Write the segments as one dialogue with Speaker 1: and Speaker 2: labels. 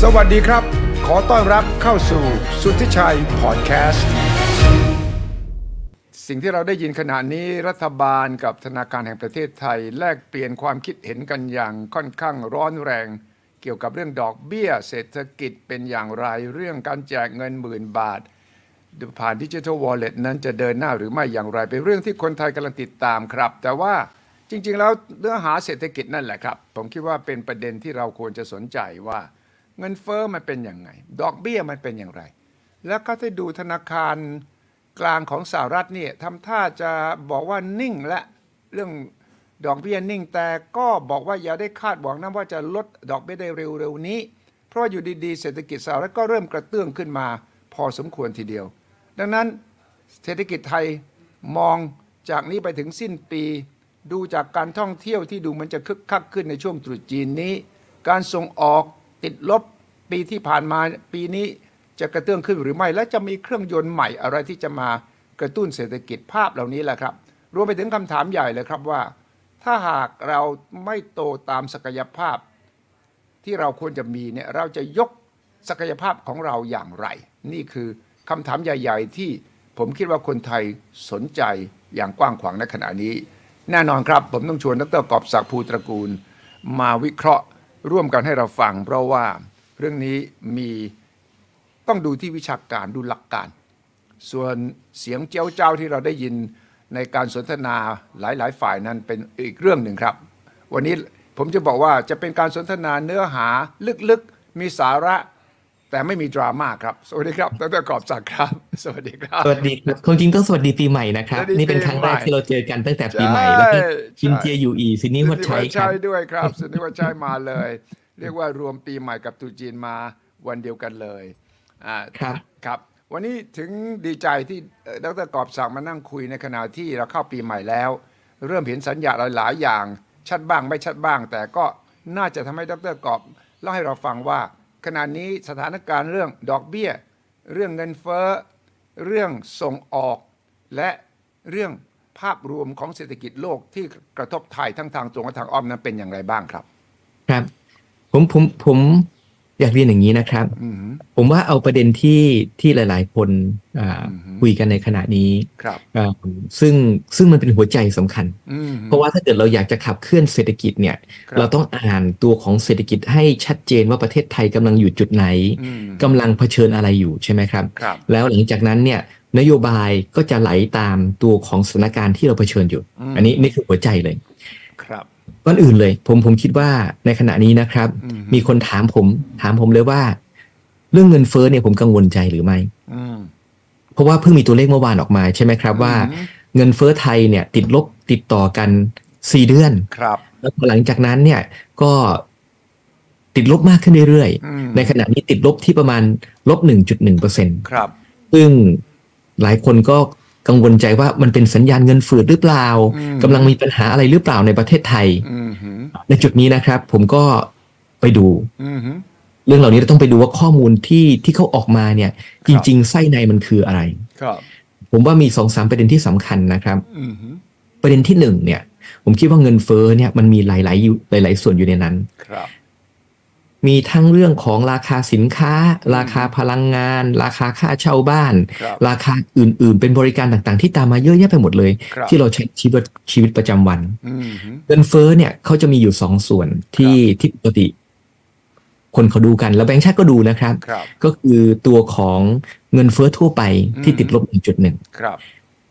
Speaker 1: สวัสดีครับ ขอต้อนรับเข้าสู่สุทธิชัยพอดแคสต์ สิ่งที่เราได้ยินขณะนี้รัฐบาลกับธนาคารแห่งประเทศไทย แลกเปลี่ยนความคิดเห็นกันอย่างค่อนข้างร้อนแรง เกี่ยวกับเรื่องดอกเบี้ย เศรษฐกิจเป็นอย่างไรเรื่องการแจกเงินหมื่นบาท ผ่านดิจิทัลวอลเล็ตนั้นจะเดินหน้าหรือไม่อย่างไร เป็นเรื่องที่คนไทยกำลังติดตามครับ แต่ว่าจริง ๆ แล้วเนื้อหาเศรษฐกิจนั่นแหละครับ ผมคิดว่าเป็นประเด็นที่เราควรจะสนใจว่า เงินเฟอ้อมันเป็นอย่างไง ดอกเบี้ยมันเป็นอย่างไร แล้วก็ถ้าดูธนาคารกลางของสหรัฐเนี่ยทำท่าจะบอกว่านิ่งและเรื่องดอกเบี้ยนิ่ง แต่ก็บอกว่าอย่าได้คาดหวังนะว่าจะลดดอกเบี้ยได้เร็วๆนี้ เพราะว่าอยู่ดีๆ เศรษฐกิจสหรัฐก็เริ่มกระเตื้องขึ้นมา พอสมควรทีเดียว ดังนั้นเศรษฐกิจไทยมองจากนี้ไปถึงสิ้นปี ดูจากการท่องเที่ยวที่ดูเหมันจะคึกคักขึ้นในช่วงตรุษจีนนี้ การส่งออกติดลบปีที่ผ่านมาปีนี้จะกระเตื้องขึ้นหรือไม่ และจะมีเครื่องยนต์ใหม่อะไรที่จะมากระตุ้นเศรษฐกิจภาพเหล่านี้แหละครับ รวมไปถึงคำถามใหญ่เลยครับว่า ถ้าหากเราไม่โตตามศักยภาพ ที่เราควรจะมีเนี่ยเราจะยกศักยภาพของเราอย่างไร นี่คือคำถามใหญ่ๆ ที่ผมคิดว่าคนไทยสนใจอย่างกว้างขวางในขณะนี้ แน่นอนครับ ผมต้องชวนดรกอบศักดิ์ภูตระกูล มาวิเคราะห์ร่วมกันให้เราฟัง เพราะว่าเรื่องนี้มีต้องดูที่วิชาการดูหลักการ ส่วนเสียงเจ้าเจ้าที่เราได้ยินในการสนทนาหลาย ๆ ฝ่ายนั้นเป็นอีกเรื่องหนึ่งครับ วันนี้ผมจะบอกว่าจะเป็นการสนทนาเนื้อหาลึกๆ มีสาระ แต่ไม่มีดราม่าครับ สวัสดีครับดรกอบศักดิ์ครับ สวัสดีครับ
Speaker 2: สวัสดีครับความจริงต้องสวัสดีปีใหม่นะครับ
Speaker 1: สวัสดี
Speaker 2: นี่เป็นครั้งแรก
Speaker 1: ปีใหม่
Speaker 2: ที่เราเจอกันตั้งแต่ปีใหม่
Speaker 1: ใช่
Speaker 2: แล้วก็ชิน
Speaker 1: ใช่
Speaker 2: เจียยูอีซินนี่วัดชัยครับ
Speaker 1: สุนิวัชชัยด้วยครับสุนิวัชชัยมาเลย เรียกว่ารวมปีใหม่กับตรุษจีนมาวันเดียวกันเลยอ่า
Speaker 2: ครับ
Speaker 1: ครับ วันนี้ถึงดีใจที่เอ่อดรกอบสั่งมานั่งคุยในขณะที่เราเข้าปีใหม่แล้ว เริ่มเห็นสัญญาณหลายๆอย่าง ชัดบ้างไม่ชัดบ้าง แต่ก็น่าจะทำให้ดรกอบเล่าให้เราฟังว่า ขณะนี้สถานการณ์เรื่องดอกเบี้ย เรื่องเงินเฟ้อ เรื่องส่งออก และเรื่องภาพรวมของเศรษฐกิจโลกที่กระทบไทยทั้งทางตรงและทางอ้อมนั้นเป็นอย่างไรบ้างครับ
Speaker 2: ครับ ผมผมผมอยากเรียนอย่างนี้นะครับ
Speaker 1: อืม
Speaker 2: ผมว่าเอาประเด็นที่ที่หลาย ๆ คนอ่า
Speaker 1: อือฮึ
Speaker 2: คุยกันในขณะนี้
Speaker 1: ครับ
Speaker 2: อ่าซึ่งซึ่งมันเป็นหัวใจสำคัญ
Speaker 1: อืม
Speaker 2: เพราะว่าถ้าเกิดเราอยากจะขับเคลื่อนเศรษฐกิจเนี่ย
Speaker 1: ครับ
Speaker 2: เราต้องอ่านตัวของเศรษฐกิจให้ชัดเจนว่าประเทศไทยกำลังอยู่จุดไหน
Speaker 1: อืม
Speaker 2: กำลังเผชิญอะไรอยู่ใช่ไหมครับ
Speaker 1: ครับ
Speaker 2: แล้วหลังจากนั้นเนี่ยนโยบายก็จะไหลตามตัวของสถานการณ์ที่เราเผชิญอยู่
Speaker 1: อืม
Speaker 2: อันนี้นี่คือหัวใจเลย
Speaker 1: ครับ
Speaker 2: ก่อนอื่นเลย ผมผมคิดว่าในขณะนี้นะครับ
Speaker 1: อื
Speaker 2: มีคนถามผมถามผมเลยว่า เรื่องเงินเฟ้อเนี่ยผมกังวลใจหรือไม่
Speaker 1: อืม
Speaker 2: เพราะว่าเพิ่งมีตัวเลขเมื่อวานออกมาใช่ไหมครับว่า
Speaker 1: อืม
Speaker 2: เงินเฟ้อไทยเนี่ยติดลบติดต่อกันสี่เดือน
Speaker 1: ครับ
Speaker 2: แล้วพอหลังจากนั้นเนี่ยก็ติดลบมากขึ้นเรื่อย
Speaker 1: อืม
Speaker 2: ๆ ในขณะนี้ติดลบที่ประมาณลบ1.1เปอร์เซ็นต
Speaker 1: ครับ
Speaker 2: ซึ่งหลายคนก็กังวลใจว่ามันเป็นสัญญาณเงินฝืดหรือเปล่า
Speaker 1: อืม
Speaker 2: กำลังมีปัญหาอะไรหรือเปล่าในประเทศไทย
Speaker 1: อืมหืม
Speaker 2: ในจุดนี้นะครับ ผมก็ไปดู
Speaker 1: อืมหืม
Speaker 2: เรื่องเหล่านี้เราต้องไปดูว่าข้อมูลที่ที่เขาออกมาเนี่ย
Speaker 1: ค
Speaker 2: จ
Speaker 1: รับ
Speaker 2: ริง ๆ ไส้ในมันคืออะไร
Speaker 1: ครับ
Speaker 2: ผมว่ามีสองสามประเด็นที่สำคัญนะครับ
Speaker 1: อืมหืม
Speaker 2: ประเด็นที่หนึ่งเนี่ย ผมคิดว่าเงินเฟ้อเนี่ยมันมีหลายๆอยู่หลาย ๆ ส่วนอยู่ในนั้น
Speaker 1: ครับ
Speaker 2: มีทั้งเรื่องของราคาสินค้า ราคาพลังงาน ราคาค่าเช่าบ้าน
Speaker 1: ครับ
Speaker 2: ราคาอื่น ๆ เป็นบริการต่างๆ ที่ตามมาเยอะแยะไปหมดเลย
Speaker 1: ครับ
Speaker 2: ที่เราใช้ชีวิตชีวิตประจำวัน
Speaker 1: อืมหืม
Speaker 2: เงินเฟ้อเนี่ยเขาจะมีอยู่สองส่วนที่ที่ปกติ คนเขาดูกัน แล้วแบงก์ชาติก็ดูนะครับ
Speaker 1: ครับ
Speaker 2: ก็คือตัวของเงินเฟ้อทั่วไปที่
Speaker 1: อืม
Speaker 2: ติดลบ 1.1
Speaker 1: ครับ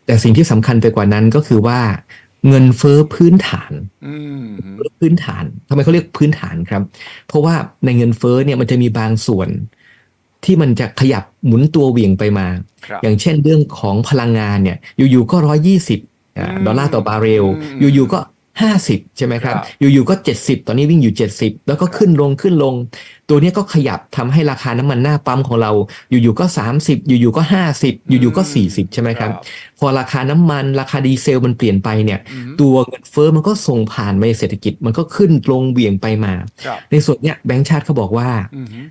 Speaker 2: แต่สิ่งที่สำคัญไปกว่านั้นก็คือว่า เงินเฟ้อพื้นฐาน
Speaker 1: อืมหืม
Speaker 2: พื้นฐานทำไมเขาเรียกพื้นฐานครับ เพราะว่าในเงินเฟ้อเนี่ยมันจะมีบางส่วน ที่มันจะขยับหมุนตัวเหวี่ยงไปมา
Speaker 1: ครับ
Speaker 2: อย่างเช่นเรื่องของพลังงานเนี่ยอยู่ๆก็ร้อยยี่สิบ
Speaker 1: อืม
Speaker 2: ดอลลาร์ต่อบาร์เรล
Speaker 1: อืม
Speaker 2: อยู่ๆก็ห้าสิบใช่ไหมครับ
Speaker 1: ครับ
Speaker 2: อยู่ๆก็เจ็ดสิบตอนนี้วิ่งอยู่เจ็ดสิบแล้วก็ขึ้นลงขึ้นลง ตัวเนี้ยก็ขยับทำให้ราคาน้ำมันหน้าปั๊มของเรา อยู่ๆก็สามสิบอยู่ๆก็ห้าสิบอยู่ๆก็สี่สิบใช่ไหมครับ พอราคาน้ำมันราคาดีเซลมันเปลี่ยนไปเนี่ย
Speaker 1: อืม
Speaker 2: ตัวเงินเฟ้อมันก็ส่งผ่านไปในเศรษฐกิจมันก็ขึ้นลงเบี่ยงไปมา
Speaker 1: ครับ
Speaker 2: ในส่วนเนี้ยแบงก์ชาติเขาบอกว่า
Speaker 1: อืมหืม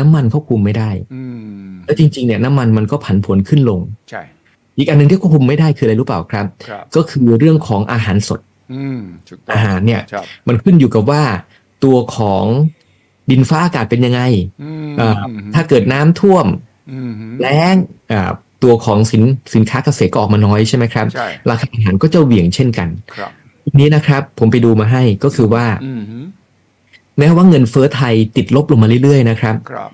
Speaker 2: น้ำมันเขาคุมไม่ได้
Speaker 1: อืม
Speaker 2: แล้วจริงๆเนี่ยน้ำมันมันก็ผันผวนขึ้นลง
Speaker 1: ใช่
Speaker 2: อีกอันหนึ่งที่ควบคุมไม่ได้คืออะไรรู้เปล่าครับ
Speaker 1: ครับ
Speaker 2: ก็คือเรื่องของอาหารสด
Speaker 1: อืมถูกต้อ
Speaker 2: อางหารเนี่ย
Speaker 1: ครับ
Speaker 2: มันขึ้นอยู่กับว่าตัวของ ดินฟ้าอากาศเป็นยังไง
Speaker 1: อืม
Speaker 2: อ่า ถ้าเกิดน้ำท่วม
Speaker 1: อืม
Speaker 2: แล้งอ่าตัวของสินสินค้าเกษตรก็ออกมาน้อยใช่ไหมครับ
Speaker 1: ใช่
Speaker 2: ราคาอาหารก็จะเหวี่ยงเช่นกัน
Speaker 1: ครับ
Speaker 2: ทีนี้นะครับ ผมไปดูมาให้ก็คือว่า
Speaker 1: อืม
Speaker 2: แม้ว่าเงินเฟ้อไทยติดลบลงมาเรื่อยๆนะครับ
Speaker 1: ครับ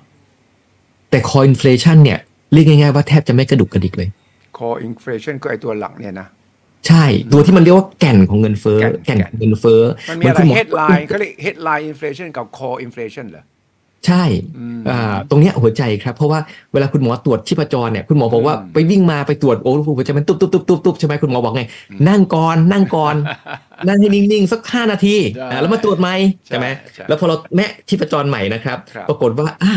Speaker 2: แต่คออินฟลชันเนี่ยเรียกง่ายๆว่าแทบจะไม่กระดุกกระดิกเลย
Speaker 1: คออินฟลชันก็ไอตัวหลักเนี่ยนะ
Speaker 2: ใช่ ตัวที่มันเรียกว่าแก่นของเงินเฟ้อ
Speaker 1: แก่
Speaker 2: แก่
Speaker 1: น
Speaker 2: นของเงินเฟ้อ
Speaker 1: มันมีอะไร
Speaker 2: คุณห
Speaker 1: เฮดไลน์เขาเรียกเฮดไลน์อินฟลชันกับคออินฟลชันเหรอ
Speaker 2: ใช่
Speaker 1: อืม
Speaker 2: อ่าตรงเนี้ยหัวใจครับ เพราะว่าเวลาคุณหมอตรวจชีพจรเนี่ยคุณหมอบอกว่า
Speaker 1: อืม
Speaker 2: ไปวิ่งมาไปตรวจโอ้หัวใจมันตุ๊บตุ๊บตุ๊บตุ๊บตุ๊บใช่ไหมคุณหมอบอกไง นั่งก่อนนั่งก่อน นั่งให้นิ่งๆ สักห้านาทีอ่าแล้วมาตรวจใหม่ใช่ไหม
Speaker 1: ใช่
Speaker 2: แล้วพอเราแมะชีพจรใหม่นะครับ
Speaker 1: ครับ
Speaker 2: ปรากฏว่าอ่ะ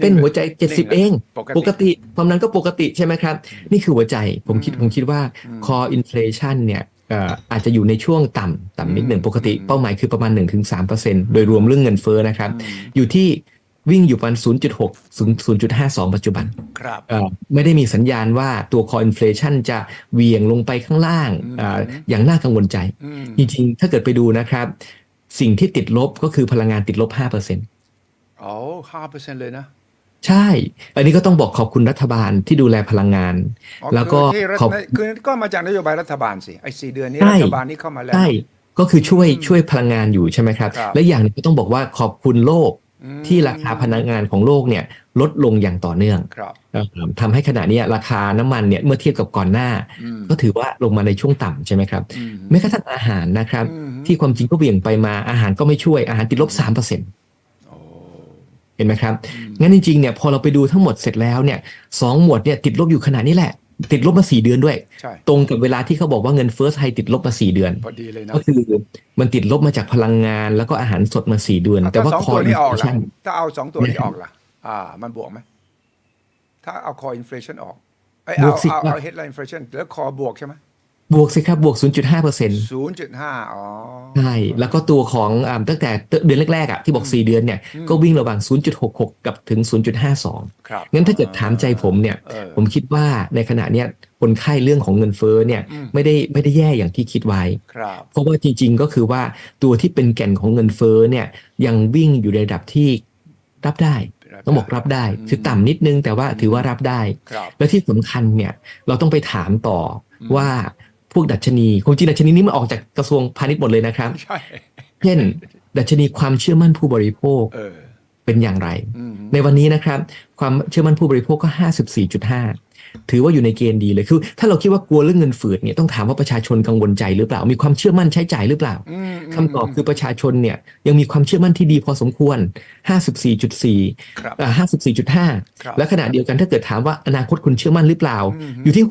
Speaker 2: เต้นหัวใจเจ็ดสิบเอง
Speaker 1: ปก
Speaker 2: ปก
Speaker 1: ติ
Speaker 2: ติความนั้นก็ปกติใช่ไหมครับ นี่คือหัวใจผมคิด
Speaker 1: อืม
Speaker 2: ผมคิดว่า
Speaker 1: อืม
Speaker 2: core inflation เนี่ยเอ่ออาจจะอยู่ในช่วงต่ำต่ำนิดหนึ่ง
Speaker 1: อืม
Speaker 2: ปกติ
Speaker 1: อืม
Speaker 2: เป้าหมายคือประมาณ 1-3%โดยรวมเรื่องเงินเฟ้อนะครับ
Speaker 1: อืม
Speaker 2: อยู่ที่วิ่งอยู่ประมาณ 0.6 0.52 ปัจจุบัน
Speaker 1: ครับ
Speaker 2: เอ่อไม่ได้มีสัญญาณว่าตัว core inflation จะเหวี่ยงลงไปข้างล่าง
Speaker 1: อืม
Speaker 2: เอ่ออย่างน่ากังวลใจ
Speaker 1: อืม
Speaker 2: จริงๆ ถ้าเกิดไปดูนะครับ สิ่งที่ติดลบก็คือพลังงานติดลบ 5%
Speaker 1: อ๋อห้าเปอร์เซ็นต์เลยนะ
Speaker 2: ใช่ อันนี้ก็ต้องบอกขอบคุณรัฐบาลที่ดูแลพลังงาน
Speaker 1: อ๋อ
Speaker 2: แล้วก็
Speaker 1: คือที่รัฐ
Speaker 2: ขอบ
Speaker 1: คือก็มาจากนโยบายรัฐบาลสิไอ้สี่เดือนนี้
Speaker 2: ใช่
Speaker 1: รัฐบาลนี้เข้ามาแล้ว
Speaker 2: ใช่ ก็คือช่วย
Speaker 1: อืม
Speaker 2: ช่วยพลังงานอยู่ใช่ไหมครับ
Speaker 1: ครับ
Speaker 2: และอย่างหนึงก็ต้องบอกว่าขอบคุณโลก
Speaker 1: อืม
Speaker 2: ที่ราคาพลังงานของโลกเนี่ยลดลงอย่างต่อเนื่อง
Speaker 1: ครับ
Speaker 2: เอ่อทำให้ขณะเนี้ยราคาน้ำมันเนี่ยเมื่อเทียบกับก่อนหน้า
Speaker 1: อืม
Speaker 2: ก็ถือว่าลงมาในช่วงต่ำใช่ไหมครับ
Speaker 1: อืม
Speaker 2: แม้กระทั่งอาหารนะครับ
Speaker 1: อืม
Speaker 2: ที่ความจริงก็เบี่ยงไปมาอาหารก็ไม่ช่วยอาหารติดลบ3%
Speaker 1: โอ้
Speaker 2: เห็นไหมครับ
Speaker 1: อืม
Speaker 2: งั้นจริงๆเนี่ยพอเราไปดูทั้งหมดเสร็จแล้วเนี่ยสองหมวดเนี่ยติดลบอยู่ขนาดนี้แหละ ติดลบมาสี่เดือนด้วย
Speaker 1: ใช่
Speaker 2: ตรงกับเวลาที่เขาบอกว่าเงินเฟ้อไทยติดลบมาสี่เดือน
Speaker 1: พอดีเลยนะ
Speaker 2: ก็คือมันติดลบมาจากพลังงานแล้วก็อาหารสดมาสี่เดือน แต่
Speaker 1: ถ้า
Speaker 2: ว่า
Speaker 1: สอง
Speaker 2: คอ
Speaker 1: ตัว
Speaker 2: อิ
Speaker 1: นี้
Speaker 2: น
Speaker 1: อ
Speaker 2: ฟ
Speaker 1: อก
Speaker 2: ล
Speaker 1: ล่ะ
Speaker 2: ชัน
Speaker 1: ถ้าเอาสองตัวนี้ออกล่ะ อ่า มันบวกไหม ถ้าเอาคออินฟลชันออกไอยเอา
Speaker 2: บวกสิ
Speaker 1: เอา
Speaker 2: ครับ
Speaker 1: เอาเฮดไลน์อินฟลชันแล้วคอบวกใช่ไหม
Speaker 2: บวกสิครับบวก 0.5เปอร์เซ็นต์
Speaker 1: ศูนย์จุดห้าอ๋อ
Speaker 2: ใช่แล้วก็ตัวของอ่าตั้งแต่เดือนแรกๆอ่ะที่บอก 4 เดือนเนี่ย
Speaker 1: อืม
Speaker 2: ก็วิ่งระหว่าง 0.66 กับถึง 0.52
Speaker 1: ครับ
Speaker 2: งั้นถ้าเกิดถามใจผมเนี่ย
Speaker 1: เออ
Speaker 2: ผมคิดว่าในขณะเนี้ยคนไข้เรื่องของเงินเฟ้อเนี่ย
Speaker 1: อืม
Speaker 2: ไม่ได้ไม่ได้แย่อย่างที่คิดไว้
Speaker 1: ครับ
Speaker 2: เพราะว่าจริงๆก็คือว่าตัวที่เป็นแก่นของเงินเฟ้อเนี่ยยังวิ่งอยู่ในระดับที่รับได้ ต้องบอกรับได้
Speaker 1: อืม
Speaker 2: คือต่ำนิดนึงแต่ว่า
Speaker 1: อืม
Speaker 2: ถือว่ารับได้
Speaker 1: ครับ
Speaker 2: และที่สำคัญเนี่ยเราต้องไปถามต่ออ
Speaker 1: ม
Speaker 2: ว่าพวกดัชนีความจริงดัชนีนี้มันออกจากกระทรวงพาณิชย์หมดเลยนะครับ
Speaker 1: ใช่
Speaker 2: เช่น ดัชนีความเชื่อมั่นผู้บริโภค
Speaker 1: เออ
Speaker 2: เป็นอย่างไร
Speaker 1: อืม
Speaker 2: ในวันนี้นะครับความเชื่อมั่นผู้บริโภคก็ 54.5 ถือว่าอยู่ในเกณฑ์ดีเลยคือ ถ้าเราคิดว่ากลัวเรื่องเงินฝืดเนี่ยต้องถามว่าประชาชนกังวลใจหรือเปล่า มีความเชื่อมั่นใช้จ่ายหรือเปล่า
Speaker 1: อืมม
Speaker 2: คำตอบคือประชาชนเนี่ยยังมีความเชื่อมั่นที่ดีพอสมควร 54.4
Speaker 1: ครับ
Speaker 2: อ่า
Speaker 1: ครับ
Speaker 2: 54.5 และขณะเดียวกันถ้าเกิดถามว่าอนาคตคุณเชื่อมั่นหรือเปล่า
Speaker 1: อืม
Speaker 2: อยู่ที่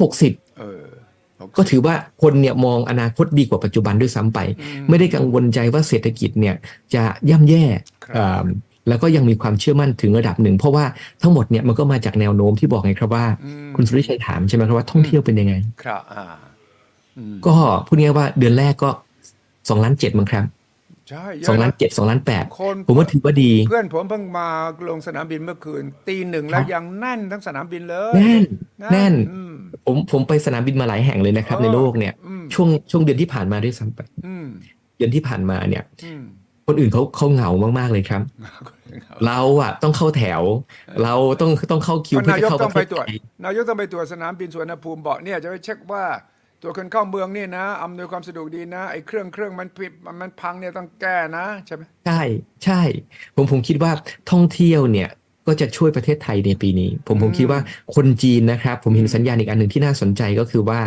Speaker 1: เออ
Speaker 2: 60 ก็ถือว่าคนเนี่ยมองอนาคตดีกว่าปัจจุบันด้วยซ้ำไป ไม่ได้กังวลใจว่าเศรษฐกิจเนี่ยจะย่ำแย่
Speaker 1: ค
Speaker 2: อ่
Speaker 1: รับ
Speaker 2: าแล้วก็ยังมีความเชื่อมั่นถึงระดับหนึ่ง เพราะว่าทั้งหมดเนี่ยมันก็มาจากแนวโน้มที่บอกไงครับว่า
Speaker 1: อืม
Speaker 2: คุณสุริชัยถามใช่ไหมครับว่าท่องเที่ยวเป็นยังไง
Speaker 1: ครับอ่าอืม
Speaker 2: ก็พูดง่ายๆว่าเดือนแรกก็2ล้านเมั้งครับ
Speaker 1: ใช่เยอะะ
Speaker 2: 2ล้านเ2ล้าน8
Speaker 1: คน
Speaker 2: ผมว่าถือว่าดี
Speaker 1: เพื่อนผมเพิ่งมาลงสนามบินเมื่อคืน ตีหนึ่งแล้วยังแน่นทั้งสนามบินเลย
Speaker 2: แน่น
Speaker 1: ะ
Speaker 2: แน่น
Speaker 1: อืม
Speaker 2: ผมผมไปสนามบินมาหลายแห่งเลยนะครับ
Speaker 1: เออ
Speaker 2: ในโลกเนี่ย
Speaker 1: อืม
Speaker 2: ช่วงช่วงเดือนที่ผ่านมาด้วยซ้ำไป
Speaker 1: อืม
Speaker 2: เดือนที่ผ่านมาเนี่ย
Speaker 1: อืม
Speaker 2: คนอื่นเขาเขาเหงามากๆเลยครับ เราอะต้องเข้าแถว เราต้องต้องเข้าคิวเพื่อน
Speaker 1: ก็าย
Speaker 2: จะ
Speaker 1: ก
Speaker 2: เข้า
Speaker 1: ต้
Speaker 2: ป
Speaker 1: อง
Speaker 2: ระ
Speaker 1: ไป
Speaker 2: เทศ
Speaker 1: ตรวจ
Speaker 2: ไทย
Speaker 1: นายกต้องไปตรวจสนามบินสุวรรณภูมิบอกเนี่ยจะไปเช็คว่า ตัวคนเข้าเมืองนี่นะอำนวยความสะดวกดีนะไอ้เครื่องเครื่องมันผิดมันพังเนี่ยต้องแก้นะใช่ไหม
Speaker 2: ใช่ใช่ ผมผมคิดว่าท่องเที่ยวเนี่ยก็จะช่วยประเทศไทยในปีนี้ ผมผมคิดว่าคนจีนนะครับ ผมเห็นสัญญาณอีกอันหนึ่งที่น่าสนใจก็คือว่า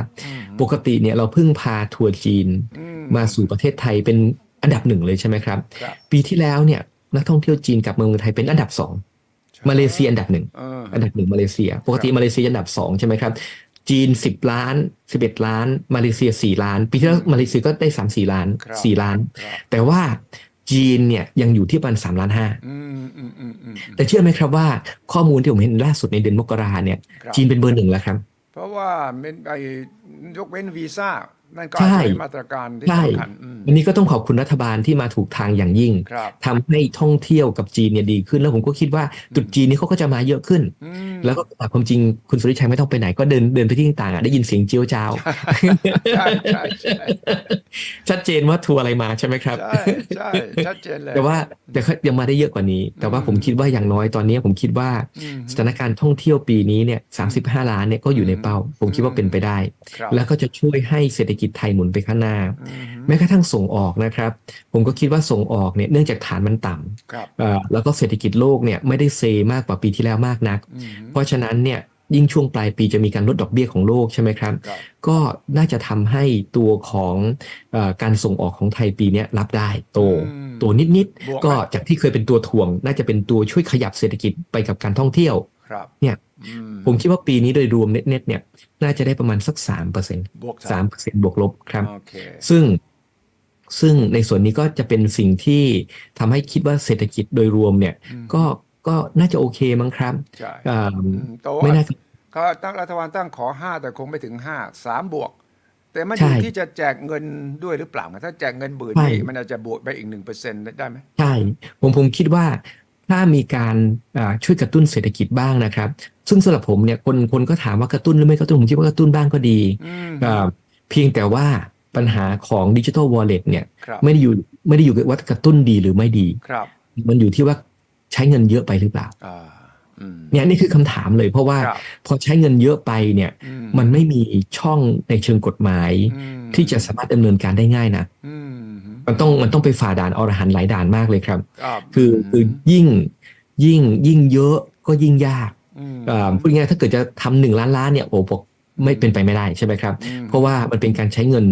Speaker 2: ปกติเนี่ยเราเพิ่งพาทัวร์จีน
Speaker 1: อืม
Speaker 2: มาสู่ประเทศไทยเป็นอันดับหนึ่งเลยใช่ไหมครับ
Speaker 1: ครับ
Speaker 2: ปีที่แล้วเนี่ยนักท่องเที่ยวจีนกลับมาเมืองไทยเป็นอันดับสองมาเลเซียอันดับหนึ่ง
Speaker 1: เออ
Speaker 2: อันดับหนึ่งมาเลเซีย ปกติมาเลเซียอันดับสองใช่ไหมครับ จีน 10 ล้าน 11 ล้าน มาเลเซีย 4 ล้าน ปีที่แล้วมาเลเซียก็ได้ 3 4 ล้าน 4 ล้าน
Speaker 1: ครับ
Speaker 2: แต่ว่าจีนเนี่ยยังอยู่ที่ประมาณ3ล้านห้า
Speaker 1: อืมอืมอืมอืมอืม
Speaker 2: แต่เชื่อไหมครับว่าข้อมูลที่ผมเห็นล่าสุดในเดือนมกราเนี่ย
Speaker 1: ครับ
Speaker 2: จีนเป็นเบอร์หนึ่งแล้วครับ
Speaker 1: เพราะว่าเป็นไอ้ยกเว้นวีซ่า นั่นก็อาจ
Speaker 2: ใช่
Speaker 1: จะเป็นมาตรการที่
Speaker 2: ใช่
Speaker 1: สำคัญอืม
Speaker 2: อันนี้ก็ต้องขอบคุณรัฐบาลที่มาถูกทางอย่างยิ่ง
Speaker 1: ครับ
Speaker 2: ทำให้ท่องเที่ยวกับจีนเนี่ยดีขึ้น แล้วผมก็คิดว่าตรุดจีนนี้เขาก็จะมาเยอะขึ้น
Speaker 1: อืม
Speaker 2: แล้วก็อ่ะความจริงคุณสุริชัยไม่ต้องไปไหนก็เดินเดินไปที่ต่างๆอ่ะได้ยินเสียงเจียวจ้าว
Speaker 1: ใช่ใช่ใช่
Speaker 2: ชัดเจนว่าทัวร์อะไรมาใช่ไหมครับ
Speaker 1: ใช่ใช่ชัดเจนเลย
Speaker 2: แต่ว่า แต่ก็ยังมาได้เยอะกว่านี้ แต่ว่า
Speaker 1: อืม
Speaker 2: ผมคิดว่าอย่างน้อยตอนนี้ผมคิดว่า
Speaker 1: อืม
Speaker 2: สถานการณ์ท่องเที่ยวปีนี้เนี่ย35 ล้านเนี่ยก็อยู่ในเป้า ผมคิดว่าเป็นไปได้
Speaker 1: ครับ
Speaker 2: แล้วก็จะช่วยให้เศรษฐกิจไทยหมุนไปข้างหน้า
Speaker 1: อืม
Speaker 2: แม้กระทั่งส่งออกนะครับ ผมก็คิดว่าส่งออกเนี่ยเนื่องจากฐานมันต่ำ
Speaker 1: ครับ
Speaker 2: เอ่อแล้วก็เศรษฐกิจโลกเนี่ยไม่ได้เซมากกว่าปีที่แล้วมากนัก
Speaker 1: อืม
Speaker 2: เพราะฉะนั้นเนี่ยยิ่งช่วงปลายปีจะมีการลดดอกเบี้ยของโลกใช่ไหมครับ
Speaker 1: ครับ
Speaker 2: ก็น่าจะทำให้ตัวของเออการส่งออกของไทยปีเนี้ยรับได้โต
Speaker 1: อืม
Speaker 2: โตนิด
Speaker 1: บวกไหม
Speaker 2: ๆ ก็จากที่เคยเป็นตัวถ่วง น่าจะเป็นตัวช่วยขยับเศรษฐกิจไปกับการท่องเที่ยว
Speaker 1: ครับ
Speaker 2: เนี่ย
Speaker 1: อื
Speaker 2: ผมคิดว่าปีนี้โดยรวมเน็ตๆเนี่ยน่าจะได้ประมาณสัก3%
Speaker 1: บวกสาม
Speaker 2: 3%บวกลบครับ
Speaker 1: โอเค
Speaker 2: ซึ่งซึ่งในส่วนนี้ก็จะเป็นสิ่งที่ทำให้คิดว่าเศรษฐกิจโดยรวมเนี่ย
Speaker 1: อืม
Speaker 2: ก็ก็น่าจะโอเคมั้งครับ
Speaker 1: ใช่
Speaker 2: เอิ่ม
Speaker 1: อืมโต
Speaker 2: ไม่น่า
Speaker 1: ก็ตั้งรัฐบาลตั้งขอ 5 แต่คงไม่ถึง 5 3 บวก แต่มันอ
Speaker 2: ใช่
Speaker 1: ยู่ที่จะแจกเงินด้วยหรือเปล่าไงถ้าแจกเงินหมื่น
Speaker 2: ใช่
Speaker 1: นี่มันอาจจะบวกไปอีกหนึ่งเปอร์เซ็นต์ได้ไหม
Speaker 2: ใช่ผมผมคิดว่าถ้ามีการอ่าช่วยกระตุ้นเศรษฐกิจบ้างนะครับ ซึ่งสำหรับผมเนี่ยคนคนก็ถามว่ากระตุ้นหรือไม่กระตุ้นผมคิดว่ากระตุ้นบ้างก็ดี
Speaker 1: อืม
Speaker 2: อ่าเพียงแต่ว่าปัญหาของดิจิทัลวอลเล็ตเนี่ย
Speaker 1: ครับ
Speaker 2: ไม่ได้อยู่ไม่ได้อยู่กับว่ากระตุ้นดีหรือไม่ดี
Speaker 1: ครับ
Speaker 2: มันอยู่ที่ว่าใช้เงินเยอะไปหรือเปล่า
Speaker 1: อ่าอืม
Speaker 2: เนี่ยนี่คือคำถามเลยเพราะว่า
Speaker 1: ครับ
Speaker 2: พอใช้เงินเยอะไปเนี่ย
Speaker 1: อื
Speaker 2: มันไม่มีช่องในเชิงกฎหมาย
Speaker 1: อืม
Speaker 2: ที่จะสามารถดำเนินการได้ง่ายนะ
Speaker 1: อืม
Speaker 2: มันต้องมันต้องไปฝ่าด่านอรหันต์หลายด่านมากเลยครับ
Speaker 1: ครับ
Speaker 2: คือคือยิ่งยิ่งยิ่งเยอะก็ยิ่งยาก
Speaker 1: ม
Speaker 2: เอ่อพูดง่ายๆถ้าเกิดจะทำหนึ่งล้านล้านเนี่ยโอ้บอกไม่เป็นไปไม่ได้ใช่ไหมครับ
Speaker 1: อืม
Speaker 2: เพราะว่ามันเป็นการใช้เงิน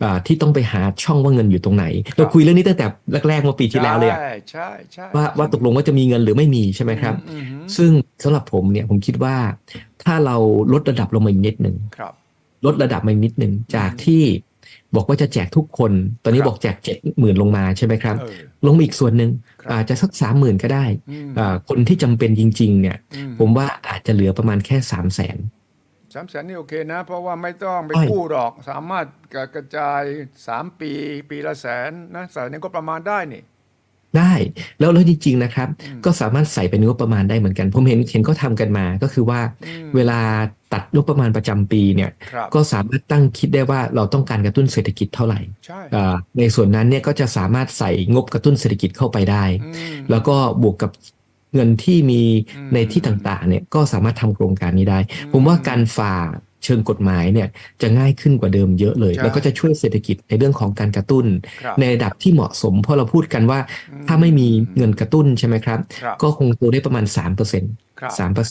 Speaker 2: เอ่อที่ต้องไปหาช่องว่าเงินอยู่ตรงไหน
Speaker 1: ครับ
Speaker 2: เราคุยเรื่องนี้ตั้งแต่แรกๆเมื่อปีที่แล้วเลยอะ
Speaker 1: ใช่ใช่ใช่
Speaker 2: ว่าว่าตกลงว่าจะมีเงินหรือไม่มีใช่ไหมครับ
Speaker 1: อืมอืม
Speaker 2: ซึ่งสำหรับผมเนี่ยผมคิดว่าถ้าเราลดระดับลงมาอีกนิดหนึ่ง
Speaker 1: ครับ
Speaker 2: ลดระดับมาอีกนิดหนึ่งจากที่บอกว่าจะแจกทุกคน ตอนนี้
Speaker 1: ครับ
Speaker 2: บอกแจกเจ็ดหมื่นลงมาใช่ไหมครับ
Speaker 1: เออ
Speaker 2: ลงมาอีกส่วนหนึ่ง
Speaker 1: ครับ
Speaker 2: อาจจะสักสามหมื่นก็ได้
Speaker 1: อืม
Speaker 2: อ่าคนที่จำเป็นจริง ๆ เนี่ย
Speaker 1: อื
Speaker 2: ผมว่าอาจจะเหลือประมาณแค่สามแสน
Speaker 1: สามแสนนี่โอเคนะ เพราะว่าไม่ต้องไป
Speaker 2: ใช่
Speaker 1: กู้หรอกสามารถกระจายสามปี ปีละแสนนะแสนหนึงก็ประมาณได้นี่
Speaker 2: ได้แล้วแล้วจริง ๆ นะครับ
Speaker 1: อืม
Speaker 2: ก็สามารถใส่เป็นงบประมาณได้เหมือนกัน ผมเห็นเห็นก็ทำกันมาก็คือว่า
Speaker 1: อืม
Speaker 2: เวลาตัดงบประมาณประจำปีเนี่ย
Speaker 1: ครับ
Speaker 2: ก็สามารถตั้งคิดได้ว่าเราต้องการกระตุ้นเศรษฐกิจเท่าไหร่
Speaker 1: ใช่
Speaker 2: เอ่อในส่วนนั้นเนี่ยก็จะสามารถใส่งบกระตุ้นเศรษฐกิจเข้าไปได้
Speaker 1: อืม
Speaker 2: แล้วก็บวกกับเงินที่มี
Speaker 1: อืม
Speaker 2: ในที่ต่างๆเนี่ยก็สามารถทำโครงการนี้ได้
Speaker 1: อืม
Speaker 2: ผมว่าการฝ่าเชิงกฎหมายเนี่ยจะง่ายขึ้นกว่าเดิมเยอะเลย
Speaker 1: ใช่
Speaker 2: แล้วก็จะช่วยเศรษฐกิจในเรื่องของการกระตุ้น
Speaker 1: ครับ
Speaker 2: ในระดับที่เหมาะสม เพราะเราพูดกันว่าถ้าไม่มีเงินกระตุ้นใช่ไหมครับ
Speaker 1: ครับ
Speaker 2: ก็คงโตได้ประมาณ 3% 3%
Speaker 1: ครับครับ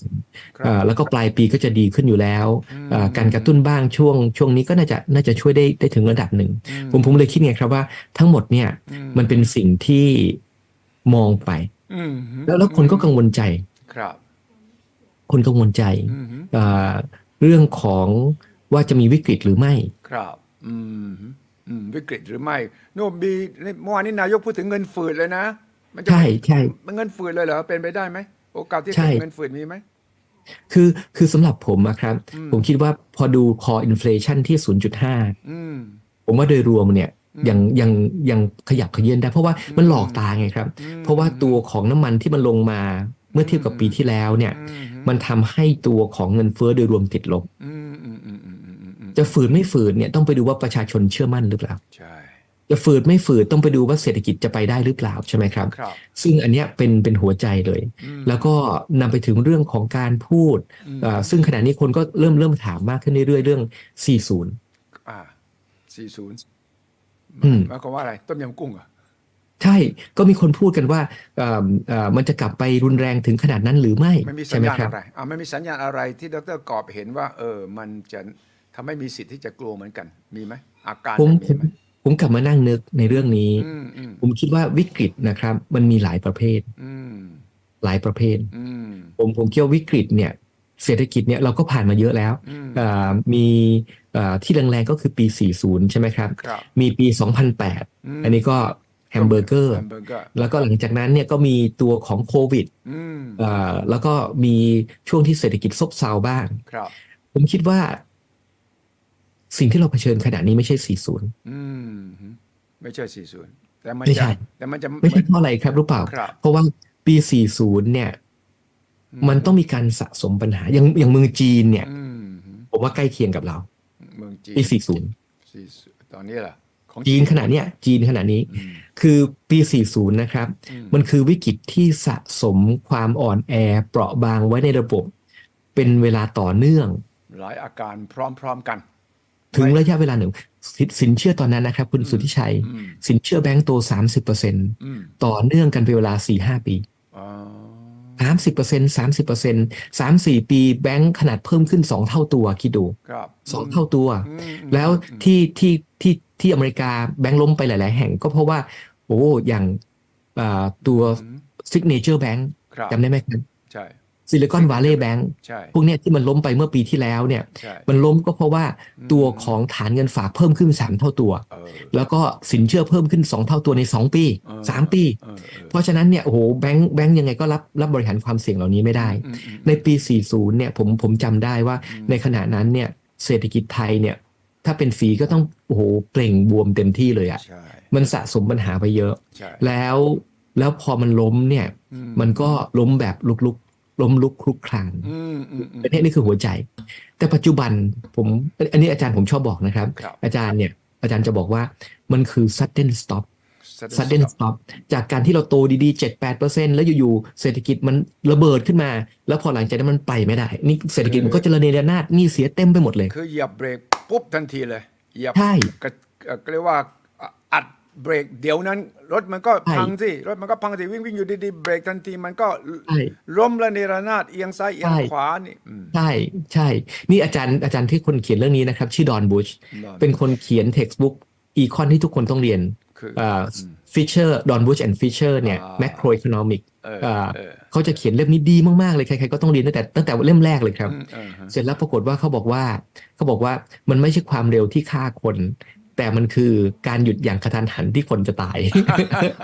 Speaker 2: เอ่อแล้วก็ปลายปีก็จะดีขึ้นอยู่แล้ว
Speaker 1: อืม
Speaker 2: เอ่อการกระตุ้นบ้างช่วง ช่วงนี้ก็น่าจะน่าจะช่วยได้ได้ถึงระดับหนึ่ง ผมผมเลยคิดไงครับว่าทั้งหมดเนี่ย
Speaker 1: อื
Speaker 2: มันเป็นสิ่งที่มองไป
Speaker 1: อืม
Speaker 2: แล้วแล้วคนก็กังวลใจ
Speaker 1: ครับ
Speaker 2: คนกังวลใจ
Speaker 1: อืม
Speaker 2: เอ่อเรื่องของว่าจะมีวิกฤตหรือไม่
Speaker 1: ครับอืมอืมวิกฤตหรือไม่โนบีนี่เมื่อวานนี้นายกพูดถึงเงินฝืดเลยนะ มันจะ
Speaker 2: ใช่ใช่
Speaker 1: มันเงินฝืดเลยเหรอเป็นไปได้ไหมโอกาสที่
Speaker 2: ใช่
Speaker 1: จะเงินฝืดมีไหม
Speaker 2: คือคือสำหรับผมอะครับ
Speaker 1: อืม
Speaker 2: ผมคิดว่าพอดูคออินฟล t ชันที่ 0.5
Speaker 1: อืม
Speaker 2: ผมว่าโดยรวมเนี่ย
Speaker 1: อืม
Speaker 2: ยังยังยังขยับขยื่นได้ เพราะว่ามันหลอกตาไงครับ
Speaker 1: อืม
Speaker 2: เพราะว่าตัวของน้ำมันที่มันลงมาเมื่อเทียบกับปีที่แล้วเนี่ย
Speaker 1: อืม
Speaker 2: มันทำให้ตัวของเงินเฟ้อโดยรวมติดลบ
Speaker 1: อืมอืมอืมอืมอืมอืม
Speaker 2: จะฝืนไม่ฝืนเนี่ยต้องไปดูว่าประชาชนเชื่อมั่นหรือเปล่า
Speaker 1: ใช่
Speaker 2: จะฝืนไม่ฝืนต้องไปดูว่าเศรษฐกิจจะไปได้หรือเปล่าใช่ไหมครับ
Speaker 1: ครับ
Speaker 2: ซึ่งอันเนี้ยเป็นเป็นหัวใจเลย
Speaker 1: อืม
Speaker 2: แล้วก็นำไปถึงเรื่องของการพูด
Speaker 1: อืม
Speaker 2: เอ่อซึ่งขณะนี้คนก็เริ่มเริ่มถามมากขึ้นเรื่อยๆเรื่อง 40
Speaker 1: อ่า 40
Speaker 2: อืม
Speaker 1: หมายความว่าอะไร ต้มยำกุ้งเหรอ
Speaker 2: ใช่ก็มีคนพูดกันว่าเอ่อเอ่อมันจะกลับไปรุนแรงถึงขนาดนั้นหรือไม่
Speaker 1: ไม่มีสัญ
Speaker 2: ใช่ไหม
Speaker 1: ญาณ
Speaker 2: ครับ
Speaker 1: อะไรอ่าไม่มีสัญญาณอะไรที่ดรกอบเห็นว่า เออ มันจะทำให้มีสิทธิ์ที่จะกลัวเหมือนกัน มีไหม อาการ
Speaker 2: ผม
Speaker 1: แบบ
Speaker 2: ผ
Speaker 1: นี้
Speaker 2: ม
Speaker 1: ไหม
Speaker 2: ผมกลับมานั่งนึกในเรื่องนี้
Speaker 1: อืมอืม
Speaker 2: ผมคิดว่าวิกฤตนะครับ มันมีหลายประเภท
Speaker 1: อืม
Speaker 2: หลายประเภท
Speaker 1: อืม
Speaker 2: ผมผมเกี่ยวาวิกฤตเนี่ยเศรษฐกิจเนี่ยเราก็ผ่านมาเยอะแล้ว
Speaker 1: อืม
Speaker 2: เอ่อมีเอ่อที่แรงๆก็คือปี 40 ใช่ไหมครับ
Speaker 1: ครับ
Speaker 2: มีปี
Speaker 1: ม
Speaker 2: 2008 อันนี้ก็แฮมเบอร์เกอร์
Speaker 1: แฮมเบอร์เกอร์
Speaker 2: แล้วก็หลังจากนั้นเนี่ยก็มีตัวของโควิด
Speaker 1: อืม
Speaker 2: เอ่อแล้วก็มีช่วงที่เศรษฐกิจซบเซาบ้าง
Speaker 1: ครับ
Speaker 2: ผมคิดว่า สิ่งที่เราเผชิญขณะนี้ไม่ใช่ 40
Speaker 1: อืมไม่ใช่ 40 แต่มัน
Speaker 2: ไม่
Speaker 1: จะ
Speaker 2: ใช่
Speaker 1: แต่มันจะ
Speaker 2: ไม่ใช่เพราะอะไรครับรู้เปล่า
Speaker 1: ครับ
Speaker 2: เพราะว่าปี 40 เนี่ย มันต้องมีการสะสมปัญหาอย่างอย่างเมืองจีนเนี่ย
Speaker 1: อืม
Speaker 2: ผมว่าใกล้เคียงกับเรา
Speaker 1: เมืองจีน
Speaker 2: ปี 40
Speaker 1: 40ตอนนี้ล่ะโค ของ
Speaker 2: จีนขนาดเนี้ยจีนขนาดนี้
Speaker 1: อืม
Speaker 2: คือปี 40 นะครับ
Speaker 1: อื
Speaker 2: มันคือวิกฤตที่สะสมความอ่อนแอเปราะบางไว้ในระบบ เป็นเวลาต่อเนื่อง
Speaker 1: หลายอาการพร้อมๆกัน
Speaker 2: ถึง
Speaker 1: ไม่
Speaker 2: ระยะเวลาหนึ่งสินสินเชื่อตอนนั้นนะครับ คุณ
Speaker 1: อืม
Speaker 2: สุทธิชัย
Speaker 1: อืม
Speaker 2: สินเชื่อแบงก์โต 30%
Speaker 1: อืม
Speaker 2: ต่อเนื่องกันเป็นเวลา 4-5 ปี
Speaker 1: อ๋อ
Speaker 2: 30% 30% 3-4 ปีแบงก์ขนาดเพิ่มขึ้น 2 เท่าตัวคิดดู
Speaker 1: ครับ
Speaker 2: 2 เท่าตัว
Speaker 1: อืม
Speaker 2: แล้ว
Speaker 1: อืม
Speaker 2: ที่ที่ที่ที่อเมริกาแบงก์ล้มไปหลาย ๆ แห่งก็เพราะว่า โอ้อย่างอ่าตัว
Speaker 1: อืม
Speaker 2: ซิกเนเจอร์แบงก์
Speaker 1: ครับ
Speaker 2: จำได้ไหมครับ
Speaker 1: ใช่
Speaker 2: ซิลิคอนวาเลย์แบงก์
Speaker 1: ใช่
Speaker 2: พวกเนี้ยที่มันล้มไปเมื่อปีที่แล้วเนี่ย
Speaker 1: ใช่
Speaker 2: มันล้มก็เพราะว่าตัวของฐานเงินฝากเพิ่มขึ้น 3 เท่าตัว
Speaker 1: เออ
Speaker 2: แล้วก็สินเชื่อเพิ่มขึ้น 2 เท่าตัวใน 2 ปี
Speaker 1: เออ
Speaker 2: 3 ปี
Speaker 1: เออออ
Speaker 2: เพราะฉะนั้นเนี่ยโอ้โหแบงค์แบงค์ยังไงก็รับรับบริหารความเสี่ยงเหล่านี้ไม่ได้
Speaker 1: อืมอืม
Speaker 2: ในปี 40 เนี่ยผมผมจำได้ว่า
Speaker 1: อืม
Speaker 2: ในขณะนั้นเนี่ยเศรษฐกิจไทยเนี่ยถ้าเป็นฝีก็ต้องโอ้โหเปล่งบวมเต็มที่เลยอะ่ะ
Speaker 1: ใช่
Speaker 2: มันสะสมปัญหาไปเยอะ
Speaker 1: ใช่
Speaker 2: แล้วแล้วพอมันล้มเนี่ย
Speaker 1: อื
Speaker 2: มันก็ล้มแบบลุกลุกล้มลุกคลุกคลาน
Speaker 1: อืมอืมอืม
Speaker 2: อันนี้นี่คือหัวใจ แต่ปัจจุบันผมอันนี้อาจารย์ผมชอบบอกนะครับ
Speaker 1: ครับ
Speaker 2: อาจารย์เนี่ยอาจารย์จะบอกว่ามันคือ sudden stop
Speaker 1: sudden
Speaker 2: sudden
Speaker 1: stop
Speaker 2: stop จากการที่เราโตดีๆ 7-8%แล้วอยู่ๆ เศรษฐกิจมันระเบิดขึ้นมา แล้วพอหลังจากนั้นมันไปไม่ได้ นี่เศรษฐกิจมันก็จะระเนระนาดหนี่เสียเต็มไปหมดเลย
Speaker 1: คือเหยียบเบรกปุ๊บทันทีเลยเหยียบ
Speaker 2: ใช่
Speaker 1: กระเอ่อเรียกว่าอัดเบรกเดี๋ยวนั้น รถมันก็
Speaker 2: ใช่
Speaker 1: พังสิรถมันก็พังสิวิ่งวิ่งอยู่ดีๆเบรกทันทีมันก็
Speaker 2: ใช่
Speaker 1: ล้มระเนระนาดเอียงซ้ายเอียง
Speaker 2: ใช่
Speaker 1: ขวานี่อืม
Speaker 2: ใช่ใช่ นี่อาจารย์อาจารย์ที่คนเขียนเรื่องนี้นะครับ ชื่อดอนบูช เป็นคนเขียน textbook อีคอนที่ทุกคนต้องเรียน
Speaker 1: คือ
Speaker 2: ฟิชเชอร์ดอนบูชแอนด์ฟิชเชอร์เนี่ย macroeconomic
Speaker 1: เออ
Speaker 2: เอ่อ
Speaker 1: เออ
Speaker 2: เขาจะเขียนเล่มนี้ดีมากๆเลยใครๆก็ต้องเรียนตั้งแต่ตั้งแต่เล่มแรกเลยครับ
Speaker 1: อืมเออฮะ
Speaker 2: เสร็จแล้วปรากฏว่าเขาบอกว่าเขาบอกว่ามันไม่ใช่ความเร็วที่ฆ่าคน แต่มันคือการหยุดอย่างกระทันหันที่คนจะตาย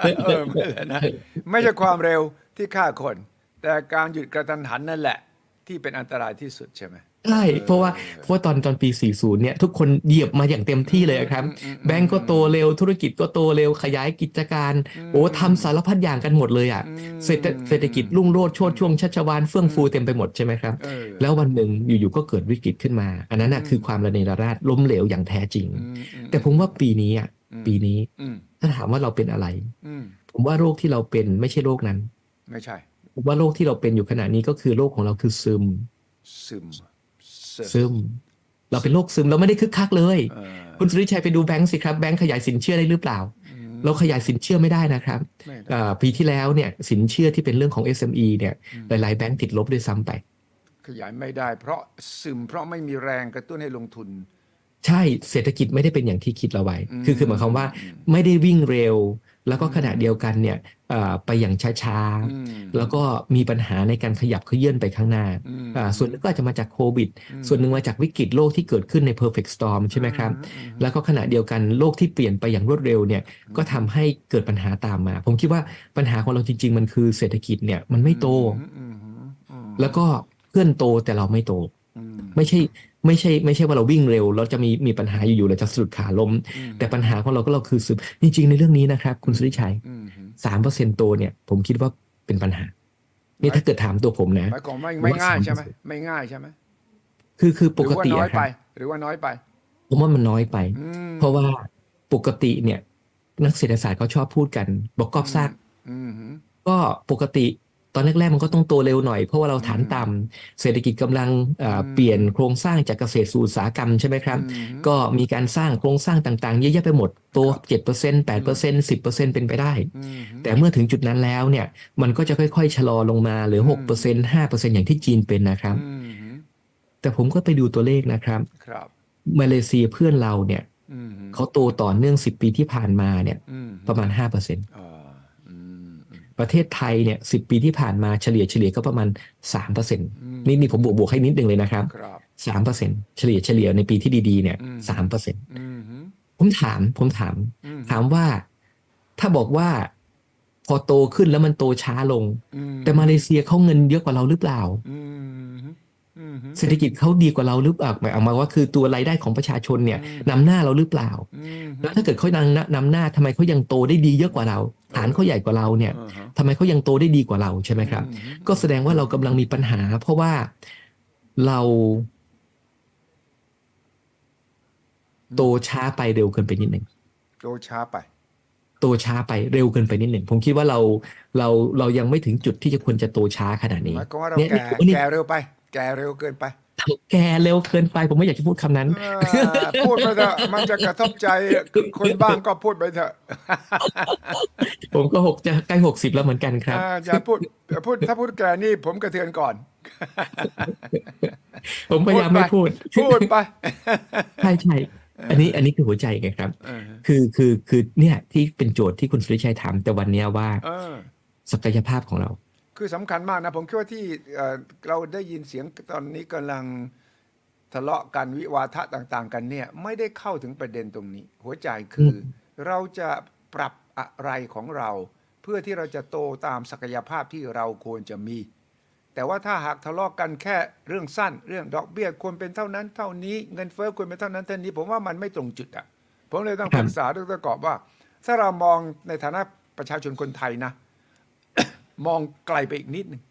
Speaker 1: เออไม่เลยนะไม่ใช่ความเร็วที่ฆ่าคน แต่การหยุดกระทันหันนั่นแหละ ที่เป็นอันตรายที่สุดใช่ไหม
Speaker 2: ใช่เพราะว่าเพราะว่าตอนตอนปี 40 เนี่ย ทุกคนเหยียบมาอย่างเต็มที่เลยครับ
Speaker 1: อืมอืมอืม
Speaker 2: แบงก์ก็โตเร็วธุรกิจก็โตเร็วขยายกิจการ
Speaker 1: อืม
Speaker 2: โอ้ทำสารพัดอย่างกันหมดเลยอ่ะ
Speaker 1: อืม
Speaker 2: เศรษฐเศรษฐกิจรุ่งโรจน์โชดช่วงชัชวานเฟื่องฟูเต็มไปหมดใช่ไหมครับ
Speaker 1: เออ
Speaker 2: แล้ววันหนึ่งอยู่ๆก็เกิดวิกฤตขึ้นมา อันนั้นน่ะคือความระเนระนาดล้มเหลวอย่างแท้จริง
Speaker 1: อืมอื
Speaker 2: แต่ผมว่าปีนี้อ่ะ
Speaker 1: อืม
Speaker 2: ปีนี้
Speaker 1: อืม
Speaker 2: ถ้าถามว่าเราเป็นอะไร
Speaker 1: อืม
Speaker 2: ผมว่าโรคที่เราเป็นไม่ใช่โรคนั้น
Speaker 1: ไม่ใช่
Speaker 2: ผมว่าโรคที่เราเป็นอยู่ขณะนี้ก็คือโรคของเราคือซึม
Speaker 1: ซึม
Speaker 2: ซึม เราเป็นโรคซึมเราไม่ได้คึกคักเลย
Speaker 1: เออ
Speaker 2: คุณสุริชัยไปดูแบงก์สิครับแบงก์ขยายสินเชื่อได้หรือเปล่า
Speaker 1: อืม
Speaker 2: เราขยายสินเชื่อไม่ได้นะครับ
Speaker 1: ไม่ได้
Speaker 2: เอ่อปีที่แล้วเนี่ยสินเชื่อที่เป็นเรื่องของ SME เนี่ย
Speaker 1: อืม
Speaker 2: หลายๆแบงก์ติดลบด้วยซ้ำไป
Speaker 1: ขยายไม่ได้ เพราะซึมเพราะไม่มีแรงกระตุ้นให้ลงทุน
Speaker 2: ใช่เศรษฐกิจไม่ได้เป็นอย่างที่คิดเราไว้
Speaker 1: อืม
Speaker 2: คือคือหมายความว่าไม่ได้วิ่งเร็ว แล้วก็ขณะเดียวกันเนี่ยเอ่อไปอย่างช้า
Speaker 1: อืม
Speaker 2: ๆแล้วก็มีปัญหาในการขยับเขยื่อนไปข้างหน้า
Speaker 1: อืม
Speaker 2: อ่าส่วนหนึงก็อาจจะมาจากโควิด
Speaker 1: อืม
Speaker 2: ส่วนหนึ่งมาจากวิกฤตโลกที่เกิดขึ้นใน perfect storm ใช่ไหมครับ
Speaker 1: อืม
Speaker 2: แล้วก็ขณะเดียวกันโลกที่เปลี่ยนไปอย่างรวดเร็วเนี่ยก็ทำให้เกิดปัญหาตามมา ผมคิดว่าปัญหาของเราจริง ๆ มันคือเศรษฐกิจเนี่ยมันไม่โต
Speaker 1: อืมอืมอืม
Speaker 2: แล้วก็เพื่อนโตแต่เราไม่โต
Speaker 1: อืม
Speaker 2: ไม่ใช่ไม่ใช่ไม่ใช่ว่าเราวิ่งเร็วเราจะมีมีปัญหาอยู่ๆเราจะสะดุดขาล้ม
Speaker 1: อืม
Speaker 2: แต่ปัญหาของเราก็เราคือซึมจริง ๆ ในเรื่องนี้นะครับคุณสุริชัย
Speaker 1: อืม
Speaker 2: สามเปอร์เซ็นโตเนี่ยผมคิดว่าเป็นปัญหานี่ถ้าเกิดถามตัวผมนะ
Speaker 1: หมายความว่าไม่ง่ายใช่ไหมไม่ง่ายใช่ไหม
Speaker 2: คือคือปกติ
Speaker 1: หรือว่าน้อย
Speaker 2: อะค
Speaker 1: ไป
Speaker 2: รับ
Speaker 1: หรือว่าน้อยไป
Speaker 2: ผมว่ามันน้อยไป
Speaker 1: อืม
Speaker 2: เพราะว่าปกติเนี่ยนักเศรษฐศาสตร์เขาชอบพูดกัน บอกกอบซาก
Speaker 1: อืม
Speaker 2: ก็ปกติตอนแรกๆมันก็ต้องโตเร็วหน่อยเพราะว่าเราฐานต่ำเศรษฐกิจกำลังเอ่อเปลี่ยนโครงสร้างจากเกษตรสู่อุตสาหกรรมใช่ไหมครับ
Speaker 1: อืม
Speaker 2: ก็มีการสร้างโครงสร้างต่างๆ เยอะแยะไปหมดโต7% 8% 10%เป็นไปได้
Speaker 1: อืม
Speaker 2: แต่เมื่อถึงจุดนั้นแล้วเนี่ยมันก็จะค่อยๆชะลอลงมาเหลือ6% 5%อย่างที่จีนเป็นนะครับ
Speaker 1: อืม
Speaker 2: แต่ผมก็ไปดูตัวเลขนะครับ
Speaker 1: ครับ
Speaker 2: มาเลเซียเพื่อนเราเนี่ย
Speaker 1: อืม
Speaker 2: เขาโตต่อเนื่อง 10 ปีที่ผ่านมาเนี่ย
Speaker 1: อืม
Speaker 2: ประมาณ 5%
Speaker 1: อ่าอืมอืม
Speaker 2: ประเทศไทยเนี่ยสิปีที่ผ่านมาเฉลี่ยเฉลี่ยก็ประมาณ 3%นี่นี่ผมบวกบวกให้นิดนึงเลยนะครับ
Speaker 1: ครับ
Speaker 2: 3%เฉลี่ยเฉลี่ยในปีที่ดีๆเนี่ย
Speaker 1: อืม
Speaker 2: 3%
Speaker 1: อืมอืม
Speaker 2: ผมถามผมถาม
Speaker 1: อืม
Speaker 2: ถามว่าถ้าบอกว่า พอโตขึ้นแล้วมันโตช้าลง
Speaker 1: อืม
Speaker 2: แต่มาเลเซียเขาเงินเยอะกว่าเราหรือเปล่า
Speaker 1: อืมอืม
Speaker 2: เศรษฐกิจเขาดีกว่าเราหรือเปล่าหมายเอามาว่าคือตัวรายได้ของประชาชนเนี่ย
Speaker 1: อืม
Speaker 2: นำหน้าเราหรือเปล่า
Speaker 1: อืม
Speaker 2: แล้วถ้าเกิดเขานำนำหน้าทำไมเขายังโตได้ดีเยอะกว่าเรา ฐานเขาใหญ่กว่าเราเนี่ย
Speaker 1: อ่าฮะ
Speaker 2: ทำไมเขายังโตได้ดีกว่าเราใช่ไหมครับ
Speaker 1: อืม
Speaker 2: ก็แสดงว่าเรากำลังมีปัญหา เพราะว่าเราโตช้าไปเร็วเกินไปนิดหนึ่ง
Speaker 1: โตช้าไป
Speaker 2: โตช้าไปเร็วเกินไปนิดหนึ่งผมคิดว่าเราเราเรายังไม่ถึงจุดที่จะควรจะโตช้าขนาดนี้
Speaker 1: หมายความว่าเรา
Speaker 2: เนี่ย
Speaker 1: แก่
Speaker 2: นี่นี่
Speaker 1: แก่เร็วไป แก่เร็วเกินไป
Speaker 2: แกเร็วเกินไป ผมไม่อยากจะพูดคำนั้น
Speaker 1: เออพูดไปเถอะมันจะกระทบใจคนบ้างก็พูดไปเถอะ
Speaker 2: ผมก็หกจะใกล้หกสิบแล้วเหมือนกันครับ
Speaker 1: อ่าอย่าพูดอย่าพูดถ้าพูดแก่นี่ผมกระเทือนก่อน
Speaker 2: ผมพยายามไม่พูด
Speaker 1: พูดไป
Speaker 2: ใช่ใช่อันนี้อันนี้คือหัวใจไงครับ
Speaker 1: เออ
Speaker 2: คือคือคือเนี่ยที่เป็นโจทย์ที่คุณสุริชัยถามแต่วันเนี้ยว่า
Speaker 1: เออ
Speaker 2: ศักยภาพของเรา
Speaker 1: คือสำคัญมากนะ ผมคิดว่าที่เอ่อเราได้ยินเสียงตอนนี้กำลังทะเลาะกันวิวาทะต่างๆ กันเนี่ย ไม่ได้เข้าถึงประเด็นตรงนี้ หัวใจคืออเราจะปรับอะไรของเรา เพื่อที่เราจะโตตามศักยภาพที่เราควรจะมี แต่ว่าถ้าหากทะเลาะกันแค่เรื่องสั้น เรื่องดอกเบี้ยควรเป็นเท่านั้นเท่านี้เงินเฟ้อควรเป็นเท่านั้นเท่านี้ ผมว่ามันไม่ตรงจุดอ่ะผมเลยต้อง
Speaker 2: ครั
Speaker 1: ป
Speaker 2: บ
Speaker 1: รึกษาดรกอบว่า ถ้าเรามองในฐานะประชาชนคนไทยนะ มองไกลไปอีกนิดหนึง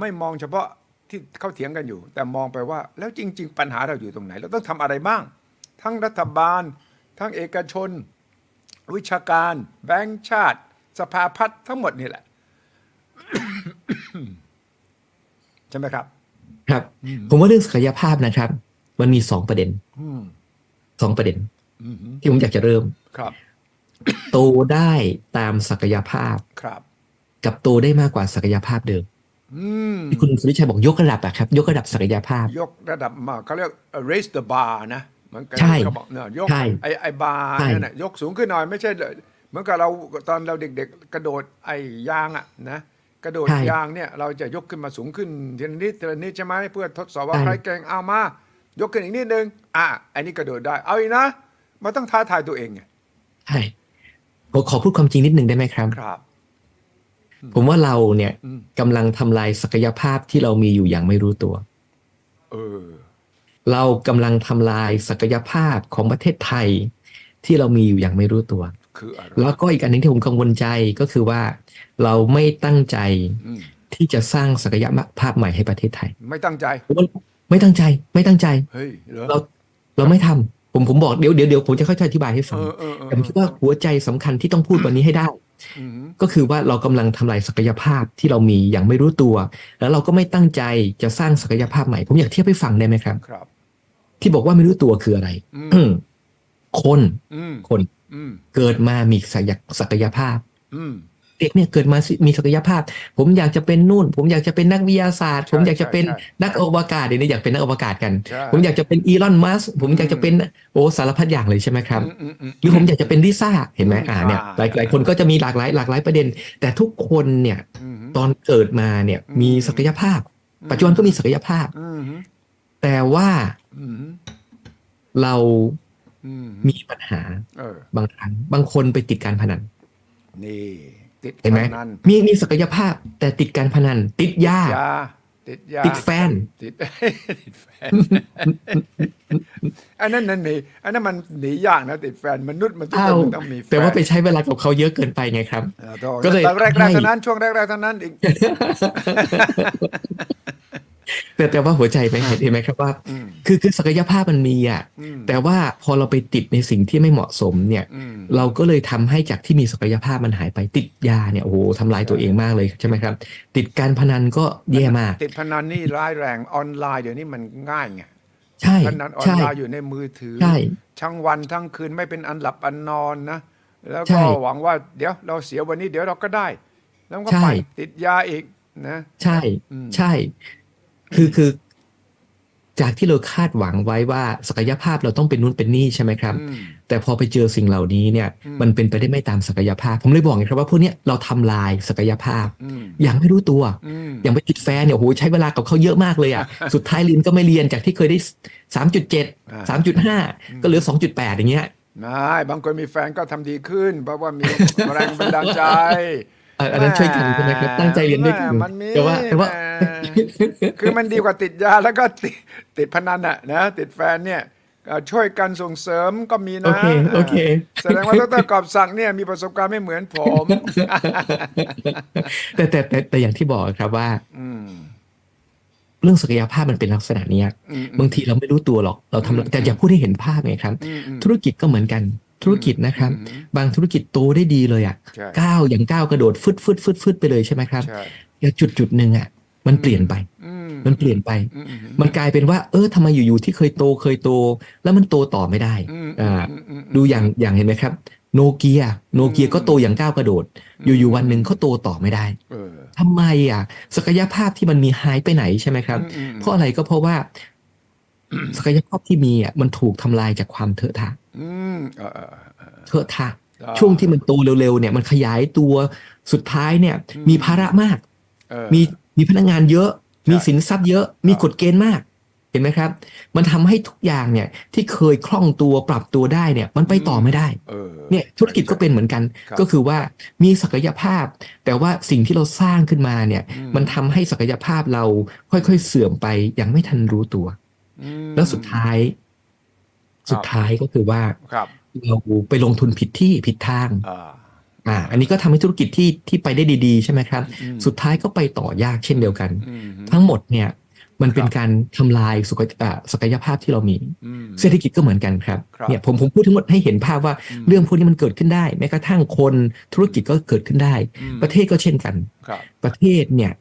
Speaker 1: ไม่มองเฉพาะที่เขาเถียงกันอยู่ แต่มองไปว่า แล้วจริง ๆ ปัญหาเราอยู่ตรงไหน เราต้องทำอะไรบ้าง ทั้งรัฐบาล ทั้งเอกชน วิชาการ แบงก์ชาติ สภาพัฒน์ทั้งหมดนี่แหละ ใช่ไหมครับ
Speaker 2: ครับ ผมว่าเรื่องศักยภาพนะครับ มันมีสองประเด็น
Speaker 1: อืม
Speaker 2: สองประเด็น
Speaker 1: อืม
Speaker 2: ที่ผมอยากจะเริ่ม
Speaker 1: ครับ
Speaker 2: โตได้ตามศักยภาพ
Speaker 1: ครับ
Speaker 2: กับโตได้มากกว่าศักยภาพเดิม
Speaker 1: อืม
Speaker 2: ที่คุณสุริชัยบอกยกระดับอะครับยกระดับศักยภาพ
Speaker 1: ยกระดับมาเขาเรียก raise the bar นะเหมือนกัน
Speaker 2: ใช่
Speaker 1: เขาบอกเนี่ยยก
Speaker 2: ใช่
Speaker 1: ไอไอบาร์
Speaker 2: ใช่
Speaker 1: นั่นน่ะยกสูงขึ้นหน่อยไม่ใช่เลยเหมือนกับเราตอนเราเด็กๆ กระโดดไอยางอ่ะนะกระโดด
Speaker 2: ใช่
Speaker 1: ยางเนี่ยเราจะยกขึ้นมาสูงขึ้นทีละนิดทีละนิดใช่ไหมเพื่อทดสอบว่า
Speaker 2: ใช่
Speaker 1: ใครเก่งเอามา ยกขึ้นอีกนิดนึงอ่ะอันนี้กระโดดได้เอาอีกนะมันต้องท้าทายตัวเองไง
Speaker 2: ใช่ผมขอพูดความจริงนิดหนึ่งได้ไหมครับ
Speaker 1: ครับ
Speaker 2: ผมว่าเราเนี่ย
Speaker 1: อืม
Speaker 2: กำลังทำลายศักยภาพที่เรามีอยู่อย่างไม่รู้ตัว
Speaker 1: เออ
Speaker 2: เรากำลังทำลายศักยภาพของประเทศไทย ที่เรามีอยู่อย่างไม่รู้ตัว
Speaker 1: คืออะไร
Speaker 2: แล้วก็อีกอันหนึงที่ผมกังวลใจก็คือว่า เราไม่ตั้งใจ
Speaker 1: อืม
Speaker 2: ที่จะสร้างศักยภาพใหม่ให้ประเทศไทย
Speaker 1: ไม่ตั้งใจ
Speaker 2: ไม่ตั้งใจไม่ตั้งใจ
Speaker 1: เฮ้ยเหรอ
Speaker 2: เราเราไม่ทำผมผมบอกเดี๋ยวเดี๋ยวเดี๋ยวผมจะค่อยๆอธิบายให้
Speaker 1: เอ
Speaker 2: ฟัง
Speaker 1: อเออเออ
Speaker 2: แต่ผมคิดว่าหัวใจสำคัญที่ต้องพูดวันนี้ให้ได้
Speaker 1: อืม
Speaker 2: ก็คือว่าเรากำลังทำลายศักยภาพที่เรามีอย่างไม่รู้ตัว แล้วเราก็ไม่ตั้งใจจะสร้างศักยภาพใหม่ ผมอยากเทียบให้ฟังได้ไหมครับ
Speaker 1: ครับ
Speaker 2: ที่บอกว่าไม่รู้ตัวคืออะไร
Speaker 1: อืม
Speaker 2: คน
Speaker 1: อืม
Speaker 2: คน
Speaker 1: อืม
Speaker 2: เกิดมามีศักยศักยภาพ
Speaker 1: อืม
Speaker 2: เด็กเนี่ยเกิดมามีศักยภาพ ผมอยากจะเป็นนู่น ผมอยากจะเป็นนักวิทยาศาสตร์
Speaker 1: ใช่
Speaker 2: ผมอยากจะเป็น
Speaker 1: ใช่ใช่
Speaker 2: นักอวกาศเดี๋ยวนี้อยากเป็นนักอวกาศกัน
Speaker 1: ใช่
Speaker 2: ผมอยากจะเป็นอีลอนมัสผมอยากจะเป็นโอ้สารพัดอย่างเลยใช่ไหมครับ หรือผมอยากจะเป็นลิซ่าเห็นไหมอ่าเนี่ยหลายหลายคนก็จะมีหลากหลายหลากหลายประเด็น แต่ทุกคนเนี่ยตอนเกิดมาเนี่ย
Speaker 1: อืม
Speaker 2: มีศักยภาพ ปัจจุบันก็มีศักยภาพ
Speaker 1: อืม
Speaker 2: แต่ว่า
Speaker 1: อืม
Speaker 2: เรา
Speaker 1: อืม
Speaker 2: มีปัญหา
Speaker 1: เออบ
Speaker 2: างครั้งบางคนไปติดการพนัน
Speaker 1: นี่ ติด
Speaker 2: เห็นไหม
Speaker 1: พนัน
Speaker 2: มีมีศักยภาพแต่ติดการพนัน ติดยาย
Speaker 1: าติดยา
Speaker 2: ติดแฟน
Speaker 1: ติด ติด แฟนอันนั้นนั่นหนีอันนั้นมันหนียากนะติดแฟนมนุษย์มันทุกคน
Speaker 2: อ้าว
Speaker 1: มันต้องมีฟน
Speaker 2: แต่ว่าไปใช้เวลากับเขาเยอะเกินไปไงครับ
Speaker 1: เออโถ่
Speaker 2: ก็เลย
Speaker 1: ตอนแรก
Speaker 2: ให้
Speaker 1: ๆเท่านั้นช่วงแรกๆเท่านั้นอีก
Speaker 2: แต่แต่ว่าหัวใจไหมเห็นเห็นไหมครับว่า
Speaker 1: อืม
Speaker 2: คือคือศักยภาพมันมีอ่ะ
Speaker 1: อืม
Speaker 2: แต่ว่าพอเราไปติดในสิ่งที่ไม่เหมาะสมเนี่ย
Speaker 1: อืม
Speaker 2: เราก็เลยทำให้จากที่มีศักยภาพมันหายไปติดยาเนี่ยโอ้โหทำลายตัวเองมากเลยใช่ไหมครับ ติดการพนันก็แย่มาก
Speaker 1: ติดพนันนี่ร้ายแรงออนไลน์เดี๋ยวนี้มันง่ายไง
Speaker 2: ใช่
Speaker 1: พนันออน
Speaker 2: ใช่
Speaker 1: ไลน์อยู่ในมือถือ
Speaker 2: ใช่
Speaker 1: ทั้งวันทั้งคืนไม่เป็นอันหลับอันนอนนะ แล้ว
Speaker 2: ใช่
Speaker 1: ก็หวังว่าเดี๋ยวเราเสียวันนี้เดี๋ยวเราก็ได้ แล้วก็
Speaker 2: ใช่
Speaker 1: ไปติดยาอีกนะ
Speaker 2: ใช่
Speaker 1: อืม
Speaker 2: ใช่ คือคือ จากที่เราคาดหวังไว้ว่าศักยภาพเราต้องเป็นนู่นเป็นนี่ใช่ไหมครับ
Speaker 1: อืม
Speaker 2: แต่พอไปเจอสิ่งเหล่านี้เนี่ย
Speaker 1: อืม
Speaker 2: มันเป็นไปได้ไม่ตามศักยภาพ ผมเลยบอกไงครับว่าพวกเนี้ยเราทำลายศักยภาพ
Speaker 1: อืม
Speaker 2: อย่างไม่รู้ตัว
Speaker 1: อืม
Speaker 2: อย่างไปติดแฟนเนี่ยโอ้โหใช้เวลากับเขาเยอะมากเลยอ่ะ สุดท้ายเรียนก็ไม่เรียนจากที่เคยได้สามจุดเจ็ดสามจุดห้าก็เหลือสองจุดแปดอย่างเงี้ย
Speaker 1: ไม่บางคนมีแฟนก็ทำดีขึ้น เพราะว่ามี แรงบันดาลใจ
Speaker 2: เอ่ออันนั้นช่วยกันใช่ไหมครับตั้งใจเรียนด้วยกัน
Speaker 1: แมันมี
Speaker 2: แต่ว่าแต่ว่า
Speaker 1: หม คือมันดีกว่าติดยาแล้วก็ติดติดพนันอ่ะนะติดแฟนเนี่ยเอ่อช่วยกันส่งเสริมก็มีนะ
Speaker 2: โอเคโอเค
Speaker 1: แสดงว่าดรกอบศักดิ์เนี่ยมีประสบการณ์ไม่เหมือนผม
Speaker 2: แต่แต่แต่แต่อย่างที่บอกครับว่า
Speaker 1: อืม
Speaker 2: เรื่องศักยภาพมันเป็นลักษณะเนี้ย
Speaker 1: อืมอืม
Speaker 2: บางทีเราไม่รู้ตัวหรอกเรา
Speaker 1: อืม
Speaker 2: ทำแต่อยากพูดให้เห็นภาพไงครับ
Speaker 1: อืมอืม
Speaker 2: ธุรกิจก็เหมือนกัน ธุรกิจนะครับ
Speaker 1: อืม
Speaker 2: บางธุรกิจโตได้ดีเลยอ่ะ
Speaker 1: ใช่
Speaker 2: ก้าวอย่างก้าวกระโดดฟึดฟึดฟึดฟึดไปเลยใช่ไหมครับ
Speaker 1: ใช่
Speaker 2: แต่จุดจุดหนึ่งอ่ะมันเปลี่ยนไป
Speaker 1: อื
Speaker 2: มันเปลี่ยนไป
Speaker 1: อือื
Speaker 2: มันกลายเป็นว่า เออทำไมอยู่ๆที่เคยโตเคยโต แล้วมันโตต่อไม่ได้
Speaker 1: อืม
Speaker 2: อ่า
Speaker 1: มมม
Speaker 2: ดูอย่างอย่างเห็นไหมครับ โนเกียโนเกียก็โตอย่างก้าวกระโดด อยู่ๆวันหนึ่งเขาโตต่อไม่ได้
Speaker 1: เออ
Speaker 2: ทำไมอ่ะ ศักยภาพที่มันมีหายไปไหนใช่ไหมครับ
Speaker 1: อืม
Speaker 2: เพราะอะไรก็เพราะว่า ศักยภาพที่มีอ่ะมันถูกทำลายจากความเถอะทะ
Speaker 1: อืมเออเออเออ
Speaker 2: เถอะทะ
Speaker 1: ได้
Speaker 2: ช่วงที่มันโตเร็วๆเนี่ยมันขยายตัวสุดท้ายเนี่ย
Speaker 1: อืม
Speaker 2: มีภาระมาก
Speaker 1: เออ
Speaker 2: มีมีพนักงานเยอะ มีสินทรัพย์เยอะ มี
Speaker 1: ครับ
Speaker 2: กฎเกณฑ์มาก เห็นไหมครับ มันทำให้ทุกอย่างเนี่ยที่เคยคล่องตัวปรับตัวได้เนี่ย มันไปต่อไม่ได้
Speaker 1: เออ
Speaker 2: เนี่ยธุรกิจก็เป็นเหมือนกัน
Speaker 1: ครับ
Speaker 2: ก็คือว่ามีศักยภาพ แต่ว่าสิ่งที่เราสร้างขึ้นมาเนี่ย
Speaker 1: อื
Speaker 2: มันทำให้ศักยภาพเราค่อยๆเสื่อมไปอย่างไม่ทันรู้ตัว
Speaker 1: อืม
Speaker 2: แล้วสุดท้าย สุดท้ายก็คือว่า
Speaker 1: ครับ
Speaker 2: เราไปลงทุนผิดที่ผิดทาง
Speaker 1: อ่า
Speaker 2: อ่า อันนี้ก็ทำให้ธุรกิจที่ที่ไปได้ดีๆ ใช่ไหมครับ
Speaker 1: อืม
Speaker 2: สุดท้ายก็ไปต่อยากเช่นเดียวกัน
Speaker 1: อืม
Speaker 2: ทั้งหมดเนี่ยมันเป็นการทำลายสุขอ่าศักยภาพที่เรามี
Speaker 1: อืม
Speaker 2: เศรษฐกิจก็เหมือนกันครับ
Speaker 1: ครับ
Speaker 2: เนี่ยผมผมพูดทั้งหมดให้เห็นภาพว่า
Speaker 1: อืม
Speaker 2: เรื่องพวกนี้มันเกิดขึ้นได้ แม้กระทั่งคนธุรกิจก็เกิดขึ้นได้
Speaker 1: อืม
Speaker 2: ประเทศก็เช่นกัน
Speaker 1: ครับ
Speaker 2: ประเทศเนี่ย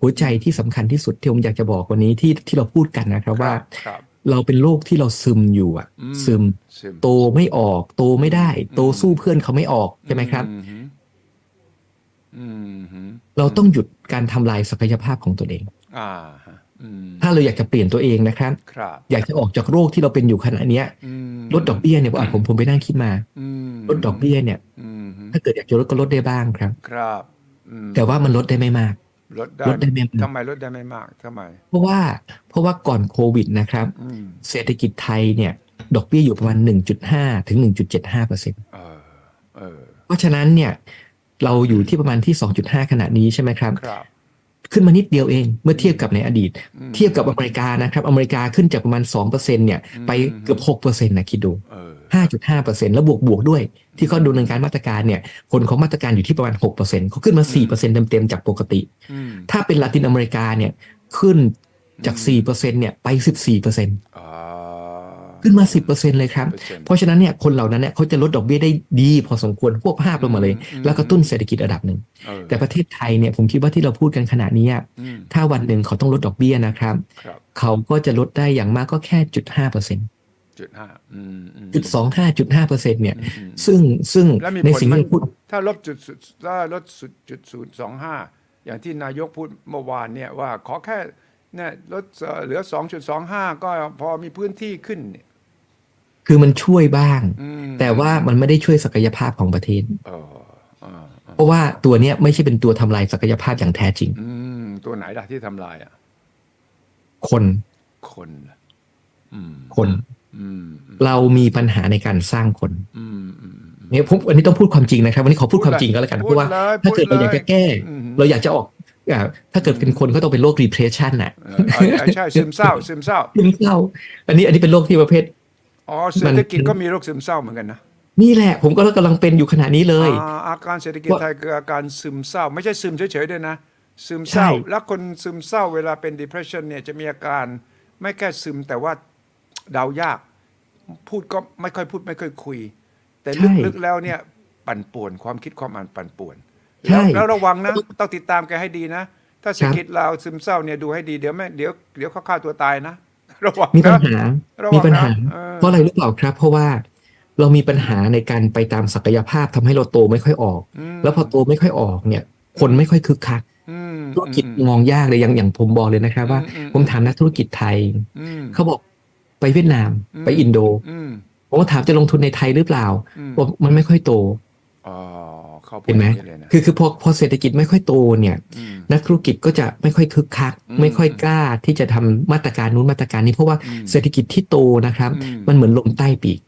Speaker 2: หัวใจที่สำคัญที่สุดที่ผมอยากจะบอกวันนี้ที่ที่เราพูดกันนะครับว่า
Speaker 1: ครับ
Speaker 2: เราเป็นโรคที่เราซึมอยู่อะ
Speaker 1: อืม
Speaker 2: ซึม
Speaker 1: ซึม
Speaker 2: โตไม่ออก โตไม่ได้ โต
Speaker 1: อืม
Speaker 2: สู้เพื่อนเขาไม่ออกใช่ไหมครับ
Speaker 1: อืมอืม
Speaker 2: เราต้องหยุดการทำลายศักยภาพของตัวเอง
Speaker 1: อ่าฮะอืม
Speaker 2: ถ้าเราอยากจะเปลี่ยนตัวเองนะครับ
Speaker 1: ครับ
Speaker 2: อยากจะออกจากโรคที่เราเป็นอยู่ขณะเนี้ย
Speaker 1: อืม
Speaker 2: ลดดอกเบี้ยเนี่ยผมผมผมไปนั่งคิดมา
Speaker 1: อืม
Speaker 2: ลดดอกเบี้ยเนี่ย
Speaker 1: อืม
Speaker 2: ถ้าเกิดอยากจะลดก็ลดได้บ้างครับ
Speaker 1: ครับอืม
Speaker 2: แต่ว่ามันลดได้ไม่มาก
Speaker 1: ลดได้
Speaker 2: ลดได้ไม่มาก
Speaker 1: ทำไมลดได้ไม่มากทำไม
Speaker 2: เพราะว่าเพราะว่าก่อนโควิดนะครับ
Speaker 1: อืม
Speaker 2: เศรษฐกิจไทยเนี่ยดอกเบี้ยอยู่ประมาณ 1.5 ถึง 1.75เปอร์เซ็นต์
Speaker 1: เออเออ
Speaker 2: เพราะฉะนั้นเนี่ยเราอยู่ที่ประมาณที่ 2.5 ขณะนี้ใช่ไหมครับ
Speaker 1: ครับ
Speaker 2: ขึ้นมานิดเดียวเองเมื่อเทียบกับในอดีต
Speaker 1: อืม
Speaker 2: เทียบกับอเมริกานะครับ อเมริกาขึ้นจากประมาณ2%เนี่ย
Speaker 1: อืม
Speaker 2: ไปเกือบ6%นะคิดดู
Speaker 1: เออ
Speaker 2: 5.5%แล้วบวกบวกด้วย ที่เขาดำเนินการมาตรการเนี่ยผลของมาตรการอยู่ที่ประมาณ6%เขาขึ้นมา 4%เต็มๆ จากปกติ
Speaker 1: อืม
Speaker 2: ถ้าเป็นลาตินอเมริกาเนี่ยขึ้นจาก
Speaker 1: อืม
Speaker 2: 4%เนี่ยไป 14%
Speaker 1: อ่า
Speaker 2: ขึ้นมา 10%เลยครับ
Speaker 1: 10%
Speaker 2: เพราะฉะนั้นเนี่ยคนเหล่านั้นเนี่ยเขาจะลดดอกเบี้ยได้ดีพอสมควรควบภาพลงมาเลย
Speaker 1: อื
Speaker 2: แล้วกระตุ้นเศรษฐกิจระดับหนึ่ง
Speaker 1: เออ
Speaker 2: แต่ประเทศไทยเนี่ยผมคิดว่าที่เราพูดกันขณะนี้อะ
Speaker 1: อืม
Speaker 2: ถ้าวันหนึ่งเขาต้องลดดอกเบี้ยนะครับ
Speaker 1: ครับ
Speaker 2: เขาก็จะลดได้อย่างมากก็แค่จุดห้าเปอร์เซ็นต์
Speaker 1: จุดห้าอืมม
Speaker 2: จุดสองห้าจุดห้าเปอร์เซ็นต์เนี่ย
Speaker 1: อืมอืม
Speaker 2: ซึ่งซึ่ง
Speaker 1: แล้วมี
Speaker 2: ใน
Speaker 1: ผล
Speaker 2: สิ่ง
Speaker 1: ไหม
Speaker 2: ที่เราพูด
Speaker 1: ถ้าลบจุดสุดถ้าลดสุดจุดศูนย์สองห้าอย่างที่นายกพูดเมื่อวานเนี่ยว่าขอแค่เนี่ยลดเอ่อเหลือสองจุดสองห้าก็พอมีพื้นที่ขึ้นเนี่ย
Speaker 2: คือมันช่วยบ้าง
Speaker 1: อืม
Speaker 2: แต่ว่ามันไม่ได้ช่วยศักยภาพของประเทศ
Speaker 1: เออเออเออ
Speaker 2: เพราะว่าตัวเนี้ยไม่ใช่เป็นตัวทำลายศักยภาพอย่างแท้จริง
Speaker 1: อืมตัวไหนล่ะที่ทำลายอ่ะ
Speaker 2: คน
Speaker 1: คนล่ะอืม
Speaker 2: คน
Speaker 1: อืมอืม
Speaker 2: เรามีปัญหาในการสร้างคน
Speaker 1: อืมอืมอืม
Speaker 2: เนี่ยผมวันนี้ต้องพูดความจริงนะครับ วันนี้ขอพูดความจริงก็แล้วกันเพ
Speaker 1: พูด
Speaker 2: ราะว่า
Speaker 1: เลย
Speaker 2: ถ้าเกิด
Speaker 1: พู
Speaker 2: เรา
Speaker 1: ดเลย
Speaker 2: อยากจะแก้
Speaker 1: อืม
Speaker 2: เราอยากจะออกอ่าถ้าเกิดเป็นคนก็ต้องเป็นโรค repression น่ะ
Speaker 1: เออเออเออใช่ซึมเศร้าซึมเศร้า
Speaker 2: ซึมเศร้าอันนี้อันนี้เป็นโรคที่ประเภท
Speaker 1: อ๋อเศรษฐกิจ
Speaker 2: มัน
Speaker 1: ก็มีโรคซึมเศร้าเหมือนกันนะ
Speaker 2: นี่แหละ ผมก็กำลังเป็นอยู่ขณะนี้เลย
Speaker 1: อ่าอาการเศรษฐกิจ
Speaker 2: ว่า
Speaker 1: ไทยคืออาการซึมเศร้า ไม่ใช่ซึมเฉยๆด้วยนะ ซึมเศร้า
Speaker 2: ใช่
Speaker 1: แล้วคนซึมเศร้าเวลาเป็น depression เนี่ยจะมีอาการไม่แค่ซึมแต่ว่าเดายาก พูดก็ไม่ค่อยพูดไม่ค่อยคุย แต่ลึกๆแล้วเนี่ยปั่นป่วนความคิดความอ่านปั่นป่วน
Speaker 2: ใช่
Speaker 1: แล้วแล้วระวังนะ ต้องติดตามแกให้ดีนะ ถ้าเศรษฐกิจเราวซึมเศร้าเนี่ยดูให้ดีเดี๋ยวแม่เดี๋ยวเดี๋ยวเขาฆ่าตัวตายนะ ระวัง
Speaker 2: มีปัญ
Speaker 1: นะ
Speaker 2: หา
Speaker 1: ระวังนะ
Speaker 2: มีปัญหา
Speaker 1: เออ
Speaker 2: เพราะอะไรหรือเปล่าครับ เพราะว่าเรามีปัญหาในการไปตามศักยภาพทำให้เราโตไม่ค่อยออก
Speaker 1: ม
Speaker 2: แล้วพอโตไม่ค่อยออกเนี่ย คนไม่ค่อยคึกคัก
Speaker 1: อืม
Speaker 2: ธุรกิจ
Speaker 1: อืม
Speaker 2: มองยากเลยอย่างอย่างผมบอกเลยนะครับว่า
Speaker 1: อืม
Speaker 2: ผมถามนักธุรกิจไทย
Speaker 1: อืม
Speaker 2: เขาบอกไปเวียดนาม
Speaker 1: อืม
Speaker 2: ไปอินโด
Speaker 1: อืม
Speaker 2: ผมก็ถามจะลงทุนในไทยหรือเปล่า
Speaker 1: อืม
Speaker 2: บอกมันไม่ค่อยโต
Speaker 1: อ๋อเขาพูด
Speaker 2: เห็นไหม
Speaker 1: อย่างนี้เลยนะ
Speaker 2: คือคือพอพอเศรษฐกิจไม่ค่อยโตเนี่ย
Speaker 1: อืม
Speaker 2: นักธุรกิจก็จะไม่ค่อยคึกคัก
Speaker 1: อืม
Speaker 2: ไม่ค่อยกล้าที่จะทำมาตรการนู้นมาตรการนี้เพราะว่า
Speaker 1: อืม
Speaker 2: เศรษฐกิจที่โตนะครับ
Speaker 1: อืม
Speaker 2: มันเหมือนลมใต้ปีก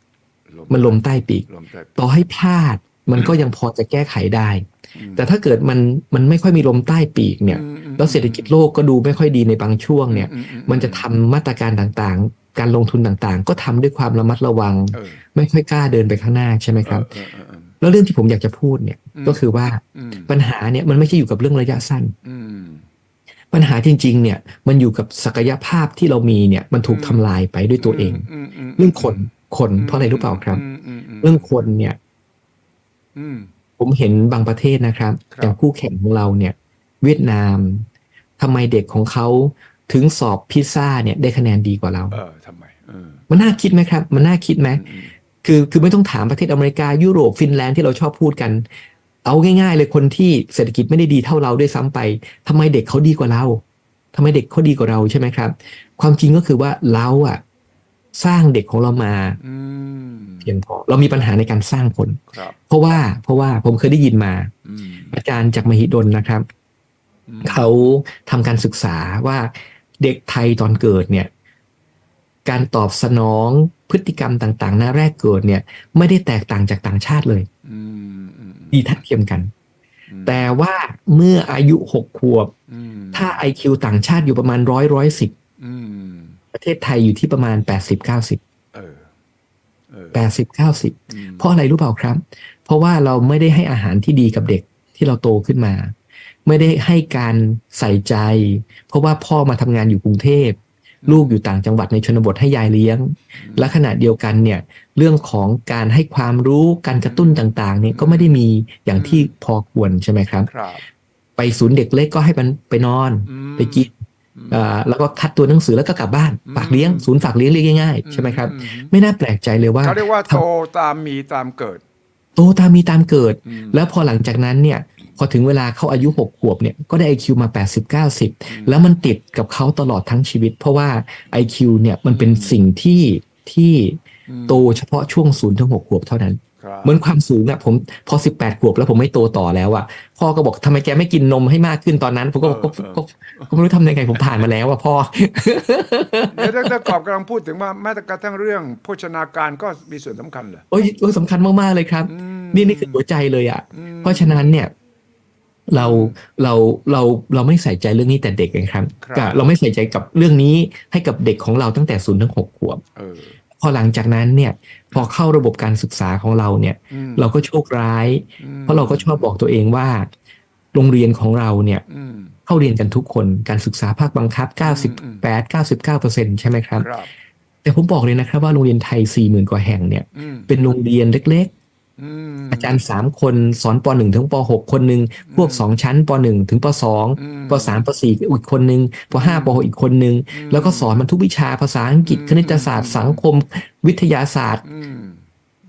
Speaker 2: มันลมใต้ปีก
Speaker 1: ลมใต้
Speaker 2: ต่อให้พลาดมันก็ยังพอจะแก้ไขได้
Speaker 1: อืม
Speaker 2: แต่ถ้าเกิดมันมันไม่ค่อยมีลมใต้ปีกเนี่ย
Speaker 1: อืมอืม
Speaker 2: แล้วเศรษฐกิจโลกก็ดูไม่ค่อยดีในบางช่วงเนี่ย
Speaker 1: อือื
Speaker 2: มันจะทำมาตรการต่างๆ การลงทุนต่างๆ ก็ทำด้วยความระมัดระวัง
Speaker 1: เออ
Speaker 2: ไม่ค่อยกล้าเดินไปข้างหน้าใช่ไหมครับ
Speaker 1: เออเออเออ
Speaker 2: แล้วเรื่องที่ผมอยากจะพูดเนี่ยก็คือว่า
Speaker 1: อืม
Speaker 2: ปัญหาเนี่ยมันไม่ใช่อยู่กับเรื่องระยะสั้น
Speaker 1: อืม
Speaker 2: ปัญหาจริงๆ เนี่ยมันอยู่กับศักยภาพที่เรามีเนี่ยมันถูก
Speaker 1: อืม
Speaker 2: ทำลายไปด้วยตัวเอง
Speaker 1: มมม
Speaker 2: เรื่องคน คนเพราะอะไรรู้เปล่าครับ
Speaker 1: มมม
Speaker 2: เรื่องคนเนี่ย
Speaker 1: อืม
Speaker 2: ผมเห็นบางประเทศนะครับ
Speaker 1: ครับ
Speaker 2: อย่างคู่แข่งของเราเนี่ย เวียดนามทำไมเด็กของเขาถึงสอบพิซซ่าเนี่ยได้คะแนนดีกว่าเรา
Speaker 1: เออทำไมเออ
Speaker 2: มันน่าคิดไหมครับ มันน่าคิดไหม
Speaker 1: อืมอืม
Speaker 2: คือคือไม่ต้องถามประเทศอเมริกา ยุโรปฟินแลนด์ที่เราชอบพูดกัน เอาง่าย ๆ เลยคนที่เศรษฐกิจไม่ได้ดีเท่าเราด้วยซ้ำไปทำไมเด็กเขาดีกว่าเราทำไมเด็กเขาดีกว่าเราใช่ไหมครับ ความจริงก็คือว่าเราอะสร้างเด็กของเรามา
Speaker 1: อืม
Speaker 2: เพียงพอเรามีปัญหาในการสร้างคน
Speaker 1: ครับ
Speaker 2: เพราะว่าเพราะว่าผมเคยได้ยินมา
Speaker 1: อืม
Speaker 2: อาจารย์จากมหิดลนะครับ
Speaker 1: อืม
Speaker 2: เขาทำการศึกษาว่าเด็กไทยตอนเกิดเนี่ย การตอบสนองพฤติกรรมต่างๆหน้าแรกเกิดเนี่ย ไม่ได้แตกต่างจากต่างชาติเลย
Speaker 1: อืมอืม
Speaker 2: ดีทัดเทียมกัน
Speaker 1: อืม
Speaker 2: แต่ว่าเมื่ออายุหกขวบ
Speaker 1: อืม
Speaker 2: ถ้า IQ ต่างชาติอยู่ประมาณร้อยร้อยสิบ
Speaker 1: อืม
Speaker 2: ประเทศไทยอยู่ที่ประมาณ 80 90
Speaker 1: เออเออ
Speaker 2: 80 90
Speaker 1: อืม
Speaker 2: เพราะอะไรรู้เปล่าครับ เพราะว่าเราไม่ได้ให้อาหารที่ดีกับเด็กที่เราโตขึ้นมา ไม่ได้ให้การใส่ใจ เพราะว่าพ่อมาทำงานอยู่กรุงเทพ ลูกอยู่ต่างจังหวัดในชนบทให้ยายเลี้ยง และขณะเดียวกันเนี่ยเรื่องของการให้ความรู้การกระตุ้นต่างๆเนี่ยก็ไม่ได้มีอย่างที่พอควรใช่ไหมครับ
Speaker 1: ครับ
Speaker 2: ไปศูนย์เด็กเล็กก็ให้มันไปนอน
Speaker 1: อืม
Speaker 2: ไปกิน
Speaker 1: อืม
Speaker 2: เอ่อแล้วก็คัดตัวหนังสือแล้วก็กลับบ้าน
Speaker 1: อืม
Speaker 2: ฝากเลี้ยง ศูนย์ฝากเลี้ยงเรียกง่ายๆใช่ไหมครับ
Speaker 1: อืม
Speaker 2: ไม่น่าแปลกใจเลยว่า
Speaker 1: เขาเรียกว่าโตตามมีตามเกิด
Speaker 2: โตตามมีตามเกิด
Speaker 1: อืม
Speaker 2: แล้วพอหลังจากนั้นเนี่ยพอถึงเวลาเขาอายุ 6 ขวบเนี่ยก็ได้ IQ มา 80 90 แล้วมันติดกับเขาตลอดทั้งชีวิต เพราะว่า IQ เนี่ยมันเป็นสิ่งที่ที่
Speaker 1: อืม
Speaker 2: โตเฉพาะช่วง0ถึง6ขวบเท่านั้น
Speaker 1: ครับ
Speaker 2: เหมือนความสูงอะผมพอ 18 ขวบแล้วผมไม่โตต่อแล้วอะพ่อก็บอกทำไมแกไม่กินนมให้มากขึ้นตอนนั้น ผมก็บอกก็ก็ก็ไม่รู้ทำยังไงผมผ่านมาแล้วอะพ่อ
Speaker 1: เดี๋ยวดรกอบกำลังพูดถึงว่าแม้แต่กระทั่งเรื่องโภชนาการก็มีส่วนสำคัญเหรอ
Speaker 2: โอ้ยโอ้ยสำคัญมาก ๆ เลยครับ
Speaker 1: อืม
Speaker 2: นี่นี่คือหัวใจเลยอะ
Speaker 1: ม
Speaker 2: เพราะฉะนั้นเนี่ยเราเราเราเราไม่ใส่ใจเรื่องนี้แต่เด็กไงครับ
Speaker 1: ครับ
Speaker 2: กับเราไม่ใส่ใจกับเรื่องนี้ให้กับเด็กของเราตั้งแต่ศูนย์ถึงหกขวบ
Speaker 1: เออ
Speaker 2: พอหลังจากนั้นเนี่ยพอเข้าระบบการศึกษาของเราเนี่ย
Speaker 1: อืม
Speaker 2: เราก็โชคร้าย
Speaker 1: อืม
Speaker 2: เพราะเราก็ชอบบอกตัวเองว่า โรงเรียนของเราเนี่ย
Speaker 1: อืม
Speaker 2: เข้าเรียนกันทุกคนการศึกษาภาคบังคับ 98 99 ใช่ไหมครับ
Speaker 1: ครับ
Speaker 2: แต่ผมบอกเลยนะครับว่าโรงเรียนไทย 40,000กว่าแห่งเนี่ย
Speaker 1: อืม
Speaker 2: เป็นโรงเรียนเล็ก ๆ
Speaker 1: อืม
Speaker 2: อาจารย์ 3 คนสอนป .1 ถึงป .6 คนหนึ่งพวก
Speaker 1: อืม
Speaker 2: 2 ชั้นป .1 ถึงป
Speaker 1: อืม
Speaker 2: .2 ป .3 ป .4 อีกคนหนึ่งป .5 ป .6 อีกคนหนึ่ง
Speaker 1: อืม
Speaker 2: แล้วก็สอนมันทุกวิชาภาษาอังกฤษ
Speaker 1: อืม
Speaker 2: คณิตศาสตร์สังคม วิทยาศาสตร์
Speaker 1: อืม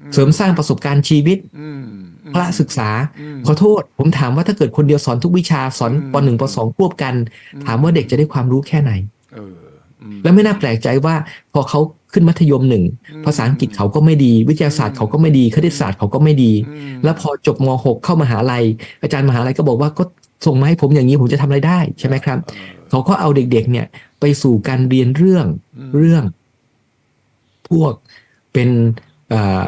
Speaker 1: อื
Speaker 2: เสริมสร้างประสบการณ์ชีวิต
Speaker 1: อืมอืม
Speaker 2: พระศึกษา
Speaker 1: อืม
Speaker 2: ขอโทษ ผมถามว่าถ้าเกิดคนเดียวสอนทุกวิชาสอน
Speaker 1: อืม
Speaker 2: ป .1 ป .2 ควบกัน ถามว่าเด็กจะได้ความรู้แค่ไหน
Speaker 1: เอออืม
Speaker 2: และไม่น่าแปลกใจว่าพอเขาขึ้นมัธยมหนึ่ง
Speaker 1: อืม
Speaker 2: ภาษาอังกฤษเขาก็ไม่ดี วิทยาศาสตร์เขาก็ไม่ดีคณิตศาสตร์เขาก็ไม่ดี
Speaker 1: อืม
Speaker 2: แล้วพอจบม .6 เข้ามหาลัย อาจารย์มหาลัยก็บอกว่าก็ส่งมาให้ผมอย่างนี้ผมจะทำอะไรได้ใช่ไหมครับ
Speaker 1: เออ
Speaker 2: เขาก็เอาเด็กๆเนี่ยไปสู่การเรียนเรื่อง
Speaker 1: อืม
Speaker 2: เรื่อง พวกเป็นเอ่อ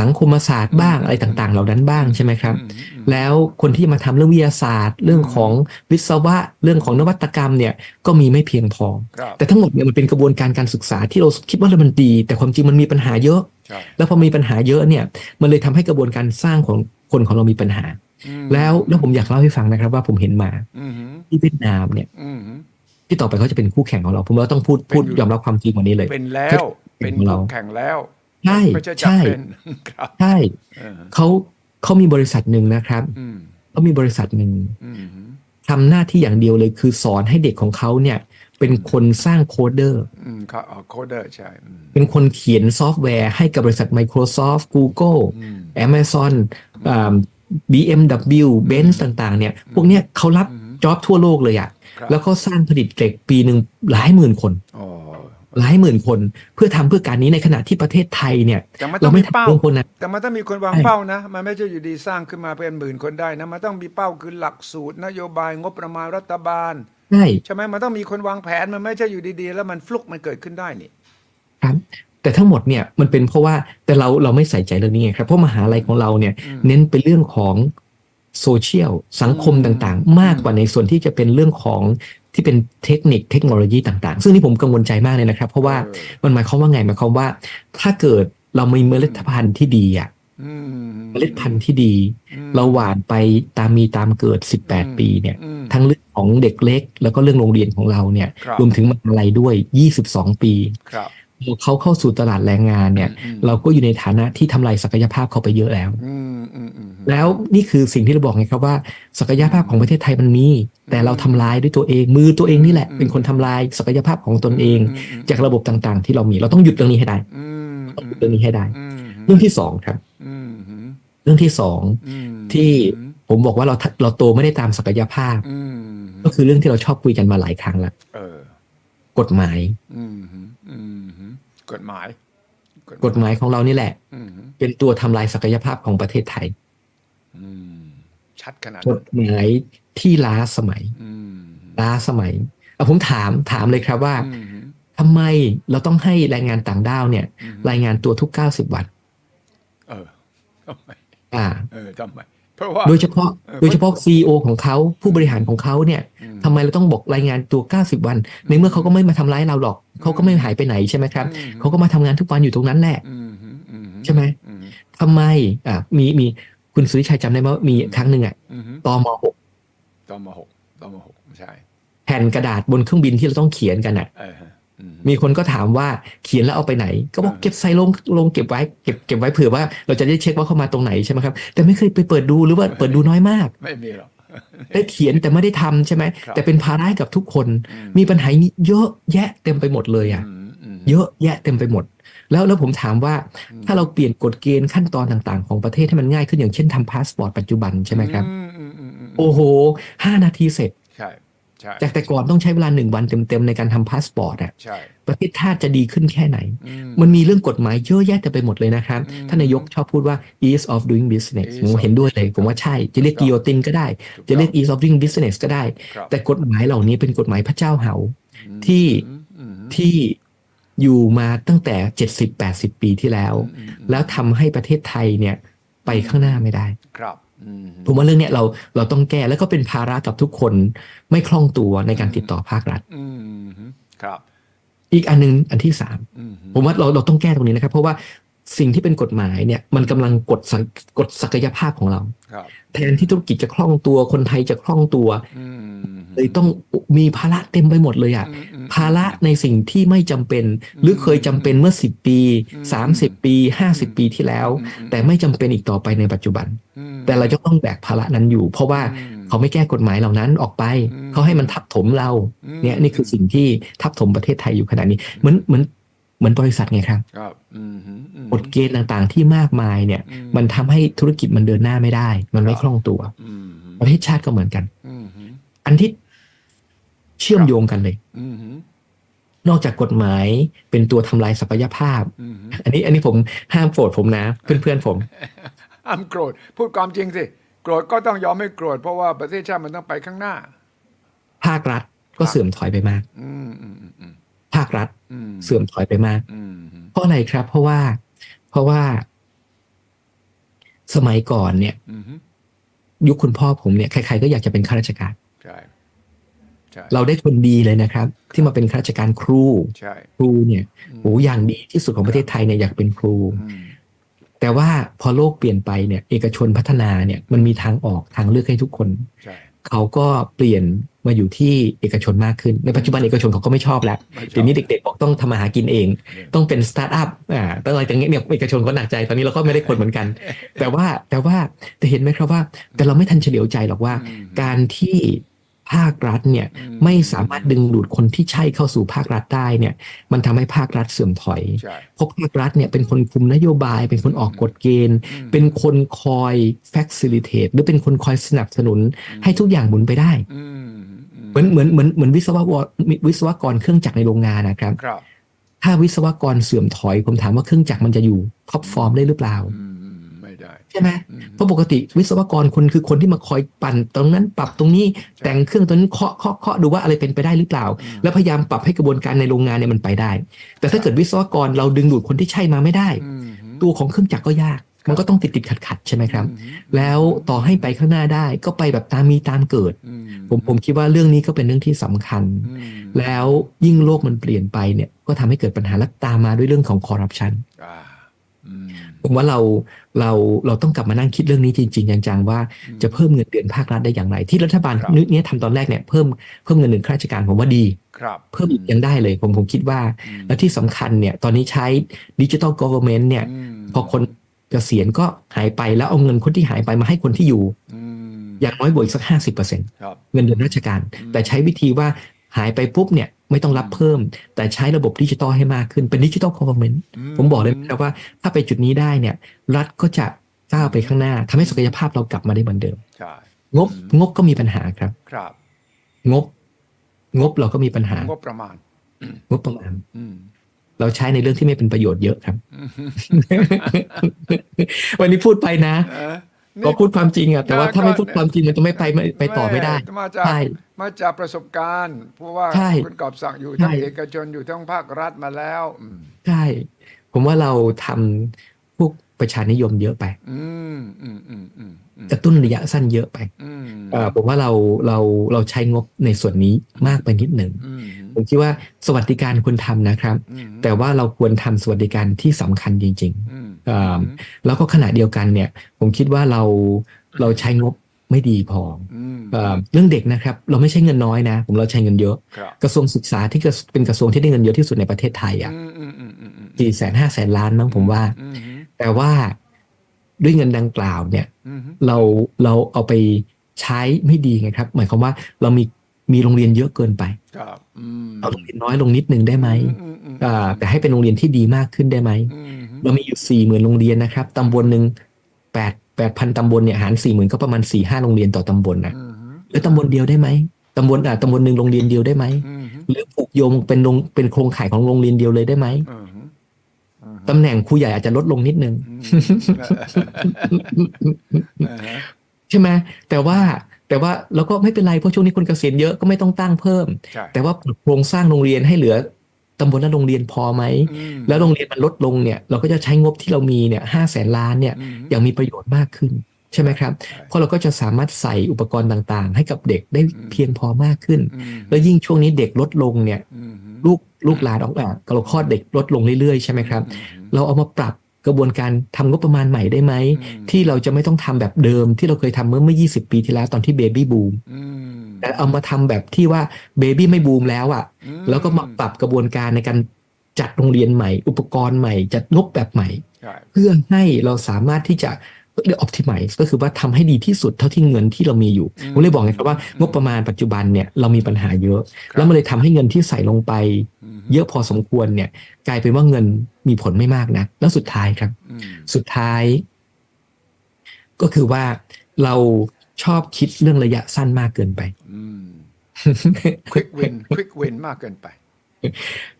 Speaker 2: สังคมศาสตร์บ้างอะไรต่างๆ เหล่านั้นบ้างใช่ไหมครับ
Speaker 1: อืมอืม
Speaker 2: แล้วคนที่มาทำเรื่องวิทยาศาสตร์ เรื่องของวิศวะเรื่องของนวัตกรรมเนี่ยก็มีไม่เพียงพอ
Speaker 1: ครับ
Speaker 2: แต่ทั้งหมดเนี่ยมันเป็นกระบวนการการศึกษาที่เราคิดว่ามันดี แต่ความจริงมันมีปัญหาเยอะ
Speaker 1: ใช่
Speaker 2: แล้วพอมีปัญหาเยอะเนี่ยมันเลยทำให้กระบวนการสร้างของคนของเรามีปัญหา
Speaker 1: อืม
Speaker 2: แล้วแล้วผมอยากเล่าให้ฟังนะครับ ว่าผมเห็นมา
Speaker 1: อืม
Speaker 2: ที่เวียดนามเนี่ย
Speaker 1: อืม
Speaker 2: ที่ต่อไปเขาจะเป็นคู่แข่งของเรา ผมว่าต้องพูดพูดยอมรับความจริงวันนี้เลย
Speaker 1: เป็นแล้ว เป็นคู่แข่งแล้ว
Speaker 2: ใช่
Speaker 1: ไม่ใช่จับ
Speaker 2: ใช่
Speaker 1: เป็นครับ
Speaker 2: ใช่
Speaker 1: เออ
Speaker 2: เขาเขามีบริษัทหนึ่งนะครับ
Speaker 1: อืม
Speaker 2: เขามีบริษัทหนึ่ง
Speaker 1: อืม
Speaker 2: ทำหน้าที่อย่างเดียวเลย คือสอนให้เด็กของเขาเนี่ยเป็นคนสร้างโคดเดอร์
Speaker 1: อืมครับอ๋อโคเดอร์ใช่อืม
Speaker 2: เป็นคนเขียนซอฟต์แวร์ให้กับบริษัท Microsoft Google
Speaker 1: อืม
Speaker 2: Amazon อ่า BMW Benz ต่างๆเนี่ยพวกเนี้ยเขารับ
Speaker 1: อืม
Speaker 2: จ็อบทั่วโลกเลยอะ
Speaker 1: ครับ
Speaker 2: แล้วเขาสร้างผลิตเหล็กปีหนึ่งหลายหมื่นคน
Speaker 1: อ๋อ
Speaker 2: หลายหมื่นคน เพื่อทำเพื่อการนี้ในขณะที่ประเทศไทยเนี่ย
Speaker 1: แต่มันต้
Speaker 2: เรา
Speaker 1: อง
Speaker 2: ไม่
Speaker 1: มีเป้า
Speaker 2: ทำเรื่องพวกนั้น
Speaker 1: แต่มันต้องมีคนวาง
Speaker 2: ใช่
Speaker 1: เป้านะ มันไม่ใช่อยู่ดีสร้างขึ้นมาเป็นหมื่นคนได้นะ มันต้องมีเป้าคือหลักสูตร นโยบายงบประมาณรัฐบาล
Speaker 2: ใช่
Speaker 1: ใช่ไหมมันต้องมีคนวางแผน มันไม่ใช่อยู่ดีๆ แล้วมันฟลุกมันเกิดขึ้นได้นี่
Speaker 2: ครับ แต่ทั้งหมดเนี่ยมันเป็นเพราะว่าแต่เราเราไม่ใส่ใจเรื่องนี้ไงครับเพราะมหาลัยของเราเนี่ย
Speaker 1: อืม
Speaker 2: เน้นเป็นเรื่องของโซเชียลสังคม
Speaker 1: อืม
Speaker 2: ต่างๆ มากกว่าในส่วนที่จะเป็นเรื่องของที่เป็นเทคนิคเทคโนโลยีต่างๆ ซึ่งนี่ผมกังวลใจมากเลยนะครับ เพราะว่า
Speaker 1: เออ
Speaker 2: มันหมายความว่าไงหมายความว่า ถ้าเกิดเรามีเมล็ดพันธุ์ที่ดีอะ
Speaker 1: อื
Speaker 2: เมล็ดพันธุ์ที่ดี
Speaker 1: อืม
Speaker 2: เราหว่านไปตามมีตามเกิด
Speaker 1: อืม
Speaker 2: 18 ปีเนี่ย
Speaker 1: อืม
Speaker 2: ทั้งเรื่องของเด็กเล็ก แล้วก็เรื่องโรงเรียนของเราเนี่ย
Speaker 1: ครับ
Speaker 2: วมถึงมหาลัยด้วย 22 ปี
Speaker 1: ครับ
Speaker 2: เขาเข้าสู่ตลาดแรงงานเนี่ย
Speaker 1: อืม
Speaker 2: เราก็อยู่ในฐานะที่ทำลายศักยภาพเขาไปเยอะแล้ว
Speaker 1: อืมอืมอืม
Speaker 2: แล้วนี่คือสิ่งที่เราบอกไงครับว่า ศักยภาพของประเทศไทยมันมี แต่เราทำลายด้วยตัวเองมือตัวเองนี่แหละ
Speaker 1: อืม
Speaker 2: เป็นคนทำลายศักยภาพของตนเอง
Speaker 1: ม
Speaker 2: จากระบบต่างๆ ที่เรามีเราต้องหยุดเรื่องนี้ให้ได้
Speaker 1: อืม
Speaker 2: ต้องหยุดเรื่องนี้ให้ได้
Speaker 1: อืม
Speaker 2: เรื่องที่สองครับ
Speaker 1: อืมอืม
Speaker 2: เรื่องที่สอง
Speaker 1: อืม
Speaker 2: ที่ผมบอกว่าเราเราโตไม่ได้ตามศักยภาพ
Speaker 1: อืม
Speaker 2: ก็คือเรื่องที่เราชอบคุยกันมาหลายครั้งละ
Speaker 1: เออก
Speaker 2: ฎหมาย
Speaker 1: อืมอืมกฎหมาย
Speaker 2: กฎหมายของเรานี่แหละ
Speaker 1: อืม
Speaker 2: เป็นตัวทำลายศักยภาพของประเทศไทย
Speaker 1: อืมชัดขนาด
Speaker 2: ก
Speaker 1: นั้น
Speaker 2: ฎหมายที่ล้าสมัย
Speaker 1: อืม
Speaker 2: ล้าสมัยอ่ะผมถามถามเลยครับว่า
Speaker 1: อืม
Speaker 2: ทำไมเราต้องให้แรงงานต่างด้าวเนี่ย
Speaker 1: อืม
Speaker 2: รายงานตัวทุก 90 วัน
Speaker 1: เออทำไม
Speaker 2: อ่า
Speaker 1: เออทำไมเพราะว่า
Speaker 2: โดยเฉพาะ
Speaker 1: เออ
Speaker 2: โดยเฉพาะ CEO ของเขาผู้บริหารของเขาเนี่ย
Speaker 1: อืม
Speaker 2: ทำไมเราต้องบอกรายงานตัว 90 วัน ในเมื่อเขาก็ไม่มาทำร้ายเราหรอก เขาก็ไม่หายไปไหนใช่ไหมครับ
Speaker 1: อืม
Speaker 2: เขาก็มาทำงานทุกวันอยู่ตรงนั้นแหละ
Speaker 1: อืมอืม
Speaker 2: ใช่ไหม
Speaker 1: อืม
Speaker 2: ทำไมอ่ามีมีคุณสุริชัยจำได้ไหมว่ามี
Speaker 1: อืม
Speaker 2: ครั้งหนึ่งอ่ะ
Speaker 1: อืม
Speaker 2: ตมหก
Speaker 1: ตอมหกตอมหกใช่
Speaker 2: แผ่นกระดาษบนเครื่องบินที่เราต้องเขียนกันอ่ะ
Speaker 1: เออฮะอืม
Speaker 2: มีคนก็ถามว่าเขียนแล้วเอาไปไหน ก็บอก
Speaker 1: อ่า
Speaker 2: เก็บใส่ลงลงเก็บไว้เก็บเก็บไว้เผื่อว่าเราจะได้เช็คว่าเข้ามาตรงไหนใช่ไหมครับ แต่ไม่เคยไปเปิดดูหรือว่าเปิดดูน้อยมาก
Speaker 1: ไม่มีหรอก
Speaker 2: ได้เขียนแต่ไม่ได้ทำใช่ไหม
Speaker 1: ครับ
Speaker 2: แต่เป็นภาระให้กับทุกคน
Speaker 1: อื
Speaker 2: มีปัญหาอย่างนี้เยอะแยะเต็มไปหมดเลยอ่ะ
Speaker 1: มม
Speaker 2: เยอะแยะเต็มไปหมด แล้วแล้วผมถามว่า
Speaker 1: อืม
Speaker 2: ถ้าเราเปลี่ยนกฎเกณฑ์ขั้นตอนต่างๆของประเทศให้มันง่ายขึ้นอย่างเช่นทำพาสปอร์ตปัจจุบันใช่ไหมครับ
Speaker 1: อืมอืมมม
Speaker 2: โอ้โหห้านาทีเสร็จ
Speaker 1: ใช่ใช่
Speaker 2: จากแต่ก่อนต้องใช้เวลาหนึ่งวันเต็มๆในการทำพาสปอร์ตอ่ะ
Speaker 1: ใช่
Speaker 2: ประเทศชาติจะดีขึ้นแค่ไหน
Speaker 1: อืม
Speaker 2: มันมีเรื่องกฎหมายเยอะแยะแต่ไปหมดเลยนะครับ
Speaker 1: อืม
Speaker 2: ท่านนายกชอบพูดว่า ease of doing business
Speaker 1: Ease
Speaker 2: ผม
Speaker 1: of
Speaker 2: เห็นด้วยเลย ผมว่าใช่ จะเรียก
Speaker 1: ถูกต้อง
Speaker 2: กิโยตินก็ได้
Speaker 1: ถูก
Speaker 2: จะเรียก
Speaker 1: ต้อง
Speaker 2: ease of doing business ก็ได้
Speaker 1: ครับ
Speaker 2: แต่กฎหมายเหล่านี้เป็นกฎหมายพระเจ้าเหา ที่
Speaker 1: อืมอืม
Speaker 2: ที่อยู่มาตั้งแต่ 70-80 ปีที่แล้ว
Speaker 1: อืมอืม
Speaker 2: แล้วทำให้ประเทศไทยเนี่ยไปข้างหน้าไม่ได้
Speaker 1: ครับอืม
Speaker 2: ผมว่าเรื่องเนี้ยเราเราต้องแก้แล้วก็เป็นภาระกับทุกคนไม่คล่องตัวในการติดต่อภาครัฐ
Speaker 1: อืมครับ
Speaker 2: อีกอันหนึงอันที่สาม
Speaker 1: อืม
Speaker 2: ผมว่าเราเราต้องแก้ตรงนี้นะครับ เพราะว่าสิ่งที่เป็นกฎหมายเนี่ยมันกำลังกดสังกดศักยภาพของเรา
Speaker 1: ครับ
Speaker 2: แทนที่ธุรกิจจะคล่องตัวคนไทยจะคล่องตัว
Speaker 1: อืม
Speaker 2: เลยต้องมีภาระเต็มไปหมดเลยอะ
Speaker 1: อืมอืม
Speaker 2: ภาระในสิ่งที่ไม่จำเป็น
Speaker 1: อืม
Speaker 2: หรือเคยจำเป็นเมื่อ 10 ปี
Speaker 1: อืม
Speaker 2: 30 ปี 50 ปีที่แล้ว
Speaker 1: อืม
Speaker 2: แต่ไม่จำเป็นอีกต่อไปในปัจจุบัน
Speaker 1: อืม
Speaker 2: แต่เราจะต้องแบกภาระนั้นอยู่ เพราะว่า
Speaker 1: อืม
Speaker 2: เขาไม่แก้กฎหมายเหล่านั้นออกไป
Speaker 1: อืม
Speaker 2: เขาให้มันทับถมเรา
Speaker 1: อืม
Speaker 2: เนี่ยนี่คือสิ่งที่ทับถมประเทศไทยอยู่ขณะนี้เหมือนเหมือนเหมือนบริษัทไงครับ
Speaker 1: ครับอืมอืมอืม
Speaker 2: กฎเกณฑ์ต่างๆที่มากมายเนี่ย
Speaker 1: อื
Speaker 2: มันทำให้ธุรกิจมันเดินหน้าไม่ได้ มันไม่
Speaker 1: ครับ
Speaker 2: คล่องตัว
Speaker 1: อืมอืม
Speaker 2: ประเทศชาติก็เหมือนกัน
Speaker 1: อืมอืม
Speaker 2: อันที่เชื่อมโยงกันเลย
Speaker 1: อืมอืม
Speaker 2: นอกจากกฎหมายเป็นตัวทำลายศักยภาพ
Speaker 1: อืม
Speaker 2: อันนี้อันนี้ผมห้ามโกรธผมนะ เพื่อนๆผม
Speaker 1: อ้ามโกรธพูดความจริงสิโกรธก็ต้องยอมไม่โกรธเพราะว่าประเทศชาติมันต้องไปข้างหน้า
Speaker 2: ภาครัฐก็เสื่อมถอยไปมาก
Speaker 1: อืมอืมอืมอืม
Speaker 2: ภาครัฐ
Speaker 1: อืม
Speaker 2: เสื่อมถอยไปมาก
Speaker 1: อืมอืม
Speaker 2: เพราะอะไรครับ เพราะว่า เพราะว่า สมัยก่อนเนี่ย
Speaker 1: อืม
Speaker 2: ยุคคุณพ่อผมเนี่ยใครๆก็อยากจะเป็นข้าราชการ
Speaker 1: ใช่ใช่
Speaker 2: เราได้คนดีเลยนะครับ ที่มาเป็นข้าราชการครู
Speaker 1: ใช่
Speaker 2: ครูเนี่ย
Speaker 1: อืม
Speaker 2: โอ้อย่างดีที่สุดของประเทศไทยเนี่ยอยากเป็นครู
Speaker 1: อืม
Speaker 2: แต่ว่าพอโลกเปลี่ยนไปเนี่ย เอกชนพัฒนาเนี่ยมันมีทางออกทางเลือกให้ทุกคน
Speaker 1: ใช่
Speaker 2: เขาก็เปลี่ยนมาอยู่ที่เอกชนมากขึ้น ในปัจจุบันเอกชนเขาก็ไม่ชอบแล้ว
Speaker 1: ไม่ชอบ
Speaker 2: เดี๋ยวนี้เด็กๆบอกต้องทำมาหากินเอง ต้องเป็นสตาร์ทอัพอ่าต้องอะไรอย่างเงี้ยเนี่ยเอกชนก็หนักใจตอนนี้เราก็ไม่ได้คนเหมือนกัน แต่ว่าแต่ว่าจะเห็นไหมครับว่า แต่เราไม่ทันเฉลียวใจหรอกว่า
Speaker 1: อืม
Speaker 2: การที่ภาครัฐเนี่ย
Speaker 1: อื
Speaker 2: ไม่สามารถดึงดูดคนที่ใช่เข้าสู่ภาครัฐได้เนี่ย มันทำให้ภาครัฐเสื่อมถอย
Speaker 1: ใช่
Speaker 2: เพราะภาครัฐเนี่ยเป็นคนคุมนโยบาย เป็นคนออกกฎเกณฑ์
Speaker 1: อืม
Speaker 2: เป็นคนคอย facilitate หรือเป็นคนคอยสนับสนุน ให้ทุกอย่างหมุนไปได้
Speaker 1: อืมอืม
Speaker 2: เหมือนเหมือนเหมือนเหมือนวิศวกรวิศวกรเครื่องจักรในโรงงานนะครับ
Speaker 1: ครับ
Speaker 2: ถ้าวิศวกรเสื่อมถอยผมถามว่าเครื่องจักรมันจะอยู่ท็อปฟอร์มได้หรือเปล่า
Speaker 1: อืมอืมไม่ได้
Speaker 2: ใช่ไหม
Speaker 1: อืม
Speaker 2: เพราะปกติวิศวกรคนคือคนที่มาคอยปั่นตรงนั้นปรับตรงนี้
Speaker 1: ใช่
Speaker 2: แต่งเครื่องตรงนั้นเคาะเคาะเคาะดูว่าอะไรเป็นไปได้หรือเปล่า
Speaker 1: อืม
Speaker 2: แล้วพยายามปรับให้กระบวนการในโรงงานเนี่ยมันไปได้ แต่ถ้าเกิดวิศวกรเราดึงดูดคนที่ใช่มาไม่ได้
Speaker 1: อืม
Speaker 2: ตัวของเครื่องจักรก็ยาก มันก็ต้องติดติดขัดขัดๆใช่ไหมครับ
Speaker 1: อืม
Speaker 2: แล้วต่อให้ไปข้างหน้าได้ก็ไปแบบตามมีตามเกิด
Speaker 1: อื
Speaker 2: ผมผมคิดว่าเรื่องนี้ก็เป็นเรื่องที่สำคัญ
Speaker 1: อืม
Speaker 2: แล้วยิ่งโลกมันเปลี่ยนไปเนี่ยก็ทำให้เกิดปัญหาและตามมาด้วยเรื่องของคอร์รัปชัน
Speaker 1: อ่า อืม
Speaker 2: ผมว่าเราเราเราต้องกลับมานั่งคิดเรื่องนี้จริง ๆ จังๆว่า
Speaker 1: อืม
Speaker 2: จะเพิ่มเงินเดือนภาครัฐได้อย่างไร ที่รัฐบาล
Speaker 1: ครับ
Speaker 2: นึกเนี้ยทำตอนแรกเนี่ยเพิ่มเพิ่มเงินเดือนข้าราชการผมว่าดี
Speaker 1: ครับ
Speaker 2: เพิ่มอีกยังได้เลยผมผมคิดว่า และที่สำคัญเนี่ยตอนนี้ใช้ดิจิ t a ลก o ว e เมนต์เนี่ย
Speaker 1: ม
Speaker 2: พอคนเกษียณก็หายไปแล้วเอาเงินคนที่หายไปมาให้คนที่อยู่
Speaker 1: อืม
Speaker 2: อย่างน้อยบวกอีกสัก 50%เ
Speaker 1: ครับ
Speaker 2: งินเดือนราชการ
Speaker 1: อืม
Speaker 2: แต่ใช้วิธีว่าหายไปปุ๊บเนี่ยไม่ต้องรับ
Speaker 1: อืม
Speaker 2: เพิ่ม แต่ใช้ระบบดิจิตอลให้มากขึ้นเป็นดิจิตอลก o ว e เมนต์ผมบอกเลยนะครับว่าถ้าไปจุดนี้ได้เนี่ยรัฐก็จะก้าวไปข้างหน้าทำให้ศักยภาพเรากลับมาได้เหมือนเดิม
Speaker 1: ใช่
Speaker 2: งบ
Speaker 1: อืม
Speaker 2: งบก็มีปัญหาครับ
Speaker 1: ครับ
Speaker 2: งบ งบเราก็มีปัญหาง
Speaker 1: บประมาณ
Speaker 2: งบประมาณ
Speaker 1: อืม
Speaker 2: เราใช้ในเรื่องที่ไม่เป็นประโยชน์เยอะครับ วันนี้พูดไปนะ
Speaker 1: เออ
Speaker 2: ก็
Speaker 1: นี่
Speaker 2: พูดความจริงอะแต่ว่า
Speaker 1: ก็
Speaker 2: ถ้าไม่พูด
Speaker 1: ก็
Speaker 2: ความจริงมันจะไม่ไปไม่ไปต่อไม่ได้
Speaker 1: มาจาก
Speaker 2: ใช่
Speaker 1: มาจากประสบการณ์เพราะว่า
Speaker 2: ใช่
Speaker 1: คุณกอบสั่งอยู่
Speaker 2: ใช่
Speaker 1: ทั้งเอกชนอยู่ทั้งภาครัฐมาแล้ว อืม
Speaker 2: ใช่ ผมว่าเราทำพวกประชานิยมเยอะไป
Speaker 1: อืมอืมอืมอืมอืม
Speaker 2: กระตุ้นระยะสั้นเยอะไป
Speaker 1: อืม
Speaker 2: เอ่อผมว่าเราเราเราใช้งบในส่วนนี้มากไปนิดหนึ่ง
Speaker 1: อืม
Speaker 2: ผมคิดว่าสวัสดิการควรทำนะครับ
Speaker 1: อืม
Speaker 2: แต่ว่าเราควรทำสวัสดิการที่สำคัญจริง
Speaker 1: อืม
Speaker 2: เอ่อ ๆ แล้วก็ขณะเดียวกันเนี่ย ผมคิดว่าเราเราใช้งบไม่ดีพอ
Speaker 1: ม
Speaker 2: เอ่อเรื่องเด็กนะครับ เราไม่ใช่เงินน้อยนะ ผมเราใช้เงินเยอะ
Speaker 1: ครับ
Speaker 2: กระทรวงศึกษาที่กระเป็นกระทรวงที่ได้เงินเยอะที่สุดในประเทศไทยอ่ะ
Speaker 1: อืมอืมอืมอืมอืม
Speaker 2: สี่แสนห้าแสนล้านมั้งผมว่า
Speaker 1: อืม
Speaker 2: แต่ว่าด้วยเงินดังกล่าวเนี่ย
Speaker 1: อืม
Speaker 2: เราเราเอาไปใช้ไม่ดีไงครับ หมายความว่าเรามีมีโรงเรียนเยอะเกินไป
Speaker 1: ครับอืม
Speaker 2: เอาโรงเรียนน้อยลงนิดนึงได้ไหม
Speaker 1: อืมอืม
Speaker 2: อ่าแต่ให้เป็นโรงเรียนที่ดีมากขึ้นได้ไหม
Speaker 1: อืม
Speaker 2: เรามีอยู่สี่หมื่นโรงเรียนนะครับตำบลหนึ่งแปดแปดพันตำบลเนี่ยหารสี่หมื่นก็ประมาณสี่ห้าโรงเรียนต่อตำบลนะ
Speaker 1: อืม
Speaker 2: แล้วตำบลเดียวได้ไหมตำบลอ่าตำบลหนึ่งโรงเรียนเดียวได้ไหม
Speaker 1: อืม
Speaker 2: หรือผูกโยงเป็นโรงเป็นโครงข่ายของโรงเรียนเดียวเลยได้ไหม
Speaker 1: อืมอืม
Speaker 2: ตำแหน่งครูใหญ่อาจจะลดลงนิดนึง
Speaker 1: อืมเออฮะ
Speaker 2: ใช่ไหมแต่ว่าแต่ว่าแล้วก็ไม่เป็นไรเพราะช่วงนี้คนเกษียณเยอะก็ไม่ต้องตั้งเพิ่ม
Speaker 1: ใช่
Speaker 2: แต่ว่าปรับโครงสร้างโรงเรียนให้เหลือตำบลละโรงเรียนพอไหม
Speaker 1: อืม
Speaker 2: แล้วโรงเรียนมันลดลงเนี่ยเราก็จะใช้งบที่เรามีเนี่ยห้าแสนล้านเนี่ย
Speaker 1: อืม
Speaker 2: อย่างมีประโยชน์มากขึ้นใช่ไหมครับ
Speaker 1: ใช่
Speaker 2: เพราะเราก็จะสามารถใส่อุปกรณ์ต่างๆ ให้กับเด็กได้
Speaker 1: อืม
Speaker 2: เพียงพอมากขึ้น
Speaker 1: อืม
Speaker 2: แล้วยิ่งช่วงนี้เด็กลดลงเนี่ย
Speaker 1: อืม
Speaker 2: ลูกลูกหลานออกมาเราคลอดเด็กลดลงเรื่อยๆใช่ไหมครับ
Speaker 1: อืม
Speaker 2: เราเอามาปรับกระบวนการทำงบประมาณใหม่ได้ไหม
Speaker 1: อืม
Speaker 2: ที่เราจะไม่ต้องทำแบบเดิมที่เราเคยทำเมื่อเมื่อ 20 ปีที่แล้วตอนที่เบบี้บูม
Speaker 1: อืม
Speaker 2: แต่เอามาทำแบบที่ว่าเบบี้ไม่บูมแล้วอะ่ะ
Speaker 1: อื
Speaker 2: แล้วก็มาปรับกระบวนการในการจัดโรงเรียนใหม่ อุปกรณ์ใหม่ จัดงบแบบใหม่
Speaker 1: ใช่
Speaker 2: เพื่อให้เราสามารถที่จะเรียกออ t i m i z e ก็คือว่าทำให้ดีที่สุดเท่าที่เงินที่เรามีอยู่ผมเลยบอกไงครับว่างบประมาณปัจจุบันเนี่ยเรามีปัญหาเยอะ แล้วมันเลยทำให้เงินที่ใส่ลงไป
Speaker 1: ม
Speaker 2: เยอะพอสมควรเนี่ยกลายเป็นว่าเงินมีผลไม่มากนะแล้วสุดท้ายครับ
Speaker 1: อืม
Speaker 2: สุดท้าย ก็คือว่าเราชอบคิดเรื่องระยะสั้นมากเกินไป
Speaker 1: อืมควิกวินควิกวินมากเกินไป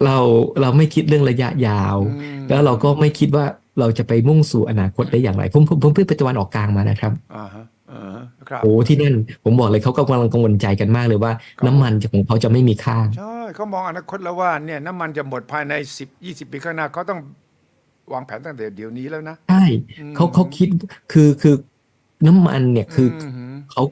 Speaker 2: เราเราไม่คิดเรื่องระยะยาว
Speaker 1: อืม
Speaker 2: แล้วเราก็ไม่คิดว่าเราจะไปมุ่งสู่อนาคตได้อย่างไรผมผมผมเพิ่งไปตะวันออกกลางมานะครับ
Speaker 1: อ่าฮะอ่าฮะครับ
Speaker 2: โอ้ที่นั่นผมบอกเลยเขากำลังกังวลใจกันมากเลยว่า
Speaker 1: ครับ
Speaker 2: น้ำมันจะของเขาจะไม่มีค่า
Speaker 1: ใช่เขามองอนาคตแล้วว่าเนี่ยน้ำมันจะหมดภายในสิบยี่สิบปีข้างหน้าเขาต้องวางแผนตั้งแต่เดี๋ยวนี้แล้วนะ
Speaker 2: ใช่
Speaker 1: อืม
Speaker 2: เขาเขาคิดคือคือน้ำมันเนี่ยคือ
Speaker 1: ม
Speaker 2: เขา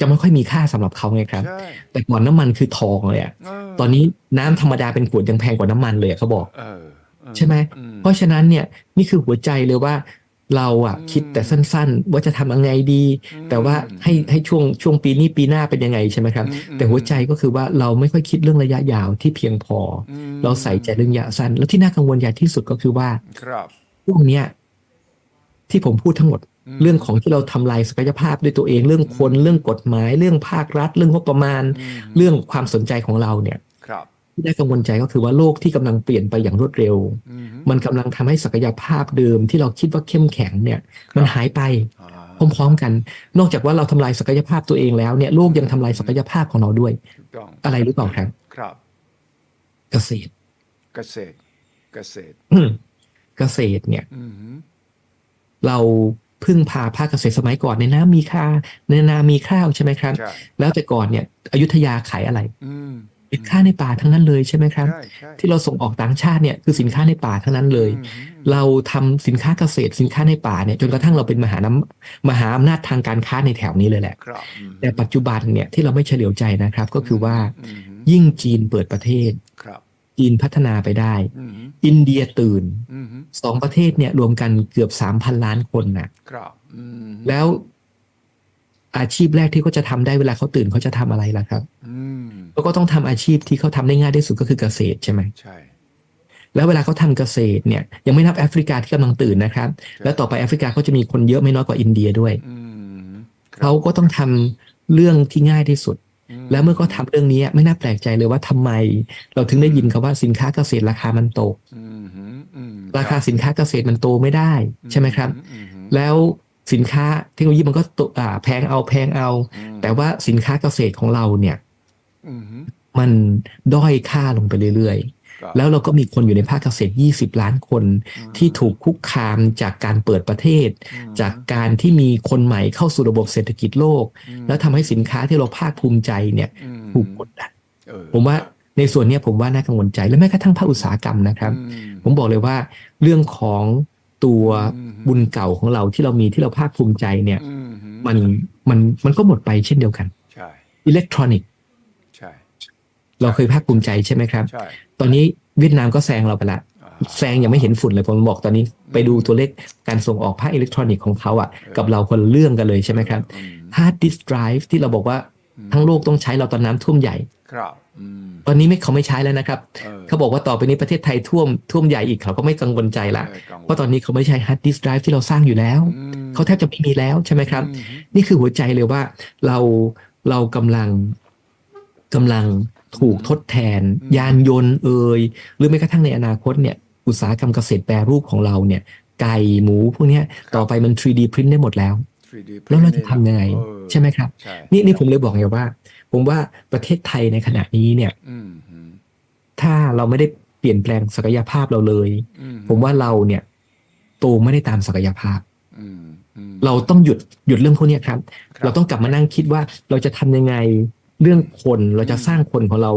Speaker 2: จะไม่ค่อยมีค่าสำหรับเขาไงครับ
Speaker 1: ใช่
Speaker 2: แต่ก่อนน้ำมันคือทองเลยอะ
Speaker 1: เ
Speaker 2: ตอนนี้น้ำธรรมดาเป็นขวดยังแพงกว่าน้ำมันเลยอะเขาบอก
Speaker 1: เออเออ
Speaker 2: ใช่ไหม
Speaker 1: อื
Speaker 2: เพราะฉะนั้นเนี่ยนี่คือหัวใจเลยว่าเราอะ
Speaker 1: อืม
Speaker 2: คิดแต่สั้นๆ ว่าจะทำยังไงดี แต่ว่าให้ให้ช่วงช่วงปีนี้ปีหน้าเป็นยังไงใช่ไหมครับ
Speaker 1: อืมอืม
Speaker 2: แต่หัวใจก็คือว่าเราไม่ค่อยคิดเรื่องระยะยาวที่เพียงพอ
Speaker 1: อืม
Speaker 2: เราใส่ใจเรื่องระยะสั้น แล้วที่น่ากังวลอย่างที่สุดก็คือว่า
Speaker 1: ครับ
Speaker 2: ช่วงเนี้ยที่ผมพูดทั้งหมด
Speaker 1: ม
Speaker 2: เรื่องของที่เราทำลายศักยภาพด้วยตัวเองเรื่องคนเรื่องกฎหมาย เรื่องภาครัฐ เรื่องงบประมาณ
Speaker 1: อืม
Speaker 2: เรื่องความสนใจของเราเนี่ย
Speaker 1: ครับ
Speaker 2: ที่น่ากังวลใจก็คือว่าโลกที่กำลังเปลี่ยนไปอย่างรวดเร็ว
Speaker 1: อืม
Speaker 2: มันกำลังทำให้ศักยภาพเดิมที่เราคิดว่าเข้มแข็งเนี่ยมันหายไป
Speaker 1: อ่า
Speaker 2: พร้อมๆกัน นอกจากว่าเราทำลายศักยภาพตัวเองแล้วเนี่ยโลกยังทำลายศักยภาพของเราด้วย
Speaker 1: ถูกต้อง
Speaker 2: อะไรหรือเปล่าครับ
Speaker 1: ครับ
Speaker 2: เกษตร
Speaker 1: เกษตรเกษตร
Speaker 2: อืมเกษตรเนี่ย
Speaker 1: อืม
Speaker 2: เราพึ่งพาภาคเกษตรสมัยก่อนในน้ำมีค่าในนามีข้าวใช่ไหมครับ
Speaker 1: ใช่
Speaker 2: แล้วแต่ก่อนเนี่ยอยุธยาขายอะไร
Speaker 1: อืม
Speaker 2: สินค้าในป่าทั้งนั้นเลยใช่ไหมครับ
Speaker 1: ใช่ใช่
Speaker 2: ที่เราส่งออกต่างชาติเนี่ยคือสินค้าในป่าทั้งนั้นเลย
Speaker 1: อืม
Speaker 2: เราทำสินค้าเกษตรสินค้าในป่าเนี่ยจนกระทั่งเราเป็นมหานำมหาอำนาจทางการค้าในแถวนี้เลยแหละ
Speaker 1: ครับอืม
Speaker 2: แต่ปัจจุบันเนี่ยที่เราไม่เฉลียวใจนะครับ ก็คือว่า
Speaker 1: อืม
Speaker 2: ยิ่งจีนเปิดประเทศ
Speaker 1: ครับ
Speaker 2: จีนพัฒนาไปได้
Speaker 1: อืม
Speaker 2: อินเดียตื่น
Speaker 1: อืม
Speaker 2: สองประเทศเนี่ยรวมกันเกือบสามพันล้านคนน่ะ
Speaker 1: ครับอืม
Speaker 2: แล้วอาชีพแรกที่เขาจะทำได้เวลาเขาตื่นเขาจะทำอะไรล่ะครับ
Speaker 1: อืม
Speaker 2: เขาก็ต้องทำอาชีพที่เขาทำได้ง่ายที่สุดก็คือเกษตรใช่ไหม
Speaker 1: ใช่
Speaker 2: แล้วเวลาเขาทำเกษตรเนี่ยยังไม่นับแอฟริกาที่กำลังตื่นนะครับ แล้วต่อไปแอฟริกาเขาจะมีคนเยอะไม่น้อยกว่าอินเดียด้วย
Speaker 1: อืมครับ
Speaker 2: เขาก็ต้องทำเรื่องที่ง่ายที่สุด
Speaker 1: อืม
Speaker 2: แล้วเมื่อเขาทำเรื่องนี้ไม่น่าแปลกใจเลยว่าทำไม เราถึงได้ยินคำว่าสินค้าเกษตรราคามันตก
Speaker 1: อืมอืม
Speaker 2: ราคาสินค้าเกษตรมันโตไม่ได้ใช่ไหมครับ
Speaker 1: อืมอืม
Speaker 2: แล้วสินค้าเทคโนโลยีมันก็ตกอ่าแพงเอาแพงเอา
Speaker 1: อืม
Speaker 2: แต่ว่าสินค้าเกษตรของเราเนี่ย
Speaker 1: อืม
Speaker 2: มันด้อยค่าลงไปเรื่อย
Speaker 1: ครับ
Speaker 2: ๆ แล้วเราก็มีคนอยู่ในภาคเกษตร 20 ล้านคน
Speaker 1: อืม
Speaker 2: ที่ถูกคุกคามจากการเปิดประเทศ
Speaker 1: อืม
Speaker 2: จากการที่มีคนใหม่เข้าสู่ระบบเศรษฐกิจโลก
Speaker 1: อืม
Speaker 2: แล้วทำให้สินค้าที่เราภาคภูมิใจเนี่ย
Speaker 1: อืม
Speaker 2: ถูกกดดัน
Speaker 1: เออ
Speaker 2: ผมว่าในส่วนเนี้ยผมว่าน่ากังวลใจและแม้กระทั่งภาคอุตสาหกรรมนะครับ
Speaker 1: อืม
Speaker 2: ผมบอกเลยว่าเรื่องของตัว
Speaker 1: อืม
Speaker 2: บุญเก่าของเราที่เรามีที่เราภาคภูมิใจเนี่ย
Speaker 1: อืม
Speaker 2: มันมันมันก็หมดไปเช่นเดียวกัน
Speaker 1: ใช่
Speaker 2: อิเล็กทรอนิกส์
Speaker 1: ใช่
Speaker 2: เราเคยภาคภูมิใจใช่ไหมครับ
Speaker 1: ใช่
Speaker 2: ตอนนี้เวียดนามก็แซงเราไปละ
Speaker 1: อ่า
Speaker 2: แซงยังไม่เห็นฝุ่นเลยผมบอกตอนนี้ไปดูตัวเลขการส่งออกภาคอิเล็กทรอนิกส์ของเขาอ่ะ
Speaker 1: เออ
Speaker 2: กับเราคนละเรื่องกันเลยใช่ไหมครับ
Speaker 1: อืม
Speaker 2: ฮาร์ดดิสก์ไดรฟ์ที่เราบอกว่าทั้งโลกต้องใช้เราตอนน้ำท่วมใหญ่
Speaker 1: ครับอืม
Speaker 2: ตอนนี้ไม่เขาไม่ใช้แล้วนะครับ
Speaker 1: เออ
Speaker 2: เขาบอกว่าต่อไปนี้ประเทศไทยท่วมท่วมใหญ่อีกเขาก็ไม่กังวลใจละ
Speaker 1: เออกังวล
Speaker 2: เพราะตอนนี้เขาไม่ใช้ฮาร์ดดิสก์ไดรฟ์ที่เราสร้างอยู่แล้ว
Speaker 1: อืม
Speaker 2: เขาแทบจะไม่มีแล้วใช่ไหมครับ
Speaker 1: อืม
Speaker 2: นี่คือหัวใจเลยว่าเราเรากำลังกำลังถูกทดแทน
Speaker 1: อืม
Speaker 2: ยานยนต์เอ่ยหรือแม้กระทั่งในอนาคตเนี่ยอุตสาหกรรมเกษตรแปรรูปของเราเนี่ยไก่หมูพวกเนี้ยต่อไปมัน 3D พิมพ์ได้หมดแล้ว
Speaker 1: 3D
Speaker 2: แล้วเราจะทำยังไง
Speaker 1: เออ
Speaker 2: ใช่ไหมครับ
Speaker 1: ใช่
Speaker 2: นี่นี่ผมเลยบอกไงว่า ผมว่าประเทศไทยในขณะนี้เนี่ย
Speaker 1: อืม
Speaker 2: ถ้าเราไม่ได้เปลี่ยนแปลงศักยภาพเราเลย
Speaker 1: อื
Speaker 2: ผมว่าเราเนี่ยโตไม่ได้ตามศักยภาพ
Speaker 1: อืมอืม
Speaker 2: เราต้องหยุดหยุดเรื่องพวกเนี้ยครับ
Speaker 1: ครับ
Speaker 2: เราต้องกลับมานั่งคิดว่าเราจะทำยังไงเรื่องคนเราจะ
Speaker 1: อืม
Speaker 2: สร้างคนของเรา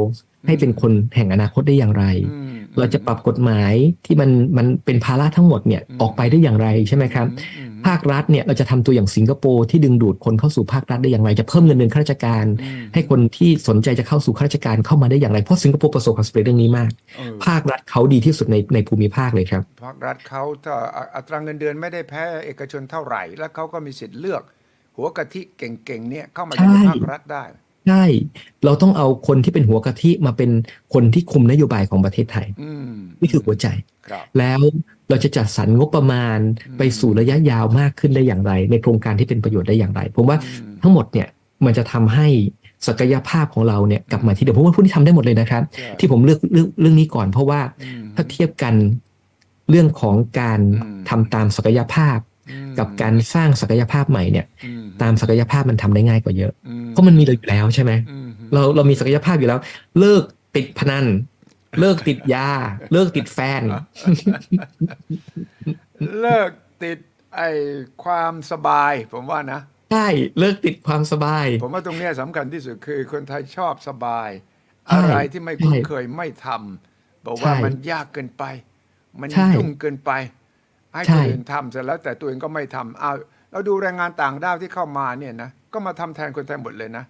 Speaker 2: ให้เป็นคนแห่งอนาคตได้อย่างไร
Speaker 1: อืม
Speaker 2: เราจะปรับกฎหมายที่มันมันเป็นภาระทั้งหมดเนี่ย
Speaker 1: อืม
Speaker 2: ออกไปได้อย่างไรใช่ไหมครับ
Speaker 1: อืม
Speaker 2: ภาครัฐเนี่ยเราจะทำตัวอย่างสิงคโปร์ที่ดึงดูดคนเข้าสู่ภาครัฐได้อย่างไร จะเพิ่มเงินเดือนข้าราชการ
Speaker 1: อืม
Speaker 2: ให้คนที่สนใจจะเข้าสู่ข้าราชการเข้ามาได้อย่างไรเพราะสิงคโปร์ประสบความสำเร็จเรื่องนี้มาก
Speaker 1: เออ
Speaker 2: ภาครัฐเขาดีที่สุดในในภูมิภาคเลยครับ
Speaker 1: ภาครัฐเขาถ้าอัอัตราเงินเดือนไม่ได้แพ้เอกชนเท่าไหร่ แล้วเขาก็มีสิทธิ์เลือก หัวกะทิเก่งๆเนี่ยเข้ามาอยู่ใน
Speaker 2: ใช่
Speaker 1: ภาครัฐได้
Speaker 2: ใช่เราต้องเอาคนที่เป็นหัวกะทิมาเป็นคนที่คุมนโยบายของประเทศไทย
Speaker 1: อืม
Speaker 2: นี่คือหัวใจ
Speaker 1: ครับ
Speaker 2: แล้วเราจะจัดสรรงบประมาณ
Speaker 1: อืม
Speaker 2: ไปสู่ระยะยาวมากขึ้นได้อย่างไร ในโครงการที่เป็นประโยชน์ได้อย่างไร ผมว่า
Speaker 1: อืม
Speaker 2: ทั้งหมดเนี่ยมันจะทำให้ศักยภาพของเราเนี่ยกลับมาที่เดิมผมว่าพวกนี้ทำได้หมดเลยนะครับ
Speaker 1: ใช่
Speaker 2: ที่ผมเลือกเรื่องเรื่องนี้ก่อนเพราะว่า
Speaker 1: อืม
Speaker 2: ถ้าเทียบกันเรื่องของการ
Speaker 1: อืม
Speaker 2: ทำตามศักยภาพ
Speaker 1: อืม
Speaker 2: กับการสร้างศักยภาพใหม่เนี่ย
Speaker 1: อืม
Speaker 2: ตามศักยภาพมันทำได้ง่ายกว่าเยอะ
Speaker 1: อื
Speaker 2: เพราะมันมีเราอยู่แล้วใช่ไหม
Speaker 1: อืม
Speaker 2: เราเรามีศักยภาพอยู่แล้ว เลิกติดพนัน เลิกติด ยา เลิกติดแฟน
Speaker 1: เลิกติดไอ้ความสบายผมว่านะ
Speaker 2: ใช่ เลิกติดความสบาย
Speaker 1: ผมว่าตรงเนี้ยสำคัญที่สุดคือคนไทยชอบสบาย
Speaker 2: ใช่
Speaker 1: อะไรที่ไม่คุ้นเคยไม่ทำบอกว่า
Speaker 2: ใช่
Speaker 1: มันยากเกินไป มัน
Speaker 2: ใช่
Speaker 1: ยุ่งเกินไป ให้
Speaker 2: ใช่
Speaker 1: คนอื่นทำเสร็จแล้วแต่ตัวเองก็ไม่ทำเอาเราดูแรงงานต่างด้าวที่เข้ามาเนี่ยนะก็มาทำแทนคนไทยหมดเลยนะ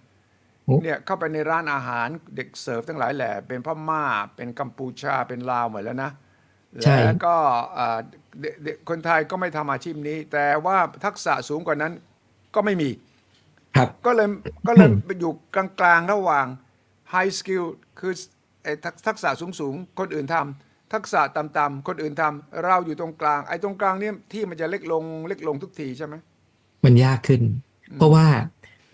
Speaker 1: เนี่ยเข้าไปในร้านอาหารเด็กเสิร์ฟทั้งหลายแหล่เป็นพม่าเป็นกัมพูชาเป็นลาวหมดแล้วนะ
Speaker 2: ใช่
Speaker 1: แล้วก็อ่าเด็กเด็กคนไทยก็ไม่ทำอาชีพนี้ แต่ว่าทักษะสูงกว่านั้นก็ไม่มี
Speaker 2: ครับ
Speaker 1: ก็เลยก็เลยไปอยู่กลางๆ ระหว่าง high skill คือไอ้ทักทักษะสูงๆ คนอื่นทำทักษะต่ำๆ คนอื่นทำเราอยู่ตรงกลาง ไอ้ตรงกลางเนี่ยที่มันจะเล็กลงเล็กลงทุกทีใช่ไหม
Speaker 2: มันยากขึ้น เพราะว่า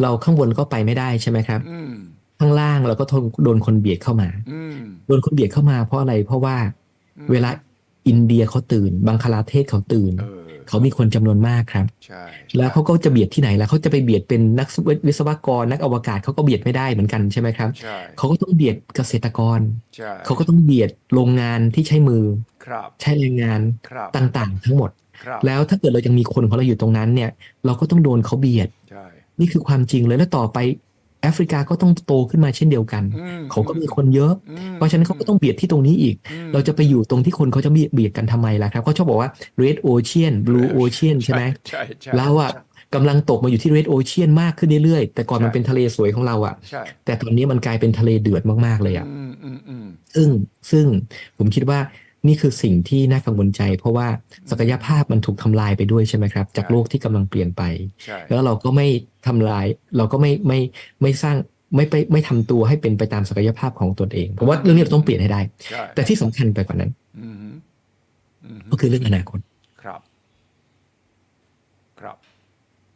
Speaker 2: เราข้างบนก็ไปไม่ได้ใช่ไหมครับ
Speaker 1: อืม
Speaker 2: ข้างล่างเราก็ทนโดนคนเบียดเข้ามา
Speaker 1: อืม
Speaker 2: โดนคนเบียดเข้ามาเพราะอะไร เพราะว่า
Speaker 1: อืม
Speaker 2: เวลาอินเดียเขาตื่น บังคลาเทศเขาตื่น
Speaker 1: เออ
Speaker 2: เขามีคนจำนวนมากครับ
Speaker 1: ใช่
Speaker 2: แล้วเขาก็จะเบียดที่ไหนล่ะเขาจะไปเบียดเป็นนักวิศวกรนักอวกาศเขาก็เบียดไม่ได้เหมือนกันใช่ไหมครับ
Speaker 1: ใช่
Speaker 2: เขาก็ต้องเบียดเกษตรกร
Speaker 1: ใช่
Speaker 2: เขาก็ต้องเบียดโรงงานที่ใช้มือ
Speaker 1: ครับ
Speaker 2: ใช้แรงงาน
Speaker 1: ครับ
Speaker 2: ต่างๆ ทั้งหมด
Speaker 1: ครับ
Speaker 2: แล้วถ้าเกิดเรายังมีคนของเราอยู่ตรงนั้นเนี่ย เราก็ต้องโดนเขาเบียด
Speaker 1: ใช่
Speaker 2: นี่คือความจริงเลยแล้วต่อไปแอฟริกาก็ต้องโตขึ้นมาเช่นเดียวกัน
Speaker 1: อืม
Speaker 2: เขาก็มีคนเยอะ
Speaker 1: อืม
Speaker 2: เพราะฉะนั้นเขาก็ต้องเบียดที่ตรงนี้อีก
Speaker 1: อืม
Speaker 2: เราจะไปอยู่ตรงที่คนเขาจะเบียดเบียดกันทำไมล่ะครับเขาชอบบอกว่า red ocean blue ocean ใช่ไหม
Speaker 1: ใช่ใช่
Speaker 2: เราอะกำลังตกมาอยู่ที่ red ocean มากขึ้นเรื่อยๆแต่ก่อนมันเป็นทะเลสวยของเราอะ
Speaker 1: ใช่
Speaker 2: แต่ตอนนี้มันกลายเป็นทะเลเดือดมากๆเลยอะ
Speaker 1: อืมอืมอืม
Speaker 2: ซึ่งซึ่งผมคิดว่านี่คือสิ่งที่น่ากังวลใจ เพราะว่าศักยภาพมันถูกทำลายไปด้วยใช่ไหมครับ จากโลกที่กำลังเปลี่ยนไป
Speaker 1: ใช่
Speaker 2: แล้วเราก็ไม่ทำลาย เราก็ไม่ไม่ไม่สร้างไม่ไปไม่ทำตัวให้เป็นไปตามศักยภาพของตนเองผมว่าเรื่องนี้เราต้องเปลี่ยนให้ได้
Speaker 1: ใช่
Speaker 2: แต่ที่สำคัญไปกว่านั้น
Speaker 1: อืมฮึอืมฮึ
Speaker 2: ก็คือเรื่องอนาคต
Speaker 1: ครับ ครับ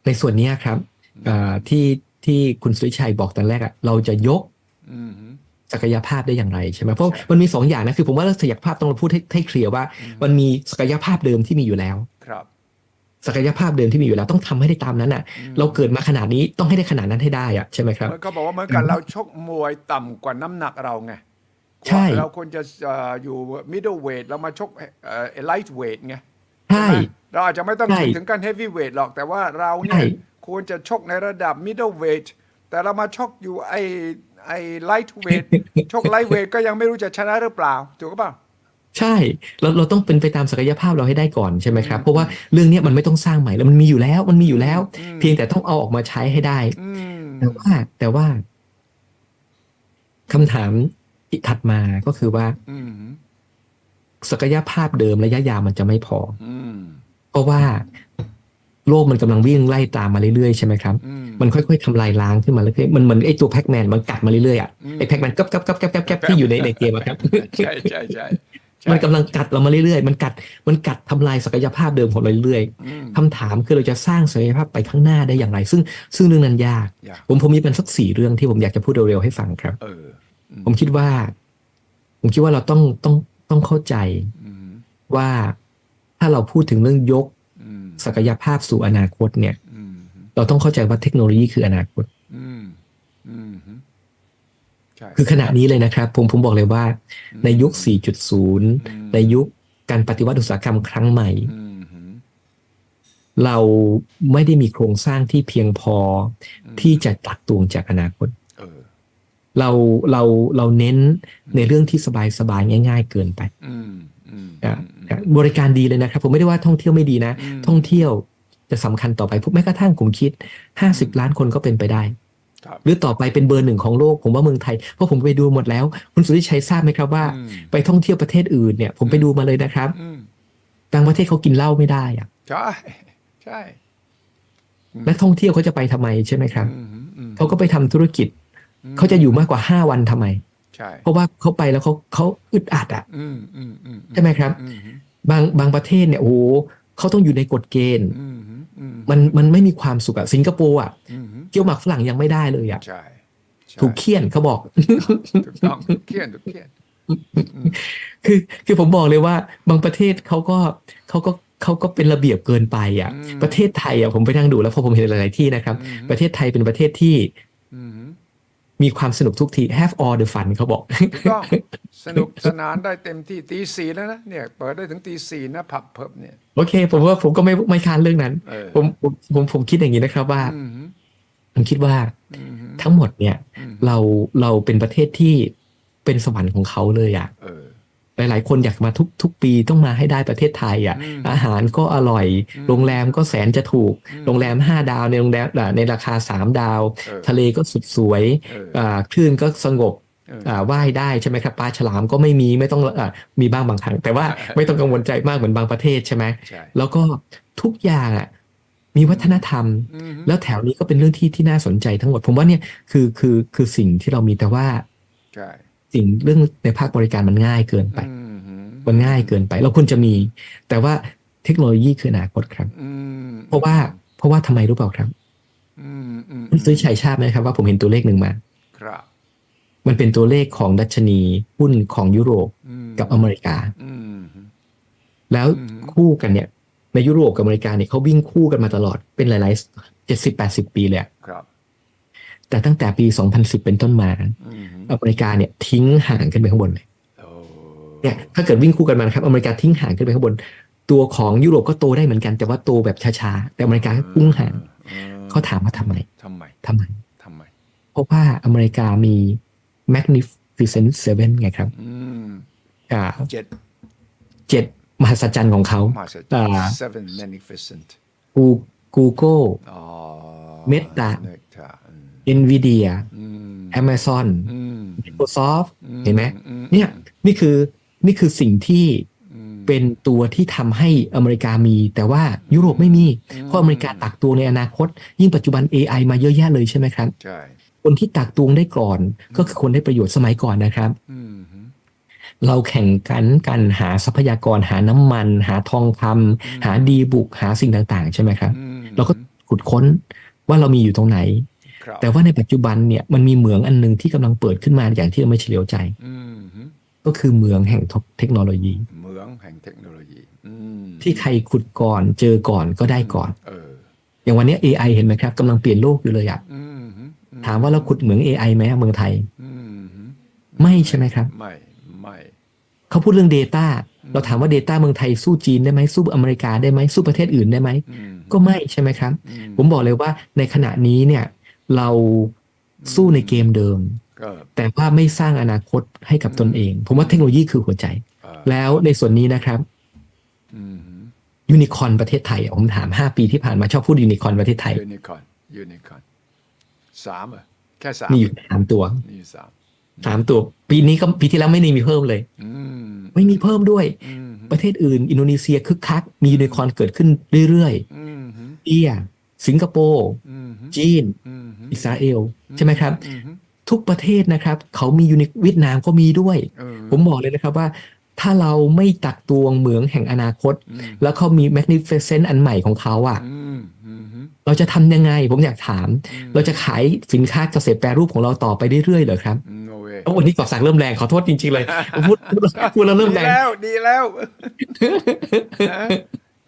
Speaker 2: ในส่วนเนี้ยครับเอ่อที่ที่คุณสุวิชัยบอกตอนแรกอะเราจะยก
Speaker 1: อืมฮึ
Speaker 2: ศักยภาพได้อย่างไรใช่ไหมเพราะมันมีสองอย่างนะคือผมว่าเรื่องศักยภาพต้องพูดให้ให้เคลียร์ว่า
Speaker 1: อืม
Speaker 2: มันมีศักยภาพเดิมที่มีอยู่แล้ว
Speaker 1: ครับ
Speaker 2: ศักยภาพเดิมที่มีอยู่แล้วต้องทำให้ได้ตามนั้นอ่ะ
Speaker 1: อืม
Speaker 2: เราเกิดมาขนาดนี้ต้องให้ได้ขนาดนั้นให้ได้อ่ะใช่ไหมครับ
Speaker 1: เหมือนเขาบอกว่าเหมือนกับเราชกมวยต่ำกว่าน้ำหนักเราไง
Speaker 2: ใช่
Speaker 1: เราควรจะเอ่ออยู่มิดเดิลเวทเรามาชกไลท์เวทไง
Speaker 2: ใช่
Speaker 1: เราอาจจะไม่ต้อง
Speaker 2: ใช่
Speaker 1: ถึงกันเฮฟวีเวทหรอกแต่ว่าเราเนี่
Speaker 2: ใช่
Speaker 1: ยควรจะชกในระดับมิดเดิลเวทแต่เรามาชกอยู่ไอ้ไอ้ไลท์เวท ชกไลท์เวทก็ยังไม่รู้จะชนะหรือเปล่า ถูกหรือเปล่า
Speaker 2: ใช่เราเราต้องเป็นไปตามศักยภาพเราให้ได้ก่อนใช่ไหมครับ
Speaker 1: อืม
Speaker 2: เพราะว่าเรื่องเนี้ยมันไม่ต้องสร้างใหม่แล้วมันมีอยู่แล้วมันมีอยู่แล้ว
Speaker 1: อืม
Speaker 2: เพียงแต่ต้องเอาออกมาใช้ให้ได้
Speaker 1: อืม
Speaker 2: แต่ว่าแต่ว่าคำถามที่ถัดมาก็คือว่า
Speaker 1: อืม
Speaker 2: ศักยภาพเดิมระยะยาวมันจะไม่พอ
Speaker 1: อืม
Speaker 2: เพราะว่าโลกมันกำลังวิ่งไล่ตามมาเรื่อยๆใช่ไหมครับ
Speaker 1: อืม
Speaker 2: มันค่อยๆทำลายล้างขึ้นมาเรื่อยๆมันเหมือนไอ้ตัวแพ็กแมนมันกัดมาเรื่อยๆอ่ะ
Speaker 1: อืม
Speaker 2: ไอ้แพ็กแมนกับกับกับกับกับกับที่อยู่ในในเกมอะครับ
Speaker 1: ใช่ใช่ใช่ใช่
Speaker 2: มันกำลังกัดเรามาเรื่อยๆ มันกัด มันกัดทำลายศักยภาพเดิมของเราเรื่อย
Speaker 1: อืม
Speaker 2: ๆคำถามคือเราจะสร้างศักยภาพไปข้างหน้าได้อย่างไร ซึ่งซึ่งเรื่องนั้นยาก
Speaker 1: อยาก
Speaker 2: ผมผมมีเป็นสักสี่เรื่องที่ผมอยากจะพูดเร็วๆให้ฟังครับ
Speaker 1: เอออื
Speaker 2: ผมคิดว่า ผมคิดว่าเราต้องต้องต้องเข้าใจ
Speaker 1: อืม
Speaker 2: ว่าถ้าเราพูดถึงเรื่องยก
Speaker 1: อืม
Speaker 2: ศักยภาพสู่อนาคตเนี่ย
Speaker 1: อืม
Speaker 2: เราต้องเข้าใจว่าเทคโนโลยีคืออนาคต
Speaker 1: อืมอืมใช่
Speaker 2: คือขณะนี้เลยนะครับ ผมผมบอกเลยว่า ในยุค
Speaker 1: อ
Speaker 2: 4.0
Speaker 1: ืม
Speaker 2: ในยุคการปฏิวัติอุตสาหกรรมครั้งใหม่
Speaker 1: อืมอืม
Speaker 2: เราไม่ได้มีโครงสร้างที่เพียงพอที่จะตักตวงจากอนาคต
Speaker 1: เออ
Speaker 2: เราเราเราเน้นในเรื่องที่สบายสบายๆง่าย ๆ เกินไป
Speaker 1: อืมอืม
Speaker 2: อ่ะ
Speaker 1: อืม
Speaker 2: บริการดีเลยนะครับ ผมไม่ได้ว่าท่องเที่ยวไม่ดีนะ
Speaker 1: อืม
Speaker 2: ท่องเที่ยวจะสำคัญต่อไปพวกแม้กระทั่งผมคิด 50 ล้านคนก็เป็นไปได้
Speaker 1: ครับ
Speaker 2: หรือต่อไปเป็นเบอร์หนึ่งของโลก ผมว่าเมืองไทยเพราะผมไปดูหมดแล้ว คุณสุริชัยทราบไหมครับว่า
Speaker 1: อืม
Speaker 2: ไปท่องเที่ยวประเทศอื่นเนี่ยผมไปดูมาเลยนะครับ
Speaker 1: อืม
Speaker 2: บางประเทศเขากินเหล้าไม่ได้อะ
Speaker 1: ใช่ใช่
Speaker 2: นักท่องเที่ยวเขาจะไปทำไมใช่ไหมครับ
Speaker 1: อืมอืม
Speaker 2: เขาก็ไปทำธุรกิจ
Speaker 1: ม
Speaker 2: เขาจะอยู่มากกว่า 5 วันทำไม
Speaker 1: ใช่
Speaker 2: เพราะว่าเขาไปแล้วเขาเขาอึดอัดอ่ะ
Speaker 1: อืมอืมอืม
Speaker 2: ใช่ไหมครับ
Speaker 1: อืม
Speaker 2: บางบางประเทศเนี่ยโอ้โหเขาต้องอยู่ในกฎเกณฑ์
Speaker 1: อืมอืม
Speaker 2: มันมันไม่มีความสุขอะสิงคโปร์อะ
Speaker 1: อืม
Speaker 2: เกี่ยวหมากฝรั่งยังไม่ได้เลยอะ
Speaker 1: ใช่ใช่
Speaker 2: ถูกเคี่ยนเขาบอก
Speaker 1: ถูกต้องถูกเขียนถูกเขียนอืม
Speaker 2: คือคือผมบอกเลยว่าบางประเทศเขาก็เขาก็เขาก็เป็นระเบียบเกินไปอะประเทศไทยอะผมไปนั่งดูแล้วพอผมเห็นหลายๆที่นะครับ
Speaker 1: อืม
Speaker 2: ประเทศไทยเป็นประเทศที่
Speaker 1: อืม
Speaker 2: มีความสนุกทุกที have all the fun เขาบอก
Speaker 1: ถูกต้องสนุกสนานได้เต็มที่ตีสี่แล้วนะเนี่ย เปิดได้ถึงตีสี่นะผับเพิบเนี่ย
Speaker 2: โอเค ผมว่าผมก็ไม่ไม่ค้านเรื่องนั้น
Speaker 1: เออ
Speaker 2: ผมผมผมผมคิดอย่างนี้นะครับว่า
Speaker 1: อืม
Speaker 2: ผมคิดว่า
Speaker 1: อืม
Speaker 2: ทั้งหมดเนี่ย
Speaker 1: อืม
Speaker 2: เราเราเป็นประเทศที่เป็นสวรรค์ของเขาเลยอะ
Speaker 1: เออ
Speaker 2: หลายๆ คนอยากมาทุกทุกปีต้องมาให้ได้ประเทศไทยอะ
Speaker 1: อืม
Speaker 2: อาหารก็อร่อย
Speaker 1: อืม
Speaker 2: โรงแรมก็แสนจะถูก
Speaker 1: อื
Speaker 2: โรงแรม 5 ดาวในโรงแรมอ่าในราคา 3 ดาว
Speaker 1: เออ
Speaker 2: ทะเลก็สุดสวย
Speaker 1: เออ
Speaker 2: อ่าคลื่นก็สงบ
Speaker 1: เออ
Speaker 2: อ่าว่ายได้ใช่ไหมครับปลาฉลามก็ไม่มีไม่ต้องอามีบ้างบางครั้งแต่ว่า
Speaker 1: ใช่
Speaker 2: ไม่ต้องกังวลใจมากเหมือนบางประเทศใช่ไหม
Speaker 1: ใช่
Speaker 2: แล้วก็ทุกอย่างอ่ะมีวัฒนธรรม
Speaker 1: อืม
Speaker 2: แล้วแถวนี้ก็เป็นเรื่องที่ที่น่าสนใจทั้งหมด ผมว่าเนี่ยคือคือคือสิ่งที่เรามีแต่ว่า
Speaker 1: ใช่
Speaker 2: สิ่งเรื่องในภาคบริการมันง่ายเกินไป
Speaker 1: อืม
Speaker 2: มันง่ายเกินไป เราควรจะมี แต่ว่าเทคโนโลยีคืออนาคตครับ
Speaker 1: อืม
Speaker 2: เพราะว่าเพราะว่าทำไมรู้เปล่าครับ
Speaker 1: อืมอืม
Speaker 2: คุณซื้อชัยชาติไหมครับว่าผมเห็นตัวเลขหนึ่งมา
Speaker 1: ครับ
Speaker 2: มันเป็นตัวเลขของดัชนีหุ้นของยุโรป
Speaker 1: อืม
Speaker 2: กับอเมริกา
Speaker 1: อืม
Speaker 2: แล้ว
Speaker 1: อืม
Speaker 2: คู่กันเนี่ย ในยุโรปกับอเมริกาเนี่ยเขาวิ่งคู่กันมาตลอดเป็นหลายๆเจ็ดสิบแปดสิบปีเลยอะ
Speaker 1: ครับ
Speaker 2: แต่ตั้งแต่ปี 2010 เป็นต้นมา
Speaker 1: อืม
Speaker 2: อเมริกาเนี่ยทิ้งห่างขึ้นไปข้างบนเลย
Speaker 1: โอ้
Speaker 2: เนี่ยถ้าเกิดวิ่งคู่กันมานะครับอเมริกาทิ้งห่างขึ้นไปข้างบน ตัวของยุโรปก็โตได้เหมือนกันแต่ว่าโตแบบช้าๆแต่อเมริกาก็พุ่งห่าง
Speaker 1: อืม
Speaker 2: เขาถามว่าทำไม
Speaker 1: ทำไม
Speaker 2: ทำไม
Speaker 1: ทำไม
Speaker 2: เพราะว่าอเมริกามี magnificent seven ไงครับ
Speaker 1: อืม
Speaker 2: อ่า
Speaker 1: เจ็ด
Speaker 2: เจ็ดมหัศจรรย์ของเขา
Speaker 1: มาสเตอ
Speaker 2: อ่า
Speaker 1: ร์ seven magnificent
Speaker 2: กู Google
Speaker 1: อ๋อ
Speaker 2: เมตา
Speaker 1: เมตาอืม
Speaker 2: Nvidia
Speaker 1: อืม
Speaker 2: Amazon
Speaker 1: อืม
Speaker 2: Microsoft
Speaker 1: อื
Speaker 2: เห็นไหม
Speaker 1: อื
Speaker 2: เนี่ย นี่คือนี่คือสิ่งที่
Speaker 1: อืม
Speaker 2: เป็นตัวที่ทำให้อเมริกามี แต่ว่ายุโรปไม่มี เพราะอเมริกาตักตวงในอนาคต ยิ่งปัจจุบัน AI มาเยอะแยะเลยใช่ไหมครับ
Speaker 1: ใช่
Speaker 2: คนที่ตักตวงได้ก่อนก็คือคนได้ประโยชน์สมัยก่อนนะครับ
Speaker 1: อืมฮึ
Speaker 2: เราแข่งกันกันหาทรัพยากรหาน้ำมัน หาทองคำหาดีบุกหาสิ่งต่างๆ ใช่ไหมครับ
Speaker 1: อืม
Speaker 2: เราก็ขุดค้นว่าเรามีอยู่ตรงไหน
Speaker 1: ครับ
Speaker 2: แต่ว่าในปัจจุบันเนี่ยมันมีเหมืองอันหนึงที่กำลังเปิดขึ้นมาอย่างที่เราไม่เฉลียวใจ
Speaker 1: อืมฮึ
Speaker 2: ก็คือเหมืองแห่งเทคโนโลยี
Speaker 1: เหมืองแห่งเทคโนโลยีอืม
Speaker 2: ที่ใครขุดก่อนเจอก่อนก็ได้ก่อน
Speaker 1: เออ
Speaker 2: อย่างวันเนี้ย AI เห็นไหมครับกำลังเปลี่ยนโลกอยู่เลยอะ
Speaker 1: อืมฮึอื
Speaker 2: ถามว่าเราขุดเหมือง AI ไหมอะเมืองไทย
Speaker 1: อืมฮึ
Speaker 2: ไม่ใช่ไหมครับ
Speaker 1: ไม่ไม่
Speaker 2: เขาพูดเรื่อง Data เราถามว่า Data เมืองไทยสู้จีนได้ไหมสู้อเมริกาได้ไหมสู้ประเทศอื่นได้ไหม
Speaker 1: อืม
Speaker 2: ก็ไม่ใช่ไหมครับ
Speaker 1: อื
Speaker 2: ผมบอกเลยว่าในขณะนี้เนี่ยเราสู้ในเกมเดิม
Speaker 1: ก็
Speaker 2: แต่ว่าไม่สร้างอนาคตให้กับตนเอง ผมว่าเทคโนโลยีคือหัวใจ
Speaker 1: เอ่อ
Speaker 2: แล้วในส่วนนี้นะครับ
Speaker 1: อืมฮึ
Speaker 2: ยูนิคอนประเทศไทยอ่ะผมถาม 5 ปีที่ผ่านมาชอบพูดยูนิคอนประเทศไทย
Speaker 1: ยูนิคอนยูนิคอนสามเหรอแค่สาม
Speaker 2: มีอยู่สามตัว
Speaker 1: มีอยู่สาม
Speaker 2: สามตัว ปีนี้ก็ปีที่แล้วไม่ได้มีเพิ่มเลย
Speaker 1: อืม
Speaker 2: ไม่มีเพิ่มด้วย
Speaker 1: อืมฮึ
Speaker 2: ประเทศอื่น อินโดนีเซียคึกคัก มียูนิคอนเกิดขึ้นเรื่อย
Speaker 1: อืมฮึ
Speaker 2: ๆเอียสิงคโปร์
Speaker 1: อืมฮึ
Speaker 2: จีน
Speaker 1: อืมฮึ
Speaker 2: อิสราเอล ใช่ไหมครับ
Speaker 1: อืมฮึ
Speaker 2: ทุกประเทศนะครับ เขามียูนิเวียดนามก็มีด้วย
Speaker 1: เออ
Speaker 2: ผมบอกเลยนะครับว่า ถ้าเราไม่ตักตวงเหมืองแห่งอนาคต
Speaker 1: อืม
Speaker 2: แล้วเขามี magnificent อันใหม่ของเขาอะ่ะ
Speaker 1: อืมอืมฮึ
Speaker 2: เราจะทำยังไง ผมอยากถาม
Speaker 1: อืม
Speaker 2: เราจะขายสินค้าเกษตรแปรรูปของเราต่อไปเรื่อยๆเหรอครับ
Speaker 1: No way
Speaker 2: โอ้วันนี้กอบสักเริ่มแรงขอโทษจริงๆเลยพูดพูดพูดแล้วเริ่ม
Speaker 1: ดี
Speaker 2: แรง
Speaker 1: แล้วดี แล้วนะ